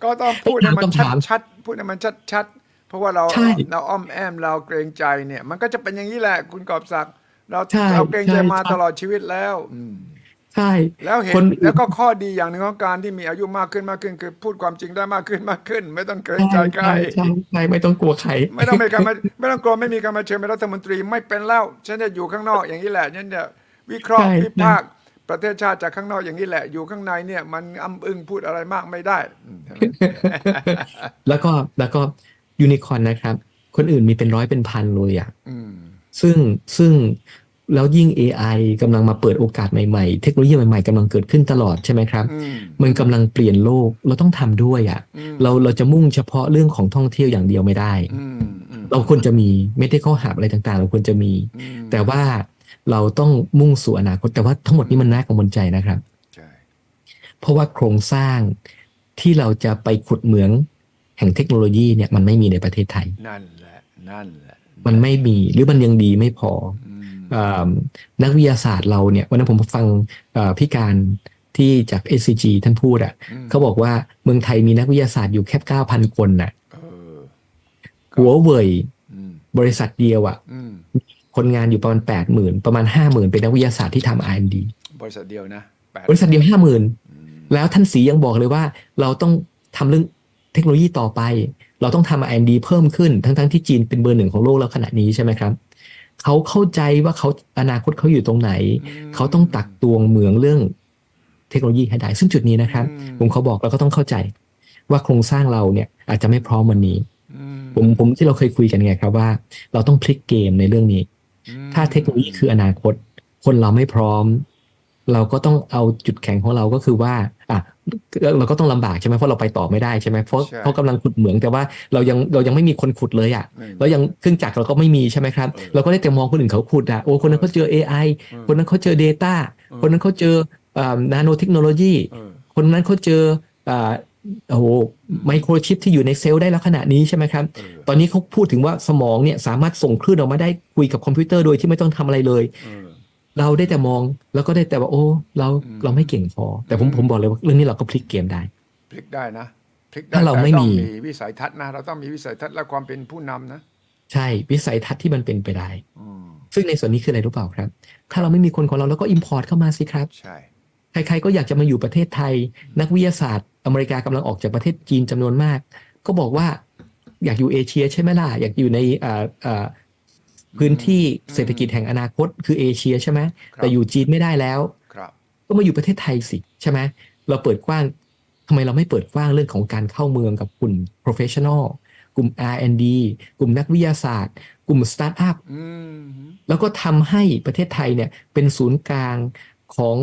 Speaker 1: ก็ต้องพูดให้มัน
Speaker 2: ต้อง
Speaker 1: ชัด
Speaker 2: ถาม
Speaker 1: ชัดๆพูดให้มันชัดชัดๆเพราะว่าเรา
Speaker 2: ใช่
Speaker 1: เราอ้อมแอมเราเกรงใจเนี่ย มันก็จะเป็นอย่างนี้แหละ คุณกอบศักดิ์เรา
Speaker 2: ใช่
Speaker 1: เราเกรงใจ
Speaker 2: ใช่
Speaker 1: มา
Speaker 2: ใช่
Speaker 1: ตลอดชีวิตแล้วอืม
Speaker 2: ใช่
Speaker 1: แล้วเห็
Speaker 2: คนน
Speaker 1: แล้วก็ข้อดีอย่างหนึ่งของการที่มีอายุมากขึ้นมากขึ้น คือพูดความจริงได้มากขึ้นมากขึ้น ไม่ต้องเกรง
Speaker 2: ใช่
Speaker 1: ใจใคร
Speaker 2: ใช่ใช่ใช่ไม่ต้องกลัวใคร
Speaker 1: ไม่ต้องมีการมาไม่ต้องกลัวไม่มีการมาเชิญเป็นรัฐมนตรีไม่เป็นแล้วฉันจะอยู่ข้างนอกอย่างนี้แหละฉันจะวิเคราะห์
Speaker 2: ใช่
Speaker 1: วิพากษ์ประเทศชาติจากข้างนอกอย่างนี้แหละ อยู่ข้างในเนี่ย มันอำอึงพูดอะไรมากไม่ได้อืม
Speaker 2: แล้วก็แล้วก็ยูนิคอร์นนะครับ คนอื่นมีเป็นร้อยเป็นพันเลยอ่ะ
Speaker 1: อืม
Speaker 2: ซึ่งซึ่งแล้วยิ่ง AI กำลังมาเปิดโอกาสใหม่ๆ เทคโนโลยีใหม่ๆกำลังเกิดขึ้นตลอดใช่ไหมครับ
Speaker 1: อืม
Speaker 2: มันกำลังเปลี่ยนโลกเราต้องทำด้วยอะ่ะ
Speaker 1: อืม
Speaker 2: เราเราจะมุ่งเฉพาะเรื่องของท่องเที่ยวอย่างเดียวไม่ได้
Speaker 1: อืมอืม
Speaker 2: เราควรจะมีไม่ได้ข้อหาอะไรต่างๆ เราควรจะมี
Speaker 1: อืม
Speaker 2: แต่ว่าเราต้องมุ่งสู่อนาคตแต่ว่าทั้งหมดนี้มันน่ากังวลใจนะครับ
Speaker 1: ใช่
Speaker 2: เพราะว่าโครงสร้างที่เราจะไปขุดเหมืองแห่งเทคโนโลยีเนี่ยมันไม่มีในประเทศไทย
Speaker 1: นั่นแหละ นั่นแหละ
Speaker 2: มันไม่มีหรือมันยังดีไม่พอ
Speaker 1: อืม
Speaker 2: เอ่อนักวิทยาศาสตร์เราเนี่ยวันนั้นผมฟังเอ่อพี่การที่จาก SCG ท่านพูดอะ่ะเขาบอกว่าเมืองไทยมีนักวิทยาศาสตร์อยู่แค่9,000 คนน่ะ
Speaker 1: เออ
Speaker 2: หัวเว่ย
Speaker 1: อืม
Speaker 2: บริษัทเดียวอะ่ะ
Speaker 1: อืม
Speaker 2: คนงานอยู่ประมาณ 80,000 ประมาณ 50,000 เป็นนักวิทยาศาสตร์ที่ทำ R&D
Speaker 1: บริษัทเดียวนะแปด
Speaker 2: บริษัทเดียว
Speaker 1: อืม
Speaker 2: 50,000 แล้วท่านสียังบอกเลยว่าเราต้องทำเรื่องเทคโนโลยีต่อไป เราต้องทำ R&D เพิ่มขึ้นทั้งๆที่จีนเป็นเบอร์หนึ่งของโลกแล้วขณะนี้ใช่ไหมครับเขาเข้าใจว่าเขาอนาคตเขาอยู่ตรงไหน เขาต้องตักตวงเหมืองเรื่องเทคโนโลยีให้ได้ ซึ่งจุดนี้นะครับ
Speaker 1: อื
Speaker 2: ผมเขาบอกเราก็ต้องเข้าใจ ว่าโครงสร้างเราเนี่ยอาจจะไม่พร้อมวันนี้
Speaker 1: อื
Speaker 2: ผมผมที่เราเคยคุยกันไงครับว่า เราต้องพลิกเกมในเรื่องนี้
Speaker 1: อืม
Speaker 2: ถ้าเทคโนโลยีคืออนาคต คนเราไม่พร้อม เราก็ต้องเอาจุดแข็งของเราก็คือว่าอ่ะเราก็ต้องลำบากใช่ไหมเพราะเราไปต่อไม่ได้ใช่ไหมเพราะ
Speaker 1: ใช่
Speaker 2: เพราะกำลังขุดเหมืองแต่ว่าเรายังเรายังไม่มีคนขุดเลยอ่ะ
Speaker 1: ไม่
Speaker 2: แล้วยังเครื่องจักรเราก็ไม่มีใช่ไหมครับ
Speaker 1: เออ
Speaker 2: เราก็ได้แต่มองคนอื่นเขาขุดอะโอ้คนนั้นเขาเจอ AI
Speaker 1: เออ
Speaker 2: คนนั้นเขาเจอ Data
Speaker 1: เออ
Speaker 2: คนนั้นเขาเจอนาโนเทคโนโลยี
Speaker 1: เออ
Speaker 2: คนนั้นเขาเจออ่าโอ้โหไมโครชิปที่อยู่ในเซลล์ได้แล้วขณะนี้ใช่ไหมครับ
Speaker 1: เออ
Speaker 2: ตอนนี้เขาพูดถึงว่าสมองเนี่ยสามารถส่งคลื่นออกมาได้คุยกับคอมพิวเตอร์โดยที่ไม่ต้องทำอะไรเลย
Speaker 1: เออ
Speaker 2: เราได้แต่มองแล้วก็ได้แต่ว่าโอ้เรา
Speaker 1: อืม
Speaker 2: เราไม่เก่งพอ แต่ผม
Speaker 1: อืม
Speaker 2: ผมบอกเลยว่าเรื่องนี้เราก็พลิกเกมได้
Speaker 1: พลิกได้นะพลิกได้
Speaker 2: ถ้าเรา
Speaker 1: แต่
Speaker 2: ไม่
Speaker 1: ต้อง
Speaker 2: มี
Speaker 1: วิสัยทัศน์นะ เราต้องมีวิสัยทัศน์และความเป็นผู้นำนะ
Speaker 2: ใช่วิสัยทัศน์ที่มันเป็นไปได้
Speaker 1: อืม
Speaker 2: ซึ่งในส่วนนี้คืออะไรรู้เปล่าครับ ถ้าเราไม่มีคนของเราแล้วก็ import เข้ามาสิครับ
Speaker 1: ใช่
Speaker 2: ใครๆก็อยากจะมาอยู่ประเทศไทย นักวิทยาศาสตร์ อเมริกากำลังออกจากประเทศจีนจำนวนมาก ก็บอกว่าอยากอยู่เอเชียใช่ไหมล่ะ อยากอยู่ในอ่าอ่าพื้นที่เศรษฐกิจแห่งอนาคตคือเอเชียใช่ไหม
Speaker 1: ครับ
Speaker 2: แต่อยู่จีนไม่ได้แล้ว
Speaker 1: ครับ
Speaker 2: ก็มาอยู่ประเทศไทยสิใช่ไหมเราเปิดกว้างทำไมเราไม่เปิดกว้างเรื่องของการเข้าเมืองกับกลุ่ม professional กลุ่ม R&D กลุ่มนักวิทยาศาสตร์ กลุ่มสตาร์ทอัพ
Speaker 1: อืม
Speaker 2: แล้วก็ทำให้ประเทศไทยเนี่ยเป็นศูนย์กลางของ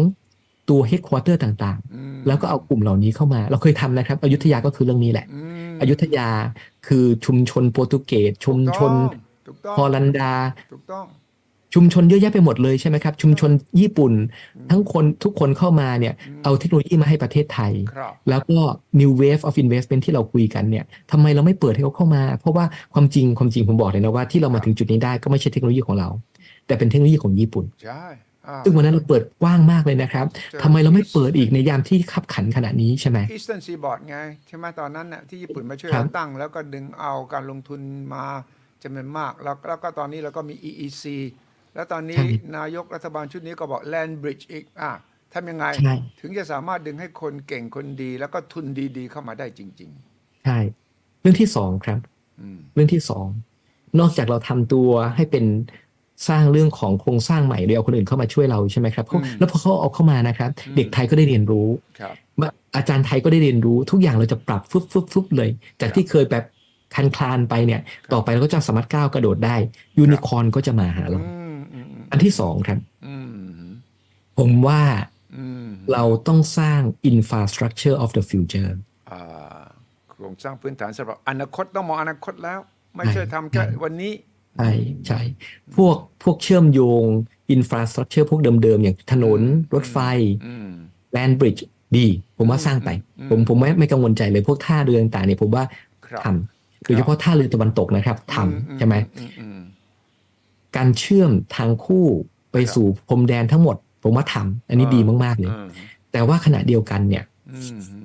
Speaker 2: ตัวเฮดควอเตอร์ต่าง
Speaker 1: อืม
Speaker 2: ๆ แล้วก็เอากลุ่มเหล่านี้เข้ามา เราเคยทำนะครับอยุธยาก็คือเรื่องนี้แหละ
Speaker 1: ม
Speaker 2: อยุธยาคือชุมชนโปรตุเกสชุมชน
Speaker 1: ถูกต้อง
Speaker 2: ฮอลันดา
Speaker 1: ถูกต้อง
Speaker 2: ชุมชนเยอะแยะไปหมดเลยใช่ไหมครับ ชุมชนญี่ปุ่น ทั้งคนทุกคนเข้ามาเนี่ยเอาเทคโนโลยีมาให้ประเทศไทย
Speaker 1: ครับ
Speaker 2: แล้วก็ new wave of investment ที่เราคุยกันเนี่ยทำไมเราไม่เปิดให้เขาเข้ามา เพราะว่าความจริงความจริงผมบอกเลยนะว่าที่เรามาถึงจุดนี้ได้ก็ไม่ใช่เทคโนโลยีของเรา แต่เป็นเทคโนโลยีของญี่ปุ่น
Speaker 1: ใช่อ่า
Speaker 2: ซึ่งวันนั้นเราเปิดกว้างมากเลยนะครับ
Speaker 1: ใช่
Speaker 2: ทำไมเราไม่เปิดอีกในยามที่ขับขันขนาดนี้ใช่ไหม
Speaker 1: อีสเทิร์นซีบอร์ดไง ใช่ไหมตอนนั้นน่ะที่ญี่ปุ่นมาช่วย
Speaker 2: ครับ
Speaker 1: เราตั้ง แล้วก็ดึงเอาการลงทุนมาจำนวนมากแล้วแล้วก็ตอนนี้เราก็มี EEC แล้วตอนนี้นายกรัฐบาลชุดนี้ก็บอก Land Bridge อีกอ่ะทำยังไง
Speaker 2: ใช่
Speaker 1: ถึงจะสามารถดึงให้คนเก่งคนดี แล้วก็ทุนดีๆ เข้ามาได้จริง
Speaker 2: ใช่เรื่องที่สองครับ
Speaker 1: ๆ อืม
Speaker 2: เรื่องที่สองนอกจากเราทำตัวให้เป็นสร้างเรื่องของโครงสร้างใหม่โดยเอาคนอื่นเข้ามาช่วยเราใช่ไหมครับเขาแล้วพอเขาเอาเข้ามานะครับ เด็กไทยก็ได้เรียนรู้
Speaker 1: ครับ
Speaker 2: มาอาจารย์ไทยก็ได้เรียนรู้ ทุกอย่างเราจะปรับฟึบฟึบฟึบเลย จากที่เคยแบบคลานคลานๆไปเนี่ย ต่อไปเราก็จะสามารถก้าวกระโดดได้ยูนิคอร์นก็จะมาหาเรา
Speaker 1: อืมอืม
Speaker 2: อันที่สองครับ
Speaker 1: อืม
Speaker 2: ผมว่า
Speaker 1: อืม
Speaker 2: เราต้องสร้าง infrastructure of the future
Speaker 1: อ่าโครงสร้างพื้นฐานสำหรับอนาคตต้องมองอนาคตแล้ว ไม่ใช่ทำแค่วันนี้
Speaker 2: ใช่ใช่พวกพวกเชื่อมโยง infrastructure พวกเดิมๆ อย่างถนนรถไฟ
Speaker 1: อืม
Speaker 2: แลนบริดจ์ดีผมว่าสร้างไป
Speaker 1: อืม
Speaker 2: ผมผมไม่ไม่กังวลใจเลยพวกท่าเรือต่างๆเนี่ยผมว่า
Speaker 1: ครับ
Speaker 2: ทำโดยเฉพาะท่าเรือตะวันตกนะครับท
Speaker 1: อือื
Speaker 2: ำใช่ไหม
Speaker 1: อือืม
Speaker 2: การเชื่อมทางคู่ไป
Speaker 1: ครับ
Speaker 2: สู่พรมแดนทั้งหมด ผมว่าทำอันนี้
Speaker 1: อ่า
Speaker 2: ดีมากๆเลย
Speaker 1: อืม
Speaker 2: แต่ว่าขณะเดียวกันเนี่ย
Speaker 1: อืม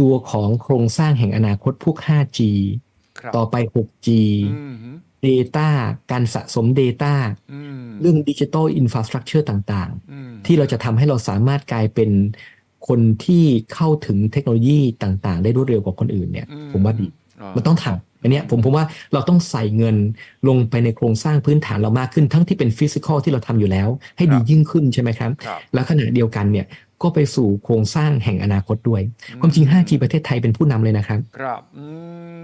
Speaker 2: ตัวของโครงสร้างแห่งอนาคตพวก 5G
Speaker 1: ครับ
Speaker 2: ต่อไป 6G
Speaker 1: อืม
Speaker 2: Data การสะสม Data
Speaker 1: อืม
Speaker 2: เรื่องดิจิ t a ลอินฟ a าสตรักเจอร์ต่างๆ
Speaker 1: อืม
Speaker 2: ที่เราจะทำให้เราสามารถกลายเป็นคนที่เข้าถึงเทคโนโลยีต่างๆ ได้รวดเร็วกว่าคนอื่นเนี่ย
Speaker 1: อื
Speaker 2: ผมว่าดี
Speaker 1: า
Speaker 2: มันต้องทำอันเนี้ยผมผมว่าเราต้องใส่เงินลงไปในโครงสร้างพื้นฐานเรามากขึ้น ทั้งที่เป็นฟิสิกอลที่เราทำอยู่แล้ว ให้ดียิ่งขึ้นใช่ไหมครับ
Speaker 1: ครับ
Speaker 2: แล้วขณะเดียวกันเนี่ยก็ไปสู่โครงสร้างแห่งอนาคตด้วย ความจริง 5G ประเทศไทยเป็นผู้นำเลยนะครับ
Speaker 1: ครับอื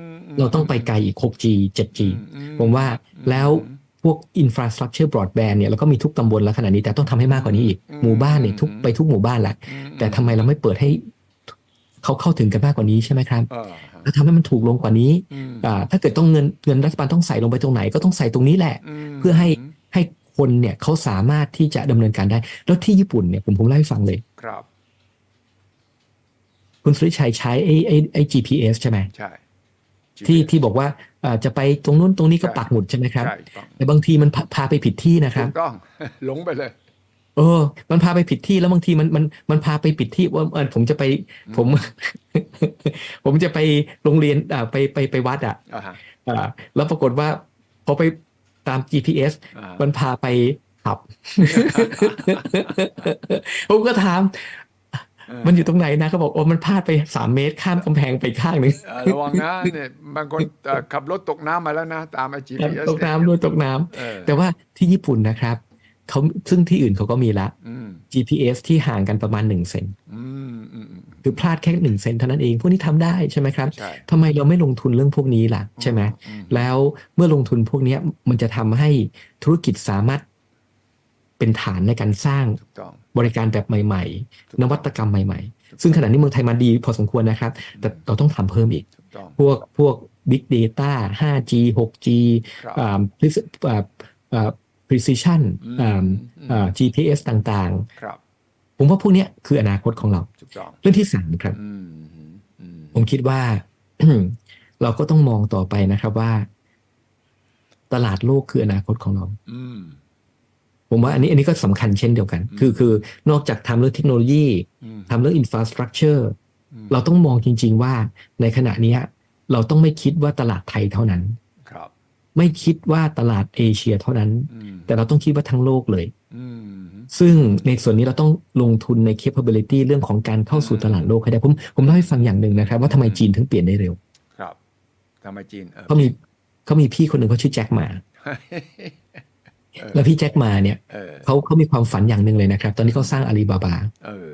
Speaker 1: มม
Speaker 2: เราต้องไปไกลอีก 6G 7G
Speaker 1: อือื
Speaker 2: ผมว่าแล้วพวก infrastructure broadband เนี่ยเราก็มีทุกตำบลแล้วขณะนี้แต่ต้องทำให้มากกว่านี้อีกหมู่บ้านเนี่ยทุกไปทุกหมู่บ้านละ
Speaker 1: อือื
Speaker 2: แต่ทำไมเราไม่เปิดให้เขาเข้าถึงกันมากกว่านี้ใช่ไหมครับ
Speaker 1: เออฮะ
Speaker 2: แล้วทำให้มันถูกลงกว่านี้
Speaker 1: อืม
Speaker 2: อ่าถ้าเกิดต้องเงินเงินรัฐบาลต้องใส่ลงไปตรงไหนก็ต้องใส่ตรงนี้แหละ
Speaker 1: ม
Speaker 2: เพื่อให้ ให้คนเนี่ยเขาสามารถที่จะดำเนินการได้ แล้วที่ญี่ปุ่นเนี่ยผมผมเล่าให้ฟังเลย
Speaker 1: ครับ
Speaker 2: คุณสุริชัยใช้ไอ้ไอ้ไอ้ GPS ใช่ไหม
Speaker 1: ใช่
Speaker 2: ที่ที่บอกว่าอ่าจะไปตรงนู้นตรงนี้ก็ปักหมุดใช่ไหมครับ
Speaker 1: ใช่ต้อง
Speaker 2: แต่บางทีมันพาพาไปผิดที่นะค
Speaker 1: ถู
Speaker 2: รับ
Speaker 1: กต้อง หลงไปเลย
Speaker 2: เออ มันพาไปผิดที่แล้วบางทีมันมันมันพาไปผิดที่ว่าเออผมจะไปผม ผมจะไปโรงเรียนอ่าไปไปไปวัดอ่ะ
Speaker 1: อ่าฮะ
Speaker 2: อ่าแล้วปรากฏว่าพอไปตาม GPS
Speaker 1: อ่า
Speaker 2: มันพาไปขั บ ผมก็ถาม
Speaker 1: เออ
Speaker 2: มันอยู่ตรงไหนนะเขาบอกโอ้มันพลาดไปสามเมตรข้ามกำแพงไปข้างหนึ่ง
Speaker 1: เออระวังนะเนี่ยบางคนเอ่อขับรถตกน้ำมาแล้วนะ ตามไอจีพีเอส
Speaker 2: ตกน้ำด้วยตกน้ำแต่ว่าที่ญี่ปุ่นนะครับเขาซึ่งที่อื่นเขาก็มีละ
Speaker 1: อืม
Speaker 2: GPS ที่ห่างกันประมาณหนึ่งเซน
Speaker 1: อืมอืมอืม
Speaker 2: คือพลาดแค่หนึ่งเซนเท่านั้นเอง พวกนี้ทำได้ใช่ไหมครับ
Speaker 1: ใช่
Speaker 2: ทำไมเราไม่ลงทุนเรื่องพวกนี้ล่ะใช่ไหม
Speaker 1: อืม
Speaker 2: แล้วเมื่อลงทุนพวกเนี้ยมันจะทำให้ธุรกิจสามารถเป็นฐานในการสร้าง
Speaker 1: ถูกต้อง
Speaker 2: บริการแบบใหม่
Speaker 1: ถูกต้อง
Speaker 2: ๆ นวัตกรรมใหม่ๆ ซึ่งขณะนี้เมืองไทยมาดีพอสมควรนะครับ แต่เราต้องทำเพิ่มอีก
Speaker 1: ถูกต้อง
Speaker 2: พวกพวก Big Data 5G 6G
Speaker 1: ครับ
Speaker 2: อ่า preci- อ่าอ่า precision
Speaker 1: อืม
Speaker 2: อ่า
Speaker 1: อืม
Speaker 2: อ่า GPS ต่าง
Speaker 1: ครับ
Speaker 2: ๆ ผมว่าพวกเนี้ยคืออนาคตของเรา
Speaker 1: ถูกต้อง
Speaker 2: เรื่องที่สามครับ
Speaker 1: อืมอืมอืม
Speaker 2: ผมคิดว่า เราก็ต้องมองต่อไปนะครับว่า ตลาดโลกคืออนาคตของเรา
Speaker 1: อืม
Speaker 2: ผมว่าอันนี้อันนี้ก็สำคัญเช่นเดียวกัน
Speaker 1: อืม
Speaker 2: คือคือนอกจากทำเรื่องเทคโนโลยี
Speaker 1: อืม
Speaker 2: ทำเรื่องอินฟราสตรักเจอร์
Speaker 1: อืม
Speaker 2: เราต้องมองจริง ๆ ว่าในขณะเนี้ย เราต้องไม่คิดว่าตลาดไทยเท่านั้น
Speaker 1: ครับ
Speaker 2: ไม่คิดว่าตลาดเอเชียเท่านั้น
Speaker 1: อืม
Speaker 2: แต่เราต้องคิดว่าทั้งโลกเลย
Speaker 1: อืม
Speaker 2: ซึ่งในส่วนนี้เราต้องลงทุนใน capability เรื่องของการเข้าสู่ตลาดโลกให้ได้ผมผมเล่าให้ฟังอย่างหนึ่งนะครับ ว่าทำไมจีนถึงเปลี่ยนได้เร็ว
Speaker 1: ครับทำไมจีนเออ
Speaker 2: เขามีเขามีพี่คนหนึ่งเขาชื่อแจ็คหมา
Speaker 1: เออ
Speaker 2: แล้วพี่แจ็คหมาเนี่ย
Speaker 1: เออ
Speaker 2: เขาเขามีความฝันอย่างหนึ่งเลยนะครับ ตอนนี้เขาสร้างอาลีบาบา
Speaker 1: เออ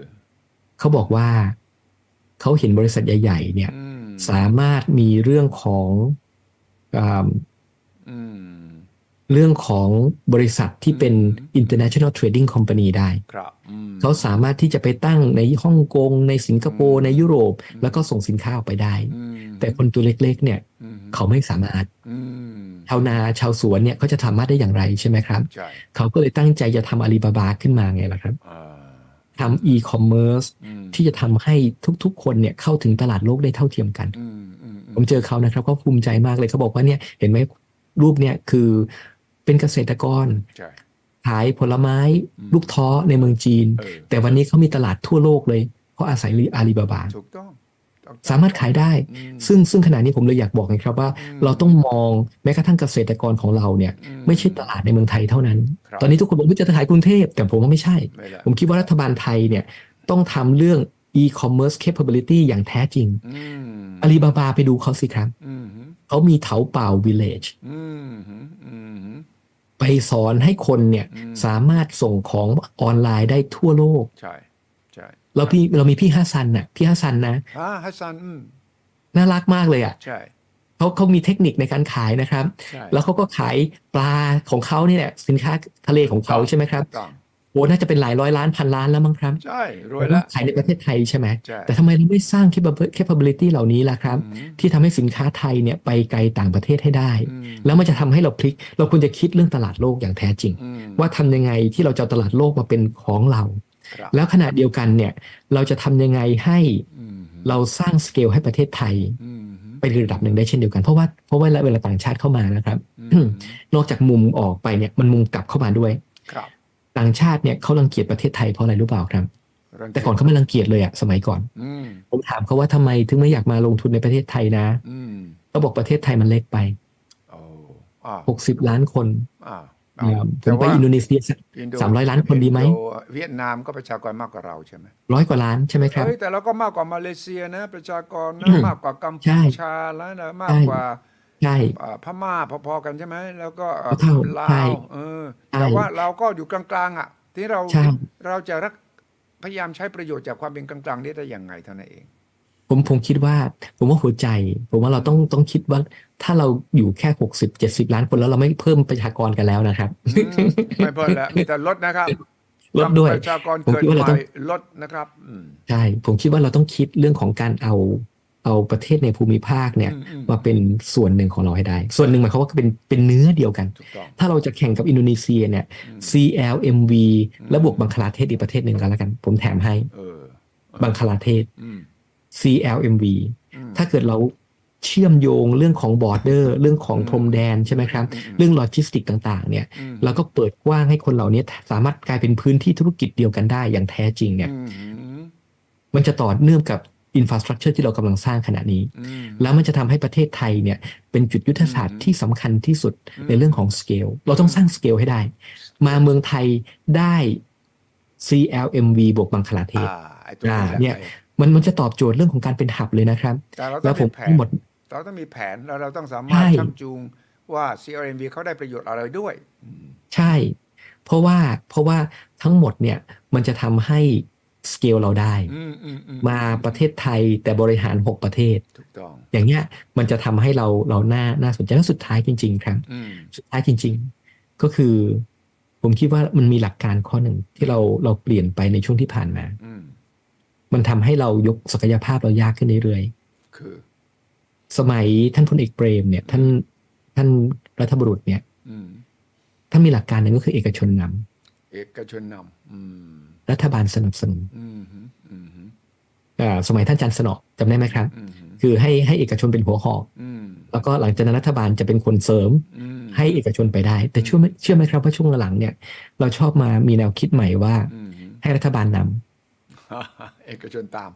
Speaker 2: เขาบอกว่าเขาเห็นบริษัทใหญ่ ๆ เนี่ย
Speaker 1: อืม
Speaker 2: สามารถมีเรื่องของอ่า
Speaker 1: อืม
Speaker 2: เรื่องของบริษัทที่เป็น
Speaker 1: อืม
Speaker 2: international trading company ได้
Speaker 1: ครับอืม
Speaker 2: เขาสามารถที่จะไปตั้งในฮ่องกงในสิงคโป
Speaker 1: อื
Speaker 2: ร์
Speaker 1: ม
Speaker 2: ในยุโรป แล้วก็ส่งสินค้าออกไปได้
Speaker 1: อืม
Speaker 2: แต่คนตัวเล็กๆเนี่ย
Speaker 1: อืม
Speaker 2: เขาไม่สามารถ
Speaker 1: อืม
Speaker 2: ชาวนาชาวสวนเนี่ยเขาจะทำมาได้อย่างไรใช่ไหมครับ
Speaker 1: ใช่
Speaker 2: เขาก็เลยตั้งใจจะทำอาลีบาบาขึ้นมาไงล่ะครับ
Speaker 1: อ่า
Speaker 2: ทำอีคอมเมิร์ซ
Speaker 1: อืม
Speaker 2: ที่จะทำให้ทุกๆ คนเนี่ยเข้าถึงตลาดโลกได้เท่าเทียมกัน
Speaker 1: อืมอืมอื
Speaker 2: ผม
Speaker 1: ม
Speaker 2: เจอเขานะครับเขาภูมิใจมากเลยเขาบอกว่าเนี่ยเห็นไหมรูปเนี่ยคือเป็นเกษตรกร
Speaker 1: ใช่
Speaker 2: ขายผลไม้
Speaker 1: อืม
Speaker 2: ลูกท้อในเมืองจีน
Speaker 1: เออ
Speaker 2: แต่วันนี้เขามีตลาดทั่วโลกเลยเพราะอาศัยอาลีบาบา
Speaker 1: ถูกต้องถูกต้อง
Speaker 2: สามารถขายได้
Speaker 1: อืม
Speaker 2: ซึ่งซึ่งขณะนี้ผมเลยอยากบอกนะครับว่า
Speaker 1: อืม
Speaker 2: เราต้องมองแม้กระทั่งเกษตรกรของเราเนี่ย
Speaker 1: อื
Speaker 2: ไม่ใช่ตลาดในเมืองไทยเท่านั้น
Speaker 1: ครับ
Speaker 2: ตอนนี้ทุกคนบอกว่าจะขายกรุงเทพแต่ผมว่าไม่ใช่
Speaker 1: ไม่ละ
Speaker 2: ผมคิดว่ารัฐบาลไทยเนี่ยต้องทำเรื่อง e-commerce capability อย่างแท้จริง
Speaker 1: อืม
Speaker 2: อาลีบาบาไปดูเขาสิครับ
Speaker 1: อืมฮึ
Speaker 2: เขามีเถาเป่า village
Speaker 1: อืมฮึอืมฮึ
Speaker 2: ไปสอนให้คนเนี่ย
Speaker 1: อืม
Speaker 2: สามารถส่งของออนไลน์ได้ทั่วโลก
Speaker 1: ใช่ใช่
Speaker 2: เราพี่เรามีพี่ฮัสซันน่ะพี่ฮัสซันนะ
Speaker 1: อ่าฮัสซันอืม
Speaker 2: น่ารักมากเลยอ่ะ
Speaker 1: ใช่
Speaker 2: เขาเขามีเทคนิคในการขายนะครับ
Speaker 1: ใช่
Speaker 2: แล้วเขาก็ขายปลาของเขาเนี่ยแหละสินค้าทะเลของเขา
Speaker 1: ครับ
Speaker 2: ใช่ไหมครับ
Speaker 1: ต้อง
Speaker 2: โอ้น่าจะเป็นหลายร้อยล้านพันล้านแล้วมั้งครับ
Speaker 1: ใช่รวยละ
Speaker 2: ขายในประเทศไทยใช่ไหม
Speaker 1: ใช่
Speaker 2: แต่ทำไมเราไม่สร้าง capa- capability เหล่านี้ล่ะครับ
Speaker 1: อืม
Speaker 2: ที่ทำให้สินค้าไทยเนี่ยไปไกลต่างประเทศให้ได้
Speaker 1: อืม
Speaker 2: แล้วมันจะทำให้เราพลิก เราควรจะคิดเรื่องตลาดโลกอย่างแท้จริง
Speaker 1: อืม
Speaker 2: ว่าทำยังไงที่เราจะเอาตลาดโลกมาเป็นของเรา
Speaker 1: ครับ
Speaker 2: แล้วขณะเดียวกันเนี่ยเราจะทำยังไงให้
Speaker 1: อืมฮึ
Speaker 2: เราสร้างสเกลให้ประเทศไทย
Speaker 1: อืมฮึ
Speaker 2: ไประดับหนึ่งได้เช่นเดียวกัน เพราะว่าเพราะว่าเวลาต่างชาติเข้ามานะครับ
Speaker 1: อืมฮึ
Speaker 2: นอกจากมุมออกไปเนี่ยมันมุมกลับเข้ามาด้วย
Speaker 1: ครับ
Speaker 2: ต่างชาติเนี่ยเขารังเกียจประเทศไทยเพราะอะไรรู้เปล่าครับ
Speaker 1: รังเจ
Speaker 2: แต่ก่อนเขาไม่รังเกียจเลยอะสมัยก่อน
Speaker 1: อืม
Speaker 2: ผมถามเขาว่าทำไมถึงไม่อยากมาลงทุนในประเทศไทยนะ
Speaker 1: อืม
Speaker 2: เขาบอกประเทศไทยมันเล็กไป
Speaker 1: โอ้อ่า
Speaker 2: 60 ล้านคน
Speaker 1: อ่า
Speaker 2: อืมผ
Speaker 1: แต่
Speaker 2: มไป
Speaker 1: ว่า
Speaker 2: อินโดนีเซียสัก
Speaker 1: อินโด
Speaker 2: 300ล้านคนดีไหม
Speaker 1: อิโเวียดนามก็ประชากรมากกว่าเราใช่ไหม
Speaker 2: ร้อยกว่าล้านใช่ไหมครับ
Speaker 1: เฮ้ยแต่เราก็มากกว่ามาเลเซียนะ ประชากรนะ
Speaker 2: อืม
Speaker 1: มากกว่ากัม
Speaker 2: ใช่
Speaker 1: พูชาแล้วนะมาก
Speaker 2: ใช่
Speaker 1: กว่า
Speaker 2: ใช่
Speaker 1: อ่าพม่าพอๆกันใช่ไหมแล้วก็อ่า
Speaker 2: เท่าๆ
Speaker 1: ลา
Speaker 2: ใช่
Speaker 1: วเออ
Speaker 2: ใช่
Speaker 1: แต่ว่าเราก็อยู่กลางๆอ่ะ ที่เรา
Speaker 2: ใช่
Speaker 1: เราจะรักพยายามใช้ประโยชน์จากความเป็นกลางๆนี้ได้อย่างไงเท่านั้น เอง
Speaker 2: ผมผมคิดว่า ผมว่าหัวใจ ผมว่าเราต้องต้องคิดว่า ถ้าเราอยู่แค่ 60 70 ล้านคนแล้วเราไม่เพิ่มประชากรกันแล้วนะครับ
Speaker 1: อืมไม่เพิ่มแล้วมีแต่ลดนะครับ
Speaker 2: ลดด้วย
Speaker 1: ประชากร
Speaker 2: ผม
Speaker 1: เกิด
Speaker 2: คิดว่า
Speaker 1: ให
Speaker 2: เราต้
Speaker 1: ม่
Speaker 2: อง
Speaker 1: ลดนะครับอืม
Speaker 2: ใช่ ผมคิดว่าเราต้องคิดเรื่องของการเอาเอาประเทศในภูมิภาคเนี่ย
Speaker 1: อืมอืม
Speaker 2: มาเป็นส่วนหนึ่งของเราให้ได้ ส่วนหนึ่งหมายความว่าเป็นเป็นเนื้อเดียวกัน
Speaker 1: ถูกต้อง
Speaker 2: ถ้าเราจะแข่งกับอินโดนีเซียเนี่ย
Speaker 1: อืม
Speaker 2: CLMV
Speaker 1: อืม
Speaker 2: และบวกบังคลาเทศอีกประเทศหนึ่งก็แล้วกัน ผมแถมให้
Speaker 1: เออ
Speaker 2: บังคลาเทศ
Speaker 1: อืม
Speaker 2: CLMV
Speaker 1: อืม
Speaker 2: ถ้าเกิดเราเชื่อมโยงเรื่องของบอร์เดอร์เรื่องของ
Speaker 1: อืม
Speaker 2: พรมแดนใช่ไหมครับ
Speaker 1: อืม
Speaker 2: เรื่องโลจิสติกต่างๆเนี่ย
Speaker 1: อืม
Speaker 2: แล้วก็เปิดกว้างให้คนเหล่านี้สามารถกลายเป็นพื้นที่ธุรกิจเดียวกันได้อย่างแท้จริงเนี่ย
Speaker 1: อืม
Speaker 2: มันจะต่อเนื่องกับอินฟ a าสตรักเจอร์ที่เรากำลังสร้างขณะนี้
Speaker 1: อืม
Speaker 2: แล้วมันจะทำให้ประเทศไทยเนี่ยเป็นจุดยุทธศาสต
Speaker 1: อื
Speaker 2: ร์
Speaker 1: ม
Speaker 2: ที่สำคัญที่สุดในเรื่องของสเกลเราต้องสร้างสเกลให้ได้ มาเมืองไทยได้ CLMV บวกบังคลาเทศ
Speaker 1: อ่าไอ้ตัวนี้แหละ
Speaker 2: เนี่ย มันมันจะตอบโจทย์เรื่องของการเป็นหับเลยนะครับ
Speaker 1: แต่เราต้
Speaker 2: แล้
Speaker 1: อ
Speaker 2: ว
Speaker 1: ง
Speaker 2: ผ
Speaker 1: เป็นแผน
Speaker 2: มทั้งหมด
Speaker 1: เราต้องมีแผนแล้วเราต้องสามารถ
Speaker 2: ใช่
Speaker 1: ชักจูงว่า CRMV เขาได้ประโยชน์อะไรด้วยอืม
Speaker 2: ใช่ เพราะว่าเพราะว่าทั้งหมดเนี่ยมันจะทำให้สเกลเราได้
Speaker 1: อืมอืมอื
Speaker 2: มาประเทศไทยแต่บริหาร 6 ประเทศ
Speaker 1: ถูกต้อง
Speaker 2: อย่างเงี้ยมันจะทำให้เราเราน่าน่าสนใจแล้วสุดท้ายจริง ๆ ครับ
Speaker 1: อืม
Speaker 2: สุดท้ายจริง ๆ ก็คือ ผมคิดว่ามันมีหลักการข้อหนึ่งที่เราเราเปลี่ยนไปในช่วงที่ผ่านมา
Speaker 1: อืม
Speaker 2: มันทำให้เรายกศักยภาพเรายากขึ้นเรื่อยๆ
Speaker 1: คือ
Speaker 2: สมัยท่านพลเอกเปรมเนี่ยท่านท่านรัฐบุรุษเนี่ย
Speaker 1: อืม
Speaker 2: ท่านมีหลักการหนึ่งก็คือเอกชนนำ
Speaker 1: เอกชนนำอืม
Speaker 2: รัฐบาลสนับสนุน
Speaker 1: อืมฮึอืมฮึ
Speaker 2: อ่าสมัยท่านจันทร์สนอจำได้ไหมครับ
Speaker 1: อืมฮึ
Speaker 2: คือให้ให้เอกชนเป็นหัวหอก
Speaker 1: อืม
Speaker 2: แล้วก็หลังจากนั้นรัฐบาลจะเป็นคนเสริม
Speaker 1: อืม
Speaker 2: ให้เอกชนไปได้ แต่เชื่อไหมเชื่อไหมครับว่าช่วงหลังเนี่ยเราชอบมามีแนวคิดใหม่ว่า
Speaker 1: อืมฮึ
Speaker 2: ให้รัฐบาลนำ
Speaker 1: เอกชนตาม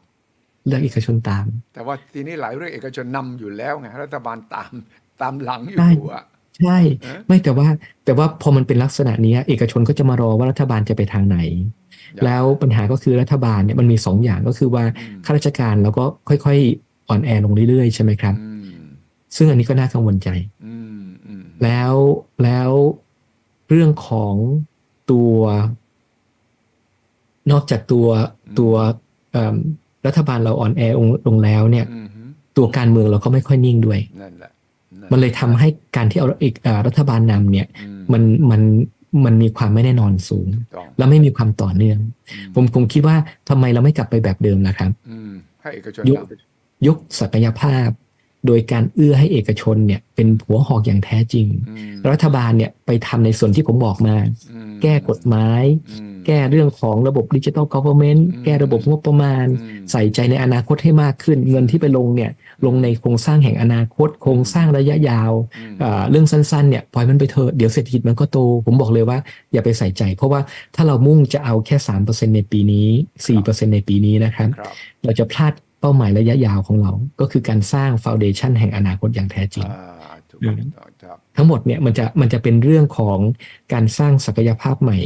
Speaker 2: เลือกเอกชนตาม
Speaker 1: แต่ว่าทีนี้หลายเรื่องเอกชนนำอยู่แล้วไงรัฐบาลตามตามหลังอ
Speaker 2: ใช่
Speaker 1: ยู่อ่ะ
Speaker 2: ใช่
Speaker 1: เอ๊ะ
Speaker 2: ไม่แต่ว่าแต่ว่าพอมันเป็นลักษณะเนี้ยเอกชนก็จะมารอว่ารัฐบาลจะไปทางไหน แล้วปัญหาก็คือรัฐบาลเนี่ยมันมีสองอย่างก็คือว่า
Speaker 1: อืม
Speaker 2: ข้าราชการเราก็ค่อยๆ อ่อนแอลงเรื่อยๆ ใช่ไหมครับ
Speaker 1: อืม
Speaker 2: ซึ่งอันนี้ก็น่ากังวลใจ
Speaker 1: อืมอืม
Speaker 2: แล้วแล้วเรื่องของตัว นอกจากตัวตัวเอิ่มรัฐบาลเราอ่อนแอลงลงแล้วเนี่ย
Speaker 1: อืมฮึ
Speaker 2: ตัวการเมืองเราก็ไม่ค่อยนิ่งด้วย
Speaker 1: นั่นแหละ ะ
Speaker 2: มันเลยทำให้การที่เอาอีกเอ่อรัฐบาลนำเนี่ย
Speaker 1: อื
Speaker 2: มันมันมันมีความไม่แน่นอนสูง
Speaker 1: ต้อง
Speaker 2: แล้วไม่มีความต่อเนื่อง ผมผมคิดว่าทำไมเราไม่กลับไปแบบเดิมนะครับ
Speaker 1: อืมให้เอกชน
Speaker 2: ยุค
Speaker 1: ทำ
Speaker 2: ยกศักยภาพ โดยการเอื้อให้เอกชนเนี่ยเป็นหัวหอกอย่างแท้จริง
Speaker 1: อืม
Speaker 2: รัฐบาลเนี่ยไปทำในส่วนที่ผมบอกมา
Speaker 1: อืม
Speaker 2: แก้กฎหมาย
Speaker 1: อืม
Speaker 2: แก้เรื่องของระบบดิจิ t a ลก o เ e อร์เมนต์
Speaker 1: อืม
Speaker 2: แก้ระบบงบประมาณ
Speaker 1: อืม
Speaker 2: ใส่ใจในอนาคตให้มากขึ้น เงินที่ไปลงเนี่ยลงในโครงสร้างแห่งอนาคต โครงสร้างระยะยาว
Speaker 1: อืม
Speaker 2: เอ่อเรื่องสั้นๆเนี่ยปล่อยมันไปเถอะเดี๋ยวเศรษฐกิจมันก็โต ผมบอกเลยว่าอย่าไปใส่ใจ เพราะว่าถ้าเรามุ่งจะเอาแค่ 3%ในปีนี้ 4%ในปีนี้นะครับ
Speaker 1: ครับ
Speaker 2: เราจะพลาดเป้าหมายระยะยาวของเรา ก็คือการสร้างฟาวเดชันแห่งอนาคตอย่างแท้จริง
Speaker 1: อ่าถูกต้องถูกต้องครับ
Speaker 2: ทั้งหมดเนี่ยมันจะมันจะเป็นเรื่องของการสร้างศักยภาพใหม่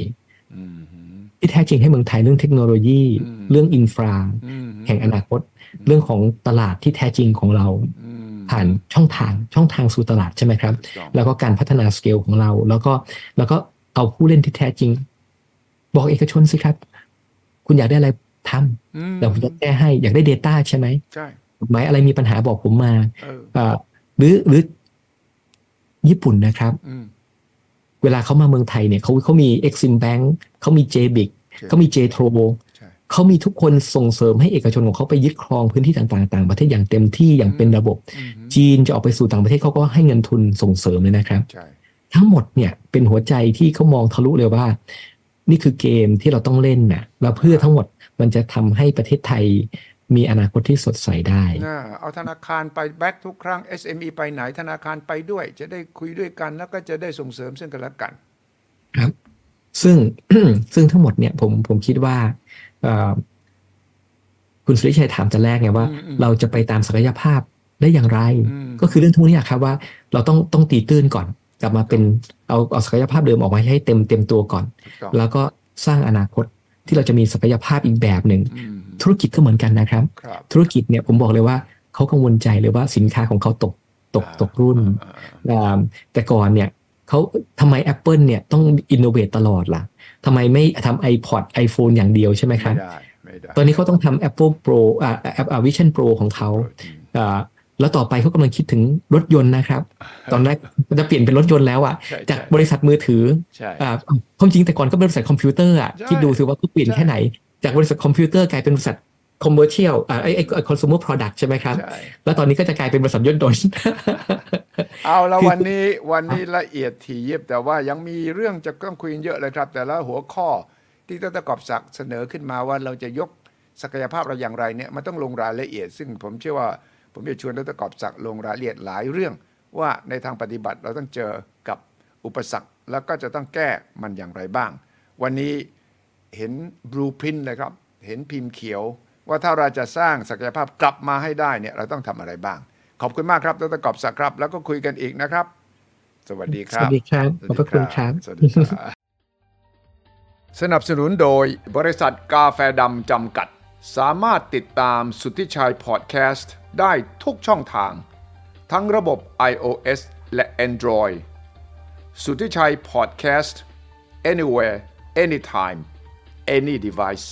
Speaker 1: อืมอืม
Speaker 2: ที่แท้จริงให้เมืองไทยเรื่องเทคโนโลยี
Speaker 1: อืม
Speaker 2: เรื่องอินฟรา
Speaker 1: อืม
Speaker 2: แห่งอนาคต เรื่องของตลาดที่แท้จริงของเรา
Speaker 1: อืม
Speaker 2: ผ่านช่องทางช่องทางสู่ตลาดใช่ไหมครับ
Speaker 1: ถูกต้อง
Speaker 2: แล้วก็การพัฒนาสเกลของเรา แล้วก็แล้วก็เอาผู้เล่นที่แท้จริง บอกเอกชนสิครับ คุณอยากได้อะไรท
Speaker 1: อืม
Speaker 2: ำเดี๋ยวผมจะแก้ให้อยากได้ Data ใช่ไหม
Speaker 1: ใช่
Speaker 2: กฎหมายอะไรมีปัญหาบอกผมมา
Speaker 1: เออ
Speaker 2: เอ่อหรือหรือญี่ปุ่นนะครับ
Speaker 1: อืม
Speaker 2: เวลาเขามาเมืองไทยเนี่ยเขาเขามี Exim Bank เขามี JBIC เขามี JTRO
Speaker 1: ใช่
Speaker 2: เขามีทุกคนส่งเสริมให้เอกชนของเขาไปยึดครองพื้นที่ต่างๆต่างประเทศอย่างเต็มที่อย่างเป็นระบบ
Speaker 1: อืม
Speaker 2: จีนจะออกไปสู่ต่างประเทศเขาก็ให้เงินทุนส่งเสริมเลยนะครับ
Speaker 1: ใช่
Speaker 2: ทั้งหมดเนี่ยเป็นหัวใจที่เขามองทะลุเลยว่า นี่คือเกมที่เราต้องเล่นนะแล้วเพื่อทั้งหมดมันจะทำให้ประเทศไทยมีอนาคตที่สดใสได้
Speaker 1: น่าเอาธนาคารไปแบททุกครั้ง SME ไปไหนธนาคารไปด้วย จะได้คุยด้วยกันแล้วก็จะได้ส่งเสริมซึ่งกันและกัน
Speaker 2: ซึ่ง ซึ่งทั้งหมดเนี่ยผมผมคิดว่าเอ่อคุณสุริชัยถามแต่แรกไงว่า
Speaker 1: อืมอืม
Speaker 2: เราจะไปตามศักยภาพได้อย่างไร
Speaker 1: อืม
Speaker 2: ก็คือเรื่องทุกนี้อะครับว่าเราต้องต้องตีตื้นก่อน กลับมาเป็นเอาเอาศักยภาพเดิมออกมาให้เต็มเต็มตัวก่อน
Speaker 1: ถูกต้อง
Speaker 2: แล้วก็สร้างอนาคตที่เราจะมีศักยภาพอีกแบบหนึ่ง
Speaker 1: อืม
Speaker 2: ธุรกิจก็เหมือนกันนะครับ
Speaker 1: ครับ
Speaker 2: ธุรกิจเนี่ยผมบอกเลยว่าเขากังวลใจเลยว่าสินค้าของเขาตกตกตกรุ่น
Speaker 1: อ่า
Speaker 2: อ่าแต่ก่อนเนี่ยเขาทำไม Apple เนี่ยต้องอินโนเวตตลอดล่ะทำไมไม่ทำ iPod iPhone อย่างเดียวใช่ไหมครั
Speaker 1: ไม่
Speaker 2: บ
Speaker 1: ได้ไม่ได้
Speaker 2: ตอนนี้เขาต้องทำ Apple Pro อ่า App- อ่า Vision Pro ของเขา
Speaker 1: อืม
Speaker 2: อ่าแล้วต่อไปเขากำลังคิดถึงรถยนต์นะครับ ตอนแรกจะเปลี่ยนเป็นรถยนต์แล้วอ่ะ
Speaker 1: ใช่
Speaker 2: จาก
Speaker 1: ใช่
Speaker 2: บริษัทมือถือ
Speaker 1: ใช่
Speaker 2: อ่าความจริงแต่ก่อนก็เป็นบริษัทคอมพิวเตอร์อ่ะ
Speaker 1: ใช่
Speaker 2: คิดดูสิว่าเขาเปลี่ยน
Speaker 1: ใช่
Speaker 2: แค่ไหน จากบริษัทคอมพิวเตอร์กลายเป็นบริษัทคอมเมอร์เชียลอ่าไอไอคอน sumer product ใช่ไหมครับ
Speaker 1: ใช่
Speaker 2: แล้วตอนนี้ก็จะกลายเป็นบริษัทยนต์ยนต์
Speaker 1: เอาละวันนี้วันนี้ละเอียดถี่ยิบแต่ว่ายังมีเรื่องจะต้องคุยกันเยอะเลยครับ แต่ละหัวข้อที่ดรกอบศักดิ์เสนอขึ้นมาว่าเราจะยกศักยภาพเราอย่างไรเนี่ยมันต้องลงรายละเอียด ซึ่งผมเชื่อว่าผมจะชวนดรกอบศักดิ์ลงรายละเอียดหลายเรื่อง ว่าในทางปฏิบัติเราต้องเจอกับอุปสรรคแล้วก็จะต้องแก้มันอย่างไรบ้าง วันนี้เห็นบลูพินเลยครับ เห็นพิมพ์เขียว ว่าถ้าเราจะสร้างศักยภาพกลับมาให้ได้เนี่ยเราต้องทำอะไรบ้าง ขอบคุณมากครับดรกอบศักดิ์ครับ แล้วก็คุยกันอีกนะครับ สวัสดีค
Speaker 2: ส
Speaker 1: รั
Speaker 2: วั
Speaker 1: บ
Speaker 2: สดีครับ ขอบพระคุณครับ
Speaker 1: สวัสดีครับ สนับสนุนโดยบริษัทกาแฟดำจำกัด สามารถติดตามสุทธิชัยพอดแคสต์ได้ทุกช่องทาง ทั้งระบบ iOS และ Android สุทธิชัยพอดแคสต์ anywhere anytime any device